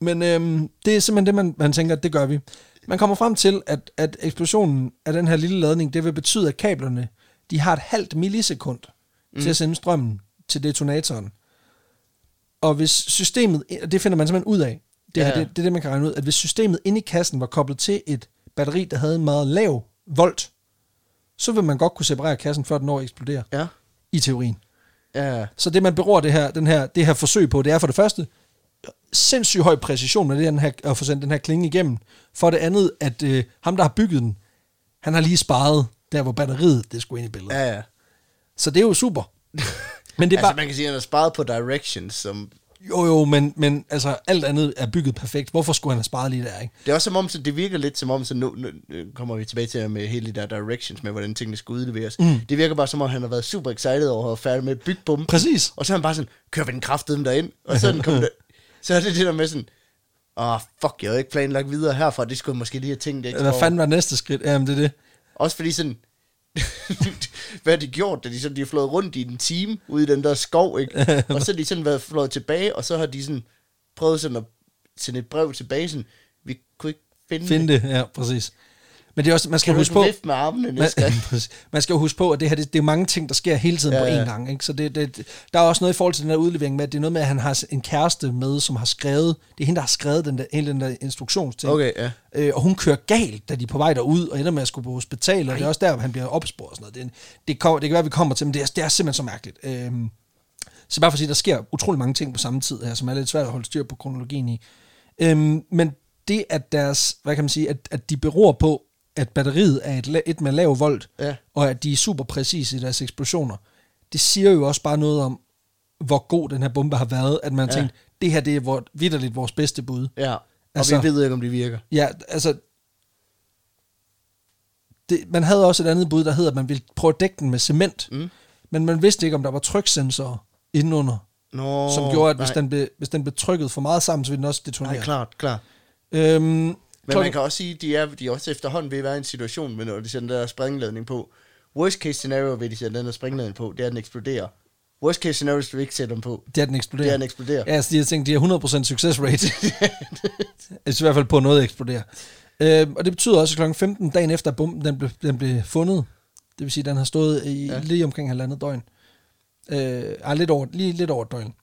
S2: Men øhm, det er simpelthen det, man, man tænker, at det gør vi. Man kommer frem til, at, at eksplosionen af den her lille ladning, det vil betyde, at kablerne de har et halvt millisekund mm. til at sende strømmen til detonatoren. Og hvis systemet, og det finder man simpelthen ud af, det, her,
S1: Ja, ja.
S2: det, det er det, man kan regne ud, at hvis systemet inde i kassen var koblet til et batteri, der havde en meget lav volt, så vil man godt kunne separere kassen, før den når at eksplodere
S1: Ja,
S2: i teorien.
S1: ja.
S2: Så det, man beror det her, den her, det her forsøg på, det er for det første, sindssygt høj præcision med det, den her, at få sendt den her klinge igennem. For det andet, at øh, ham, der har bygget den, han har lige sparet der, hvor batteriet det skulle ind i billedet. Ja.
S1: ja, ja.
S2: Så det er jo super. Men det er
S1: Altså,
S2: bare,
S1: man kan sige, at han har sparet på directions, som...
S2: jo jo, men, men altså, alt andet er bygget perfekt. Hvorfor skulle han have sparet lige der, ikke?
S1: Det er også som om, så det virker lidt som om, så nu, nu øh, kommer vi tilbage til det med hele de der directions, med hvordan tingene skal udleveres. Mm. Det virker bare som om, han har været super excited over at være færdig med at bygge bomben.
S2: Præcis.
S1: Og så er han bare sådan, kører vi den kraftedeme derind? Og så er, den kommet der. så er det det der med sådan, åh, oh, fuck, jeg havde ikke planlagt videre herfra, det skulle jeg måske lige have tænkt ekstra
S2: Hvad
S1: over."
S2: fanden var næste skridt? Jamen, det er det.
S1: Også fordi sådan, hvad har de gjort, da de sådan, de har flået rundt i en time ude i den der skov, ikke? Og så har de sådan været flået tilbage, og så har de sådan prøvet sådan at sende et brev tilbage, sådan, vi kunne ikke finde,
S2: Finde det, ja, præcis. Men det er også, man
S1: Kan
S2: skal
S1: du
S2: huske
S1: ikke
S2: på...
S1: vifte med armene
S2: Man,
S1: næste gang?
S2: man skal jo huske på, at det her, det, det er mange ting, der sker hele tiden ja,
S1: Ja,
S2: på én
S1: ja.
S2: gang. Ikke? Så det, det, der er også noget i forhold til den der udlevering med, at det er noget med, at han har en kæreste med, som har skrevet, det er hende, der har skrevet den der, hele den der instruktionsting.
S1: Okay, ja.
S2: Øh, og hun kører galt, da de er på vej derud, og ender med at skulle på hospital, og det er også der, han bliver opsporet og sådan noget. Det, er en- det, kommer, det kan være, vi kommer til, men det er, det er simpelthen så mærkeligt. Øh, så bare for at sige, der sker utrolig mange ting på samme tid her, som er lidt svært at holde styr på kronologien i. Øhm, men det, at deres, hvad kan man sige, at, at de beror på, at batteriet er et, la- et med lav volt,
S1: Ja.
S2: og at de er super præcise i deres eksplosioner, det siger jo også bare noget om, hvor god den her bombe har været, at man har
S1: Ja.
S2: tænkt, det her det er vor, vidderligt vores bedste bud.
S1: ja. Og
S2: Altså-
S1: vi ved ikke, om det virker.
S2: Ja, altså... Det, man havde også et andet bud, der hedder, at man ville prøve at dække den med cement,
S1: Mm.
S2: men man vidste ikke, om der var tryksensorer indenunder,
S1: Nå,
S2: oh, som gjorde, at hvis
S1: nej.
S2: den, blev, hvis den blev trykket for meget sammen, så ville den også detonere.
S1: Nej, klart, klart.
S2: Øhm,
S1: Men man kan også sige, at de er, de er også efterhånden ved at være i en situation, med, når de sætter den der springladning på. Worst case scenario, ved de sætter den der springladning på, det er, at den eksploderer. Worst case scenario, hvis du ikke sætter den på,
S2: Det er, at den eksploderer.
S1: det er, at den eksploderer.
S2: Ja, altså de har tænkt, de har 100% success rate. altså i hvert fald på at noget eksploderer. Øhm, og det betyder også, at kl. 15 dagen efter, at bomben den blev, den blev fundet, det vil sige, at den har stået i, ja.
S1: Ja.
S2: lige omkring halvandet døgn. Øh, ej, lidt over, lige lidt over et døgn.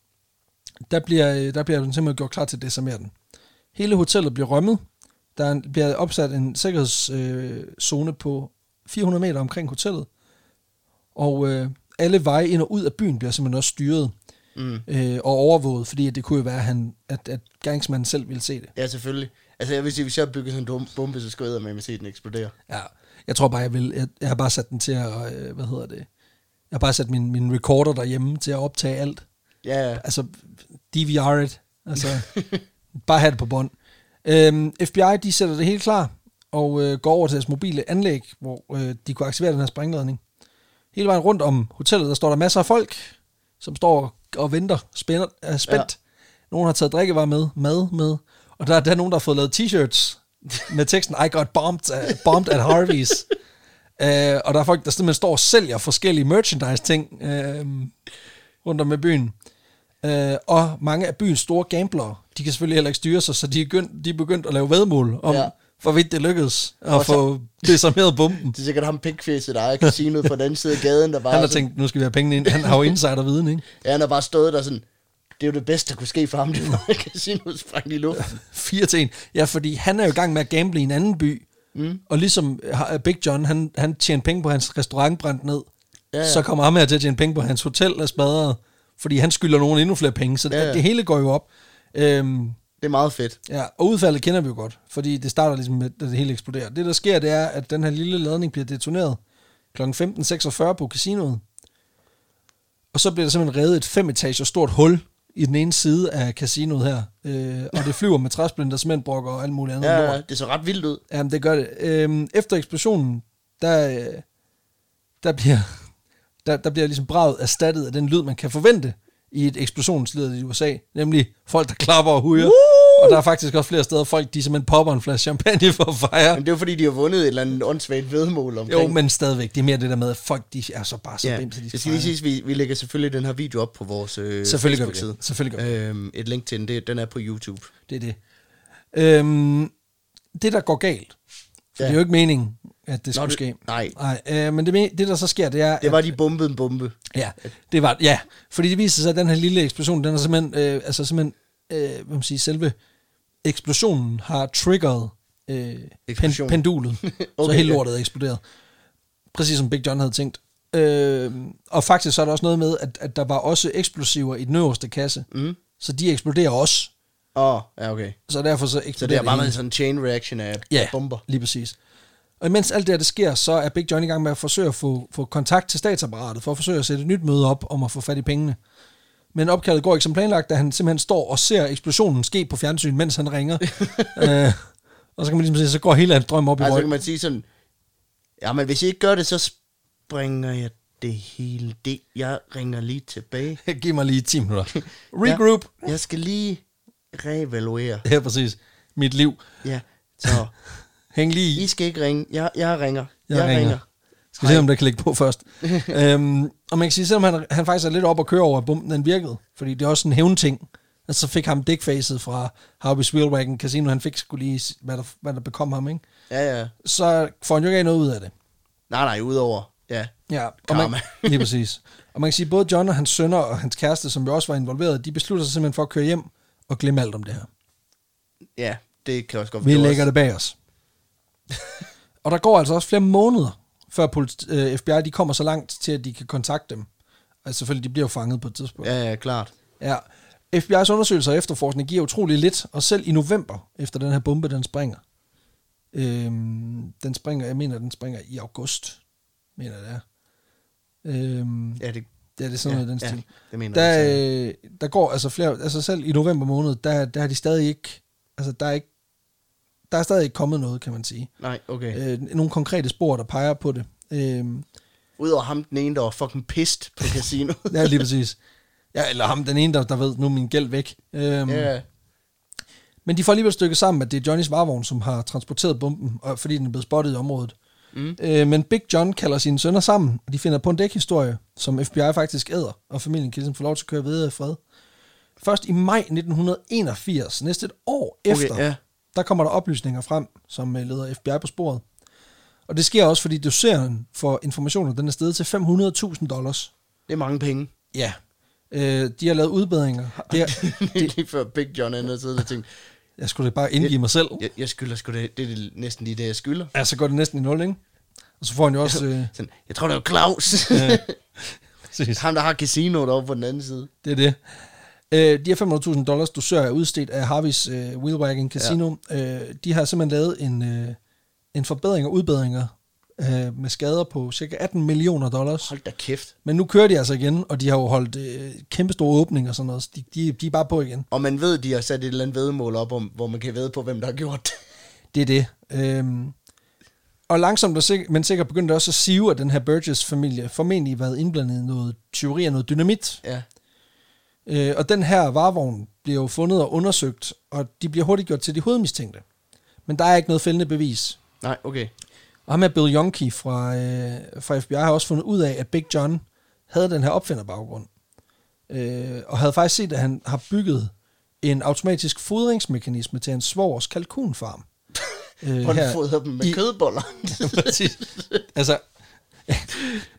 S2: Der bliver, øh, der bliver den simpelthen gjort klar til at desarmere den. Hele hotellet bliver rømmet. Der er en, bliver opsat en sikkerhedszone øh, zone på 400 meter omkring hotellet. Og øh, alle veje ind og ud af byen bliver simpelthen også styret
S1: Mm.
S2: øh, og overvåget, fordi at det kunne jo være, at, han, at, at gerningsmanden selv ville se det.
S1: Ja, selvfølgelig. Altså, jeg vil sige, hvis jeg bygger sådan en dum- bombe, så skal jeg med at se, at den eksploderer.
S2: Ja. Jeg tror bare, jeg vil, jeg, jeg har bare sat den til at, øh, hvad hedder det, jeg har bare sat min, min recorder derhjemme til at optage alt.
S1: Ja, ja.
S2: Altså, DVR it. Altså, bare have det på bånd. Øhm, FBI, de sætter det helt klar, og øh, går over til deres mobile anlæg, hvor øh, de kunne aktivere den her sprængladning. Hele vejen rundt om hotellet, der står der masser af folk, som står og venter spænder, er spændt. Ja. Nogen har taget drikkevarer med, mad med, og der, er- der er nogen, der har fået lavet t-shirts med teksten, I got bombed, uh, bombed at Harvey's. Uh, og der er folk, der simpelthen står og sælger forskellige merchandise-ting uh, rundt om i byen. Uh, og mange af byens store gamblere, de kan selvfølgelig heller ikke styre sig, så de er begyndt, de er begyndt at lave vedmål om, ja.
S1: Ja.
S2: hvorvidt det lykkedes at
S1: Og så-
S2: få desarmeret bomben.
S1: Det er sikkert ham pikfjæset, der ejer casinoet på den anden side af gaden, der bare,
S2: Han har
S1: sådan-
S2: tænkt, nu skal vi have pengene ind. Han har jo insider-viden, ikke?
S1: ja, han har bare stået der sådan, det er jo det bedste, der kunne ske for ham, det var, at casinoet sprang i luften.
S2: 4 til 1. Ja, fordi han er jo i gang med at gamble i en anden by. Mm. Og ligesom har- Big John, han, han tjener penge på hans restaurant brændt ned. Ja,
S1: Ja,
S2: ja.
S1: ja.
S2: Så kommer ham her til at tjene penge på hans hotel er smadret. Fordi han skylder nogen endnu flere penge. Så ja,
S1: Ja,
S2: ja.
S1: ja.
S2: det hele går jo op. Øhm,
S1: Det er meget fedt.
S2: Ja, og udfaldet kender vi jo godt, fordi det starter ligesom med, at det hele eksploderer. Det, der sker, det er, at den her lille ladning bliver detoneret kl. 15.46 på casinoet. Og så bliver der simpelthen reddet et femetager stort hul i den ene side af casinoet her. Øh, og det flyver med træsplinter, cementbrokker og alt muligt andet.
S1: Ja,
S2: lort.
S1: ja, det så ret vildt ud.
S2: Jamen, det gør det. Øhm, efter eksplosionen, der, øh, der bliver, der, der bliver ligesom braget erstattet af den lyd, man kan forvente i et eksplosionsledet i USA. Nemlig folk, der klapper og hujer. Woo! Og der er faktisk også flere steder, folk, de simpelthen popper en flaske champagne for at fejre.
S1: Men det er jo fordi, de har vundet et eller andet åndssvagt vedmål omkring.
S2: Jo, men stadigvæk. Det er mere det der med, at folk, de er så bare så
S1: ja.
S2: yeah. bimse, de
S1: Jeg
S2: skal
S1: skal lige
S2: fejre.
S1: sige, vi, vi lægger selvfølgelig den her video op på vores øh,
S2: Selvfølgelig gør vi
S1: Facebook-side.
S2: det. Selvfølgelig gør vi
S1: Øhm, et link til den, det, den er på YouTube.
S2: Det er det. Øhm, det, der går galt, for ja.
S1: Ja.
S2: det er jo ikke meningen, at det skulle
S1: det-
S2: ske.
S1: nej.
S2: Nej, øh, men det, me- det, der så sker, det er...
S1: Det var, de bombede en bombe.
S2: Ja, det var ja. Fordi det viser sig, at den her lille eksplosion, den er simpelthen, øh, altså simpelthen, øh, hvad man siger, selve eksplosionen har triggeret øh, pen,
S1: Eksplosion.
S2: pendulet, okay, så
S1: Okay,
S2: hele
S1: ja.
S2: lortet er eksploderet. Præcis som Big John havde tænkt. Øh, og faktisk så er der også noget med, at, at der var også eksplosiver i den øverste kasse,
S1: Mm.
S2: så de eksploderer også,
S1: Åh, oh, ja, okay.
S2: så derfor så
S1: Så
S2: eksploderer
S1: det er bare
S2: hele.
S1: med en sådan chain reaction af
S2: Ja,
S1: af bomber.
S2: lige præcis. Og imens alt det her, det sker, så er Big John i gang med at forsøge at få, få kontakt til statsapparatet, for at forsøge at sætte et nyt møde op om at få fat i pengene. Men opkaldet går ikke som planlagt, da han simpelthen står og ser eksplosionen ske på fjernsyn, mens han ringer. øh, og så kan man ligesom se, så går hele hans drøm op i
S1: Altså, så
S2: røg.
S1: kan man sige sådan, ja, men hvis I ikke gør det, så springer jeg det hele. Det, jeg ringer lige tilbage.
S2: Giv mig lige 10 minutter. Regroup.
S1: Jeg skal lige reevaluere.
S2: Ja. ja, præcis. Mit liv.
S1: Ja, så
S2: Hæng lige i.
S1: I skal ikke ringe. Jeg, jeg ringer.
S2: Jeg ringer. Skal vi se, om der kan ligge på først. øhm, og man kan sige, selvom han, han faktisk er lidt op og køre over, at bomben den virkede, fordi det er også en hævnting. Altså, så fik ham dickfacet fra Harvey's Wheelwagon Casino. Han fik skulle lige, hvad der, hvad der bekom ham, ikke?
S1: Ja, ja.
S2: Så får han jo ikke noget ud af det.
S1: Nej, nej, udover. Ja.
S2: Ja, og man,
S1: Karma.
S2: lige præcis. Og man kan sige, både John og hans sønner og hans kæreste, som jo også var involveret, de beslutter sig simpelthen for at køre hjem og glemme alt om det her.
S1: Ja, det kan jeg også godt
S2: Vi
S1: forstå
S2: lægger
S1: også.
S2: det bag os. og der går altså også flere måneder, før politi- øh, FBI de kommer så langt til, at de kan kontakte dem. Og selvfølgelig, de bliver jo fanget på et tidspunkt.
S1: Ja, ja, klart.
S2: Ja. FBI's undersøgelser og efterforskning giver utrolig lidt, og selv i november, efter den her bombe, den springer. Øhm, den springer, jeg mener, den springer i august, mener jeg, det er. Øhm,
S1: Ja, det,
S2: det er det sådan
S1: ja,
S2: noget, i den stil.
S1: Ja, det mener jeg. også.
S2: Der, øh, der går altså flere, altså selv i november måned, der, der har de stadig ikke, altså der er ikke, der er stadig ikke kommet noget, kan man sige.
S1: Nej, okay.
S2: Øh, nogle konkrete spor, der peger på det. Øh,
S1: Udover ham, den ene, der var fucking pissed på casinoet.
S2: ja, lige præcis. Ja, eller ham, den ene, der, der ved, nu er min gæld væk. Øh,
S1: ja,
S2: Men de får alligevel stykket sammen, at det er Johnnys varevogn, som har transporteret bomben, og, fordi den er blevet spottet i området.
S1: Mm.
S2: Øh, men Big John kalder sine sønner sammen, og de finder på en dækhistorie, som FBI faktisk æder, og familien kan ligesom få lov til at køre videre i fred. Først i maj 1981, næste et år
S1: Okay,
S2: efter,
S1: ja.
S2: der kommer der oplysninger frem, som øh, leder FBI på sporet. Og det sker også, fordi doseren for informationer, den er steget til 500.000 dollars.
S1: det er mange penge.
S2: Ja. Øh, de har lavet udbedringer. Det er,
S1: Det, lige før Big John andet sidder og tænkte,
S2: jeg skulle da bare indgive mig selv.
S1: jeg, jeg skylder sgu det, det er det- næsten lige det, jeg skylder.
S2: Ja, så går det næsten i nul, ikke? Og så får han jo også... Øh,
S1: Sådan, jeg tror, det var Claus.
S2: præcis.
S1: ham, der har casinoet over på den anden side.
S2: det er det. Øh, de her 500.000 dollars, du sørger er udstedt af Harvey's øh, Wheelwagon Casino. Ja. Øh, de har simpelthen lavet en, øh, en forbedring og udbedringer øh, med skader på cirka 18 millioner dollars.
S1: Hold da kæft.
S2: Men nu kører de altså igen, og de har jo holdt øh, kæmpe store åbninger og sådan noget. Så de, de, de er bare på igen.
S1: Og man ved, de har sat et eller andet vedmål op, om, hvor man kan vide på, hvem der har gjort det.
S2: Det er det. Øhm, og langsomt, og sik- men sikkert begyndte det også at sive, at den her Burgess-familie formentlig været indblandet i noget tyveri og noget dynamit.
S1: Ja.
S2: Øh, og den her varevogn bliver jo fundet og undersøgt, og de bliver hurtigt gjort til de hovedmistænkte. Men der er ikke noget fældende bevis.
S1: Nej, okay.
S2: Og ham her Bill Yonke fra, øh, fra FBI har også fundet ud af, at Big John havde den her opfinderbaggrund. Øh, og havde faktisk set, at han har bygget en automatisk fodringsmekanisme til hans svogers kalkunfarm. øh,
S1: Hvor han fodrer dem med
S2: i-
S1: kødboller.
S2: altså,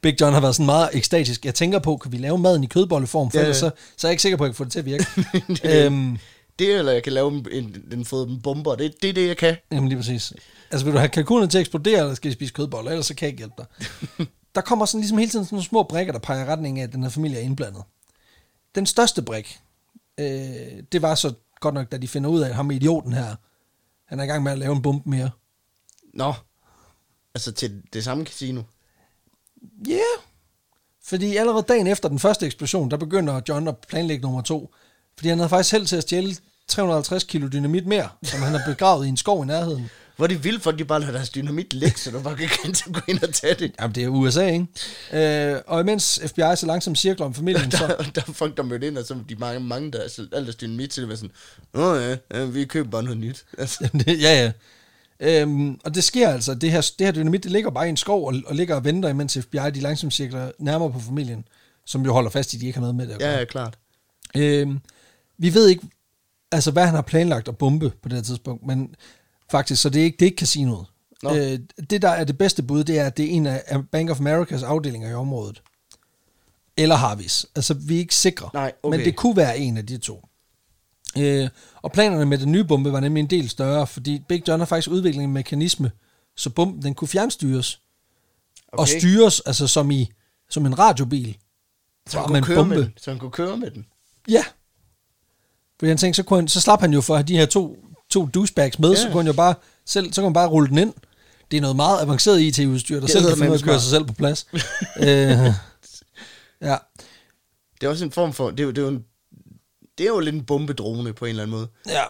S2: Big John har været sådan meget ekstatisk. Jeg tænker på, kan vi lave maden i kødbolleform? For
S1: Ja, ja.
S2: ja, ellers så, så er jeg ikke sikker på, at jeg kan få det til at virke. øhm,
S1: det, eller jeg kan lave en, en, en fodre dem bomber. Det, det er det, jeg kan.
S2: Jamen lige præcis. Altså vil du have kalkunerne til at eksplodere, eller skal de spise kødboller, ellers så kan jeg ikke hjælpe dig. der kommer sådan ligesom hele tiden sådan nogle små brikker, der peger i retning af, at den her familie er indblandet. Den største brik, øh, det var så godt nok, da de finder ud af, at ham idioten her, han er i gang med at lave en bombe mere.
S1: Nå. Altså til det samme casino.
S2: Ja. Yeah. Fordi allerede dagen efter den første eksplosion, der begynder John at planlægge nummer to. Fordi han havde faktisk held til at stjæle 350 kilo dynamit mere, som han har begravet i en skov i nærheden.
S1: Hvor er det vildt for, at de bare lader deres dynamit ligge, så du bare kan kan til at gå ind og tage det.
S2: Jamen, det er USA, ikke? Øh, og imens FBI så langsomt cirkler om familien, så...
S1: Der, der er folk, der mødte ind, og så de mange, mange der altså, alt deres dynamit til det, var sådan, Nå ja, ja, vi køber bare noget nyt. Altså,
S2: Jamen, det, ja, ja. Øhm, og det sker altså, det her, det her dynamit, det ligger bare i en skov og, og ligger og venter, imens FBI de langsomt cirkler nærmere på familien, som jo holder fast i, at de ikke har noget med det. at
S1: ja,
S2: gøre.
S1: ja, klart.
S2: Øhm, vi ved ikke, altså hvad han har planlagt at bombe på det her tidspunkt, men faktisk, så det er ikke, det er ikke casinoet.
S1: Nå.
S2: Øh, det, der er det bedste bud, det er, at det er en af Bank of Americas afdelinger i området. Eller Harvis. Altså, vi er ikke sikre.
S1: Nej, okay.
S2: Men det kunne være en af de to. Øh, og planerne med den nye bombe var nemlig en del større, fordi Big John har faktisk udviklet en mekanisme, så bomben den kunne fjernstyres. Okay. Og
S1: Okay.
S2: styres altså som, i, som en radiobil.
S1: Så
S2: Bare
S1: han,
S2: med
S1: kunne
S2: en
S1: køre med
S2: bombe.
S1: den. så han kunne køre med den.
S2: Ja. Fordi han tænkte, så, kunne han, så slap han jo for at have de her to, to douchebags med,
S1: Ja.
S2: yeah. så kunne han jo bare selv, så kunne han bare rulle den ind. Det er noget meget avanceret IT-udstyr, der
S1: Det
S2: selv
S1: hedder
S2: kan finde ud af at køre
S1: mennesker.
S2: sig selv på plads. øh, ja,
S1: Det er også en form for, det er jo, det er jo, en, det er jo lidt en bombedrone på en eller anden måde.
S2: ja.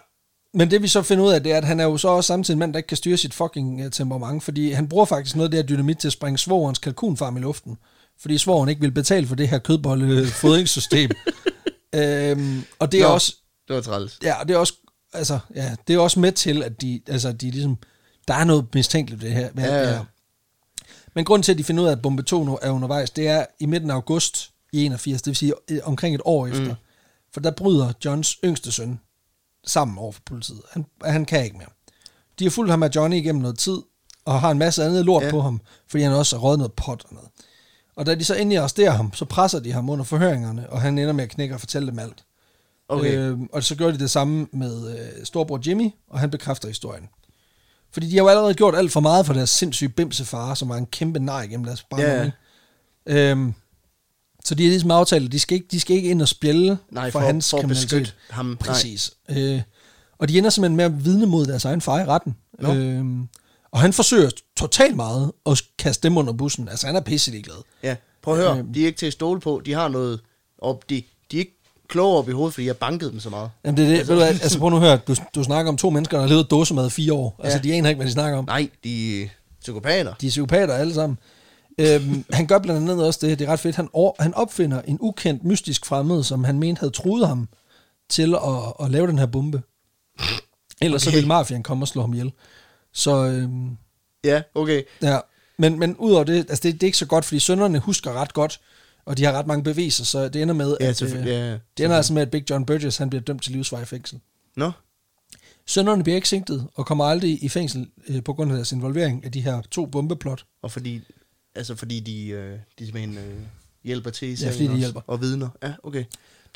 S2: Men det vi så finder ud af, det er, at han er jo så også samtidig en mand, der ikke kan styre sit fucking uh, temperament, fordi han bruger faktisk noget af det her dynamit til at sprænge svogerens kalkunfarm i luften, fordi svogeren ikke vil betale for det her kødbolle-fodringssystem. øhm, og det er
S1: Nå.
S2: også
S1: Det var træls.
S2: Ja, og det er også, altså, ja, det er også med til, at de, altså, de ligesom, der er noget mistænkeligt ved det her. Ved
S1: Ja,
S2: ja, det
S1: ja.
S2: her. Men grunden til, at de finder ud af, at Bombe 2 nu er undervejs, det er i midten af august i 81, det vil sige øh, omkring et år efter, mm. For der bryder Johns yngste søn sammen over for politiet. Han, han kan ikke mere. De har fulgt ham af Johnny igennem noget tid, og har en masse andet lort
S1: Ja.
S2: ja. på ham, fordi han også har røget noget pot og noget. Og da de så endelig arresterer ham, så presser de ham under forhøringerne, og han ender med at knække og fortælle dem alt.
S1: Okay. Øh,
S2: Øh, og så gjorde de det samme med øh, storbror Jimmy, og han bekræfter historien. Fordi de har jo allerede gjort alt for meget for deres sindssyge bimsefar, som var en kæmpe nej gennem deres barndom.
S1: Ja, ja.
S2: Yeah. Øhm, så de har ligesom aftalt, at de skal ikke, de skal ikke ind og spjælde
S1: Nej,
S2: for,
S1: for-
S2: hans
S1: for at
S2: kriminalitet.
S1: beskytte ham. Nej.
S2: Præcis. Øh, og de ender simpelthen med at vidne mod deres egen far i retten.
S1: Nå.
S2: Øhm, og han forsøger totalt meget at kaste dem under bussen. Altså, han er pisselig glad.
S1: ja, prøv at høre.
S2: øh,
S1: de er ikke til at stole på. De har noget op. De, de er ikke kloge op i hovedet, fordi jeg bankede dem så meget.
S2: Jamen, det er det. Altså, ved du, hvad, altså prøv nu at høre, du, du snakker om to mennesker, der har levet dåsemad i fire år. Altså,
S1: Ja.
S2: de aner ikke, hvad de snakker om.
S1: Nej, de er psykopater.
S2: De er psykopater alle sammen. Øhm, han gør blandt andet også det, det er ret fedt, han, over, han opfinder en ukendt mystisk fremmed, som han mente havde truet ham til at, at lave den her bombe. Ellers okay. så
S1: Okay.
S2: ville mafiaen komme og slå ham ihjel. Så øhm,
S1: Ja, okay.
S2: ja, men, men udover det, altså det, det er ikke så godt, fordi sønderne husker ret godt, og de har ret mange beviser, så det ender med,
S1: Ja,
S2: at,
S1: selvfølgelig, ja, ja.
S2: det ender altså med, at Big John Burgess han bliver dømt til livsvarig fængsel.
S1: Nå,
S2: Sønderne bliver ikke sigtet og kommer aldrig i fængsel øh, på grund af deres involvering af de her to bombeplot.
S1: og fordi, altså fordi de, øh, de simpelthen øh, hjælper til i sagen
S2: fordi de
S1: også,
S2: hjælper.
S1: og vidner. Ja, okay.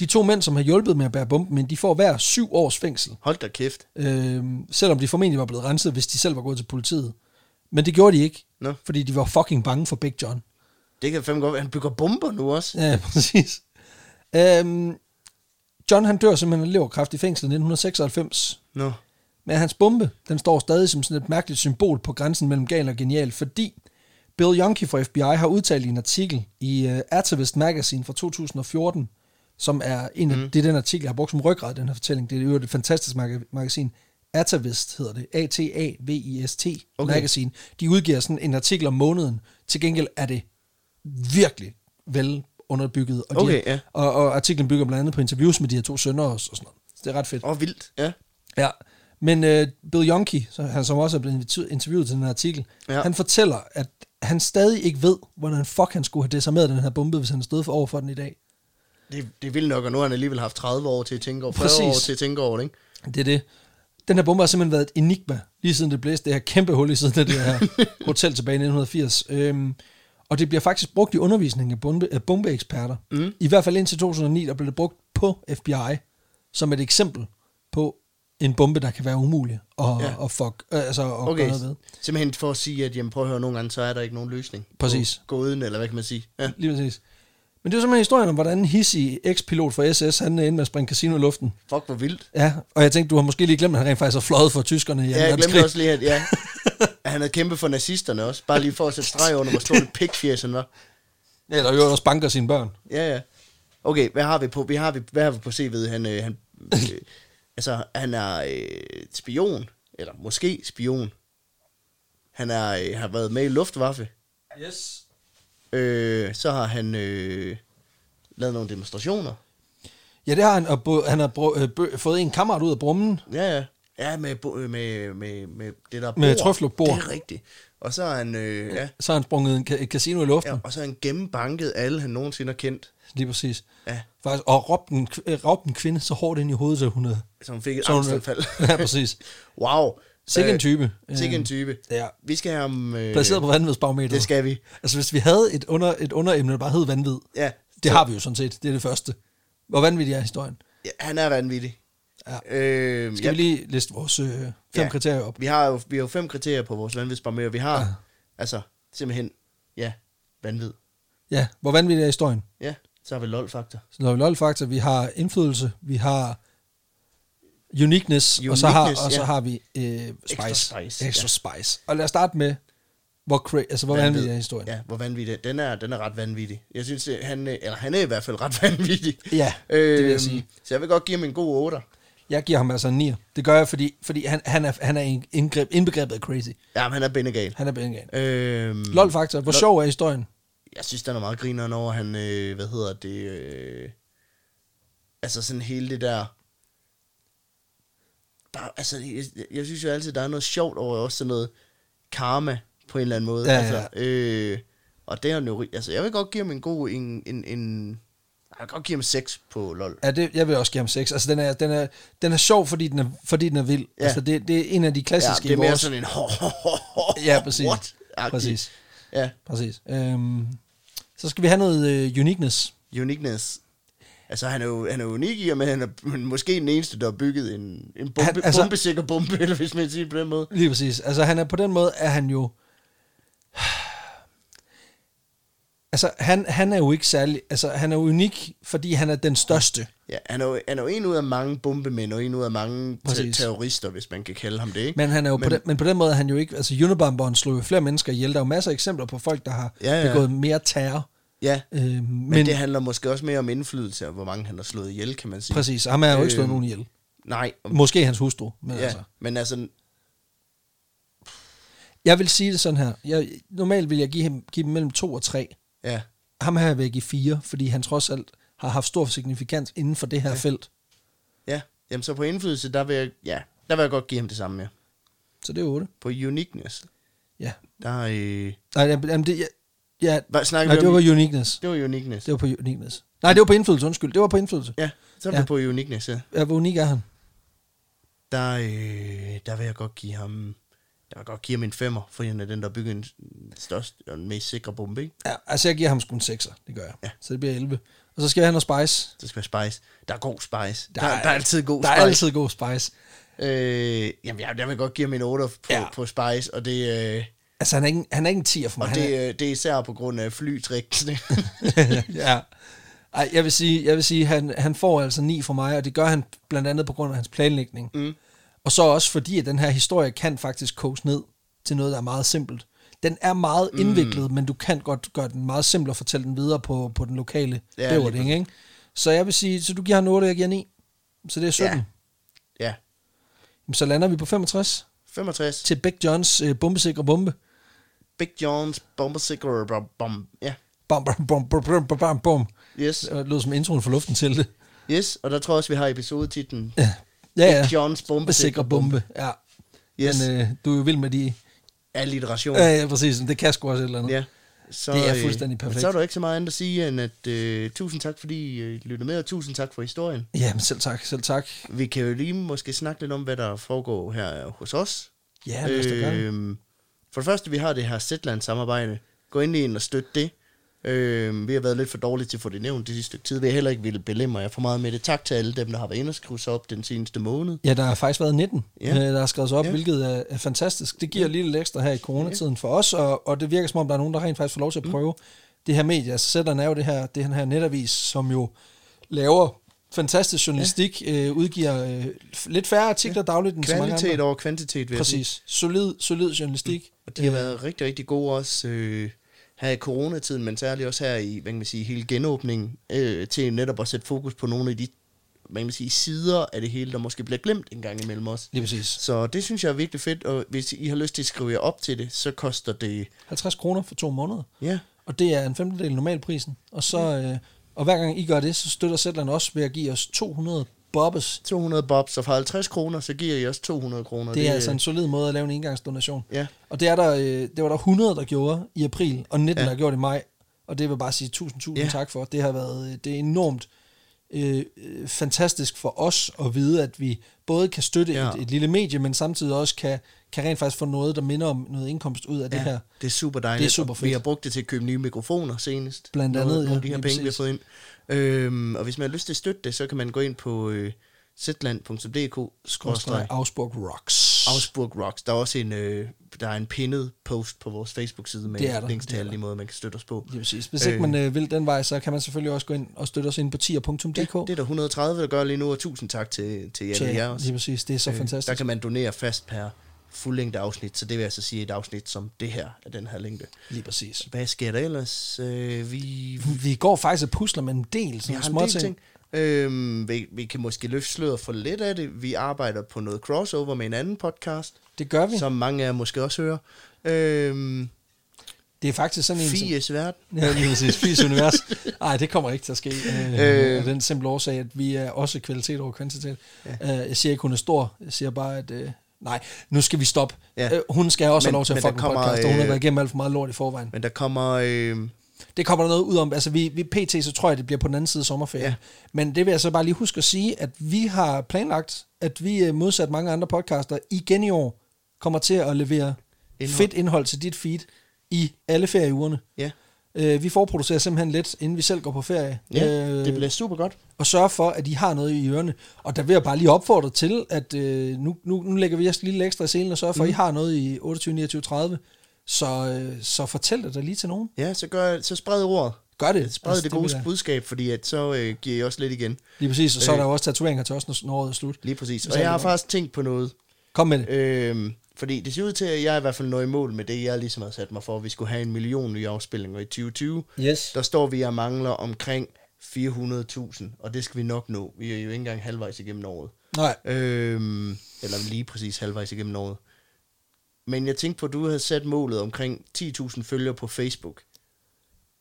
S2: De to mænd, som har hjulpet med at bære bomben, men de får hver syv års fængsel.
S1: Hold da kæft.
S2: Øh, selvom de formentlig var blevet renset, hvis de selv var gået til politiet. Men det gjorde de ikke,
S1: Nå.
S2: fordi de var fucking bange for Big John.
S1: Det kan fandme godt være. Han bygger bomber nu også.
S2: Ja, præcis. Øhm, John han dør simpelthen af leverkræft i fængslet i 1996.
S1: Nå.
S2: Men hans bombe, den står stadig som sådan et mærkeligt symbol på grænsen mellem gal og genial, fordi Bill Yonke fra FBI har udtalt i en artikel i uh, Atavist Magazine fra 2014, som er en
S1: Mhm.
S2: af, mm. det er den artikel, jeg har brugt som ryggrad i den her fortælling. Det er i øvrigt et fantastisk maga- magasin. Atavist hedder det. A-T-A-V-I-S-T
S1: Okay.
S2: okay. Magazine. De udgiver sådan en artikel om måneden. Til gengæld er det virkelig vel underbygget. Og, de,
S1: Okay, ja.
S2: og, og artiklen bygger blandt andet på interviews med de her to sønner også, og sådan noget. Så det er ret fedt.
S1: Åh, oh, vildt. Ja.
S2: Ja, men øh, Bill Yonke, så han som også er blevet invit- interviewet til den her artikel,
S1: Ja.
S2: ja. han fortæller, at han stadig ikke ved, hvordan fuck han skulle have desarmeret den her bombe, hvis han stod for over for den i dag.
S1: Det, det vil nok, og nu har han alligevel haft 30 år til at tænke over, 40
S2: Præcis.
S1: år til at tænke over det, ikke?
S2: Det er det. Den her bombe har simpelthen været et enigma, lige siden det blæste det her kæmpe hul i siden af det her hotel tilbage i 1980. Øhm, og det bliver faktisk brugt i undervisningen af, bombe, af bombeeksperter. Mm. I hvert fald indtil 2009, der blev det brugt på FBI, som et eksempel på en bombe, der kan være umulig at,
S1: Ja.
S2: ja. at, fuck, øh, altså at okay.
S1: Okay,
S2: gøre noget ved.
S1: simpelthen for at sige, at jamen, prøv at høre, nogle gange, så er der ikke nogen løsning.
S2: Præcis.
S1: Gå, gå uden, eller hvad kan man sige? Ja.
S2: Lige præcis. Men det er jo simpelthen historien om, hvordan en hissig ekspilot fra SS, han endte med at springe casino i luften.
S1: Fuck, hvor vildt.
S2: Ja, og jeg tænkte, du har måske lige glemt, at han rent faktisk har fløjet for tyskerne i
S1: Ja, jeg
S2: anden
S1: glemte
S2: verdenskrig.
S1: også lige, at ja. At han havde kæmpet for nazisterne også. Bare lige for at sætte streg under, hvor stor en pikfjæs han var.
S2: Ja, Eller jo også banker sine børn.
S1: Ja, ja. Okay, hvad har vi på, vi har vi, hvad har vi på CV'et? Han, øh, han, øh, altså, han er øh, spion, eller måske spion. Han er, øh, har været med i Luftwaffe.
S2: Yes.
S1: Øh, så har han øh, lavet nogle demonstrationer.
S2: Ja, det har han, og bo, han har bro, øh, bø, fået en kammerat ud af brummen.
S1: Ja, ja. Ja, med, bo- øh, med, med, med det der bord.
S2: Med trøflebord.
S1: Det er rigtigt. Og så er han, øh, ja,
S2: Så har han sprunget en, ka- et casino i luften.
S1: ja,
S2: Ja.
S1: og så er han gennembanket alle, han nogensinde har kendt,
S2: Lige præcis.
S1: Ja.
S2: Faktisk, og råbt en, kv- øh, råbt en kvinde så hårdt ind i hovedet, så hun havde...
S1: som fik et
S2: så hun- øh,
S1: angstanfald.
S2: ja, præcis.
S1: wow.
S2: Sikke en
S1: Øh,
S2: type.
S1: Sikke en
S2: Øh,
S1: type.
S2: Ja.
S1: Vi skal have ham... Øh,
S2: Placeret på vanvidsbarometeret.
S1: Det skal vi.
S2: Altså, hvis vi havde et, under, et underemne, der bare hed vanvid,
S1: Ja.
S2: Det har vi jo sådan set. Det er det første. Hvor vanvittig er historien?
S1: Ja, han er vanvittig.
S2: Ja.
S1: Øh,
S2: Skal ja. vi lige liste vores øh, fem
S1: Ja.
S2: ja. kriterier op?
S1: vi har jo vi har jo fem kriterier på vores vanvidsbarometer. Vi har ja.
S2: Ja.
S1: altså simpelthen, ja, vanvid.
S2: Ja, hvor vanvittig er historien?
S1: Ja, så har vi lol-faktor.
S2: Så når vi lol-faktor, vi har indflydelse, vi har uniqueness, og så har,
S1: Uniqueness,
S2: og så
S1: ja.
S2: har vi øh, spice.
S1: Extra spice,
S2: Extra spice. Og lad os starte med, hvor, cra- altså, hvor vanvittig er historien?
S1: Ja, hvor vanvittig. Den er, den er ret vanvittig. Jeg synes, at han, øh, eller han er i hvert fald ret vanvittig. Øhm,
S2: Ja, det vil jeg sige.
S1: Så jeg vil godt give ham en god 8.
S2: Jeg giver ham altså en 9. Det gør jeg, fordi, fordi han, han er, han er indgreb, indbegrebet af crazy.
S1: Ja, men han er bindegal.
S2: Han er bengal.
S1: Øhm,
S2: Lol-faktor, hvor sjov er historien?
S1: Jeg synes, den er meget grineren over, han, øh, hvad hedder det, øh, altså sådan hele det der, der altså, jeg, jeg synes jo altid, der er noget sjovt over også sådan noget karma, på en eller anden måde.
S2: Ja,
S1: altså, Øh, og det er jo, altså, jeg vil godt give ham en god, en, en, en Jeg kan godt give ham 6 på LOL.
S2: Ja, det, jeg vil også give ham 6. Altså, den er, den er, den er sjov, fordi den er, fordi den er vild. Ja.
S1: Ja.
S2: Altså, det, det er en af de
S1: Ja,
S2: klassiske
S1: det er
S2: i
S1: mere
S2: vores...
S1: sådan en...
S2: Ja, præcis.
S1: What? Agtigt.
S2: Præcis.
S1: Ja,
S2: Præcis. Øhm, så skal vi have noget øh, uniqueness.
S1: uniqueness. Altså, han er jo, han er unik i, og men han er men måske den eneste, der har bygget en, en bombe,
S2: Han-
S1: han,
S2: altså-
S1: altså, bombesikker bombe, eller hvis man siger det på den måde.
S2: Lige præcis. Altså han er på den måde, er han jo... Altså han, han er jo ikke særlig... Altså han er unik, fordi han er den største.
S1: Ja, han er, jo, han er jo en ud af mange bombemænd, og en ud af mange te-
S2: Præcis.
S1: terrorister, hvis man kan kalde ham det, ikke?
S2: Men, han er jo men,
S1: Men-
S2: på den, men på den måde er han jo ikke... Altså Unibomberen slog jo flere mennesker ihjel. Der er jo masser af eksempler på folk, der har ja,
S1: Ja,
S2: ja.
S1: ja.
S2: begået mere terror.
S1: ja,
S2: Øh, men,
S1: men, men det handler måske også mere om indflydelse, og hvor mange han har slået ihjel, kan man sige.
S2: præcis, og ham har jo ikke slået
S1: Øh,
S2: nogen ihjel.
S1: Nej, om,
S2: Måske hans hustru, men ja.
S1: ja,
S2: altså...
S1: men altså,
S2: Jeg vil sige det sådan her. Jeg, normalt vil jeg give, ham, give dem mellem to og tre.
S1: ja,
S2: ham her vil jeg give fire, fordi han trods alt har haft stor signifikans inden for det her ja. felt.
S1: ja. Jamen, så på indflydelse, der vil jeg, ja, der vil jeg godt give ham det samme, ja.
S2: Så det er otte.
S1: På uniqueness,
S2: Ja.
S1: der øh,
S2: Nej, jamen, jamen, det, ja, ja.
S1: Hvad snakker
S2: Nej,
S1: vi
S2: det
S1: om?
S2: var uniqueness.
S1: det var uniqueness.
S2: Det var på uniqueness. Nej, det var på indflydelse, undskyld. Det var på indflydelse.
S1: Ja, så er vi
S2: Ja.
S1: på uniqueness, ja.
S2: Ja, hvor unik er han?
S1: der, øh, der vil jeg godt give ham... Jeg vil godt give ham en femmer, for han er den, der bygger den største og den mest sikre bombe, ikke?
S2: Ja, altså jeg giver ham sgu en sekser. Det gør jeg.
S1: Ja.
S2: Så det bliver 11. Og så skal jeg have noget spice.
S1: Der skal være spice. Der er god spice. Der, der, er, der er altid god
S2: der
S1: spice.
S2: Der er altid god spice.
S1: Øh, jamen, jeg, jeg vil godt give ham en 8 på,
S2: Ja.
S1: ja. på spice, og det, øh,
S2: Altså han er ikke, han er ikke en 10'er for mig.
S1: og
S2: Han
S1: det,
S2: er,
S1: øh, det er især på grund af flytriksene.
S2: ja. Ej, jeg vil sige, jeg vil sige han, han får altså 9 fra mig, og det gør han blandt andet på grund af hans planlægning. Mm. Og så også fordi, at den her historie kan faktisk koges ned til noget, der er meget simpelt. Den er meget indviklet, men du kan godt gøre den meget simpel og fortælle den videre på, på den lokale
S1: Ja,
S2: ja,
S1: lige
S2: bæverding, ikke? Så jeg vil sige, så du giver han 8, og jeg giver 9. Så det er 17. Ja.
S1: Ja. ja.
S2: Så lander vi på 65
S1: 65.
S2: til Beck Johns øh, bombesikre bombe.
S1: Big John's Bomber Sicker. Bom, bom. Ja.
S2: Bam, bam, bam, bam, bam, bam, bam, bam.
S1: Yes.
S2: Det lød som introen for luften til det.
S1: Yes, og der tror jeg også, vi har episodetitlen.
S2: Ja, ja. ja.
S1: Big John's
S2: bombesikre
S1: bombesikre bombe.
S2: bombe. Ja. Yes.
S1: Yes.
S2: Men øh, du er jo vild med de...
S1: Alliteration.
S2: Ja, ja, præcis. Det kan sgu også et eller andet.
S1: Ja. Så,
S2: Øh, Det er
S1: øh,
S2: fuldstændig
S1: men
S2: perfekt.
S1: Så er der jo ikke så meget andet at sige, end at øh, tusind tak, fordi øh, I lyttede med, og tusind tak for historien.
S2: Jamen selv tak, selv tak.
S1: Vi kan jo lige måske snakke lidt om, hvad der foregår her hos os.
S2: Ja, lad os da gøre det.
S1: Øhm, for det første, vi har det her Zetland-samarbejde. Gå ind i en og støt det. Øhm, vi har været lidt for dårlige til at få det nævnt det sidste stykke tid. Vi har heller ikke ville belemme jer for meget med det. Tak til alle dem, der har været inde og skrive sig op den seneste måned.
S2: Ja, der har faktisk været 19, ja.
S1: Ja.
S2: der har skrevet sig op, ja.
S1: Ja.
S2: hvilket er, er fantastisk. Det giver lige lidt ekstra her i coronatiden for os, og, og det virker som om, der er nogen, der rent faktisk får lov til at
S1: Mm.
S2: prøve det her medie. Altså sætteren er jo det her, det her netavis, som jo laver fantastisk journalistik, ja. øh, udgiver øh, f- lidt færre artikler ja. dagligt end så mange
S1: Kvalitet
S2: andre.
S1: over kvantitet, vil jeg sige.
S2: Præcis. Solid, solid journalistik. Øh,
S1: Og de har været rigtig, rigtig gode også øh, her i coronatiden, men særligt også her i, hvad kan man sige, hele genåbningen, øh, til netop at sætte fokus på nogle af de, hvad kan man sige, sider af det hele, der måske bliver glemt en gang imellem os.
S2: Lige præcis.
S1: Så det synes jeg er virkelig fedt, og hvis I har lyst til at skrive jer op til det, så koster det,
S2: 50 kroner for to måneder.
S1: ja,
S2: Og det er en femtedel af normalprisen. Og, så, øh, og hver gang I gør det, så støtter Zetland også ved at give os 200 bobbes.
S1: 200 bobs, og for 50 kroner, så giver I også 200 kroner.
S2: Det er altså en solid måde at lave en engangsdonation.
S1: Ja.
S2: Og det, er der, øh, det var der 100, der gjorde i april, og 19, ja.
S1: Ja.
S2: der har gjort i maj. Og det vil jeg bare sige tusind, tusind ja.
S1: Ja.
S2: tak for. Det har været øh, det er enormt øh, øh, fantastisk for os at vide, at vi både kan støtte ja.
S1: Ja.
S2: et, et lille medie, men samtidig også kan, kan rent faktisk få noget, der minder om noget indkomst ud af ja. det her.
S1: det er super dejligt.
S2: Det er super
S1: Og
S2: fedt.
S1: Vi har brugt det til at købe nye mikrofoner senest.
S2: Blandt
S1: Noget-
S2: andet, ja,
S1: Nogle af de her
S2: lige
S1: penge, vi har
S2: præcis.
S1: fået ind. Øhm, og hvis man har lyst til at støtte det, så kan man gå ind på øh, zland.dk-afsburg
S2: Augsburg Rocks.
S1: Rocks. Der er også en, øh, der er en pinnet post på vores Facebook-side med
S2: Det er der,
S1: links
S2: det
S1: til
S2: er
S1: alle
S2: der.
S1: de måder, man kan støtte os på.
S2: Lige præcis. Hvis ikke man øh, vil den vej, så kan man selvfølgelig også gå ind og støtte os ind på tier.dk.
S1: Det er der 130, der gør lige nu, og tusind tak til, til
S2: Så,
S1: alle jer også.
S2: lige præcis. Det er så øh, fantastisk.
S1: Der kan man donere fast per fuldlængde afsnit, så det vil altså sige et afsnit som det her, af den her længde.
S2: Lige præcis.
S1: Hvad sker der ellers? Øh, vi
S2: Vi går faktisk og pusler med en del
S1: Vi
S2: sådan
S1: har en
S2: små
S1: del
S2: ting.
S1: ting. Øhm, vi, vi kan måske løfte sløret for lidt af det. Vi arbejder på noget crossover med en anden podcast,
S2: Det gør vi.
S1: som mange af jer måske også hører. Øhm,
S2: det er faktisk sådan en... som-
S1: Fies Verden.
S2: Ja, lige præcis. Fies univers. Nej, det kommer ikke til at ske. Øh, øh.
S1: Øh.
S2: Af den simple årsag, at vi er også kvalitet over kvantitet. Ja. Øh, jeg siger ikke, hun er stor. Jeg siger bare, at... Øh, nej, nu skal vi stoppe. Ja.
S1: Ja.
S2: Øh, hun skal også
S1: Men-
S2: have lov til at
S1: men der
S2: fucking
S1: kommer,
S2: podcast, og hun har
S1: øh,
S2: været igennem alt for meget lort i forvejen.
S1: Men der kommer, øh,
S2: Det kommer der noget ud om. Altså, vi, vi pt. så tror jeg, det bliver på den anden side af sommerferien.
S1: Ja.
S2: Ja. Men det vil jeg så bare lige huske at sige, at vi har planlagt, at vi øh, modsat mange andre podcaster igen i år kommer til at levere
S1: Indhold.
S2: indhold. fedt indhold til dit feed i alle ferieugerne.
S1: Ja,
S2: Øh, vi forproducerer simpelthen lidt, inden vi selv går på ferie.
S1: ja øh, det bliver super godt.
S2: og sørge for, at I har noget i ørerne. Og der vil jeg bare lige opfordre til, at øh, nu, nu, nu lægger vi jeres lille ekstra i selen og sørger for, mm. at I har noget i 28, 29, 30. Så, øh, så fortæl det da lige til nogen.
S1: Ja, så, gør, så spred ordet.
S2: Gør det.
S1: Spred altså, det gode
S2: vil jeg-
S1: budskab, fordi at så øh, giver jeg også lidt igen.
S2: Lige præcis, og så er
S1: Øh.
S2: der jo også tatoveringer til os, når- når året er slut.
S1: Lige præcis.
S2: Så
S1: Og
S2: er
S1: jeg
S2: det
S1: har
S2: godt.
S1: faktisk tænkt på noget.
S2: Kom med det.
S1: Øhm, fordi det ser ud til, at jeg i hvert fald når i mål med det, jeg ligesom har sat mig for, at vi skulle have en million nye afspillinger i 2020.
S2: Yes.
S1: Der står vi og mangler omkring 400.000, og det skal vi nok nå. Vi er jo ikke engang halvvejs igennem året.
S2: Nej,
S1: Øhm, eller lige præcis halvvejs igennem året. Men jeg tænkte på, at du havde sat målet omkring 10.000 følgere på Facebook.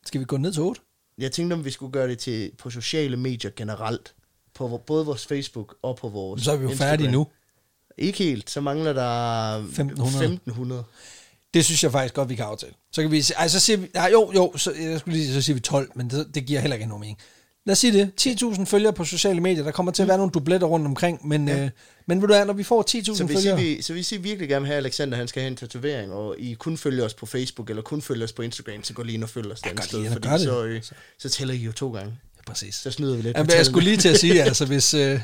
S2: skal vi gå ned til 8?
S1: Jeg tænkte, om vi skulle gøre det til på sociale medier generelt. På vo- både vores Facebook og på vores
S2: Så er vi jo
S1: Instagram.
S2: færdige nu.
S1: Ikke helt. Så mangler der
S2: 1500.
S1: 1500.
S2: Det synes jeg faktisk godt, vi kan aftale. Så kan vi sige, ej, så siger vi, nej, jo, jo, så, jeg skulle lige, så siger vi 12, men det, det giver heller ikke nogen mening. Lad os sige det, 10.000 følgere på sociale medier, der kommer til at være nogle dubletter rundt omkring, men, ja. øh, men ved du hvad, når vi får 10.000
S1: Så hvis,
S2: følgere...
S1: I, vil- så hvis I virkelig gerne vil have, at Alexander han skal have en tatovering, og I kun følger os på Facebook, eller kun følger os på Instagram, så gå lige ind og følg os et andet
S2: gå lige
S1: sted,
S2: ind og
S1: fordi
S2: gør det.
S1: så, øh, så tæller I jo to gange.
S2: Ja, Præcis.
S1: Så snyder vi lidt
S2: Jamen,
S1: på
S2: jeg
S1: tallene.
S2: skulle lige til at sige, altså, hvis, øh,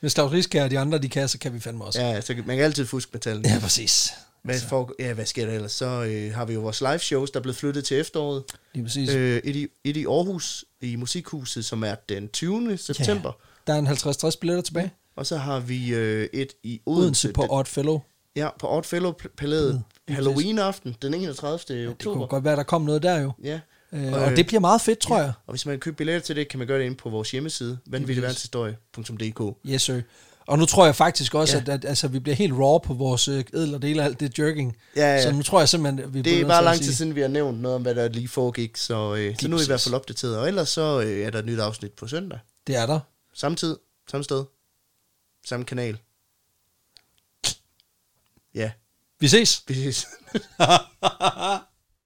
S2: hvis Claus Rieskær og de andre, de kan, så kan vi fandme også. Ja,
S1: Ja, så kan- man kan altid fuske med tallene.
S2: ja præcis.
S1: Hvad, for, ja, hvad sker der ellers? Så øh, har vi jo vores live shows, der er blevet flyttet til efteråret.
S2: Lige præcis. Øh,
S1: Øh, et, i, et i Aarhus, i Musikhuset, som er den 20. september. Ja.
S2: der er en 50-60 billetter tilbage.
S1: Og så har vi øh, et i Odense.
S2: Odense på Mm,
S1: den,
S2: Odd Fellow.
S1: ja, på Odd Fellow Palæet. Halloween-aften, den 31. Ja,
S2: Det kunne
S1: oktober.
S2: godt være, der kom noget der jo.
S1: Ja.
S2: Øh, og det bliver meget fedt, tror jeg.
S1: Og hvis man vil købe billetter til det, kan man gøre det inde på vores hjemmeside, vanvittigverdenshistorie.dk.
S2: Yes, sir. Og nu tror jeg faktisk også,
S1: Ja.
S2: ja. at, at altså, vi bliver helt raw på vores øh, edel og dele af alt det jerking.
S1: Ja, ja.
S2: Så nu tror jeg simpelthen, at vi
S1: Det
S2: bliver
S1: er
S2: nødt til
S1: bare
S2: at
S1: lang tid
S2: sige-
S1: siden, vi har nævnt noget om, hvad der lige foregik, så, øh, så nu er I i
S2: præcis.
S1: hvert fald opdateret. Og ellers så øh, er der et nyt afsnit på søndag.
S2: Det er der.
S1: Samme tid, samme sted, samme kanal. Ja,
S2: Vi ses.
S1: præcis.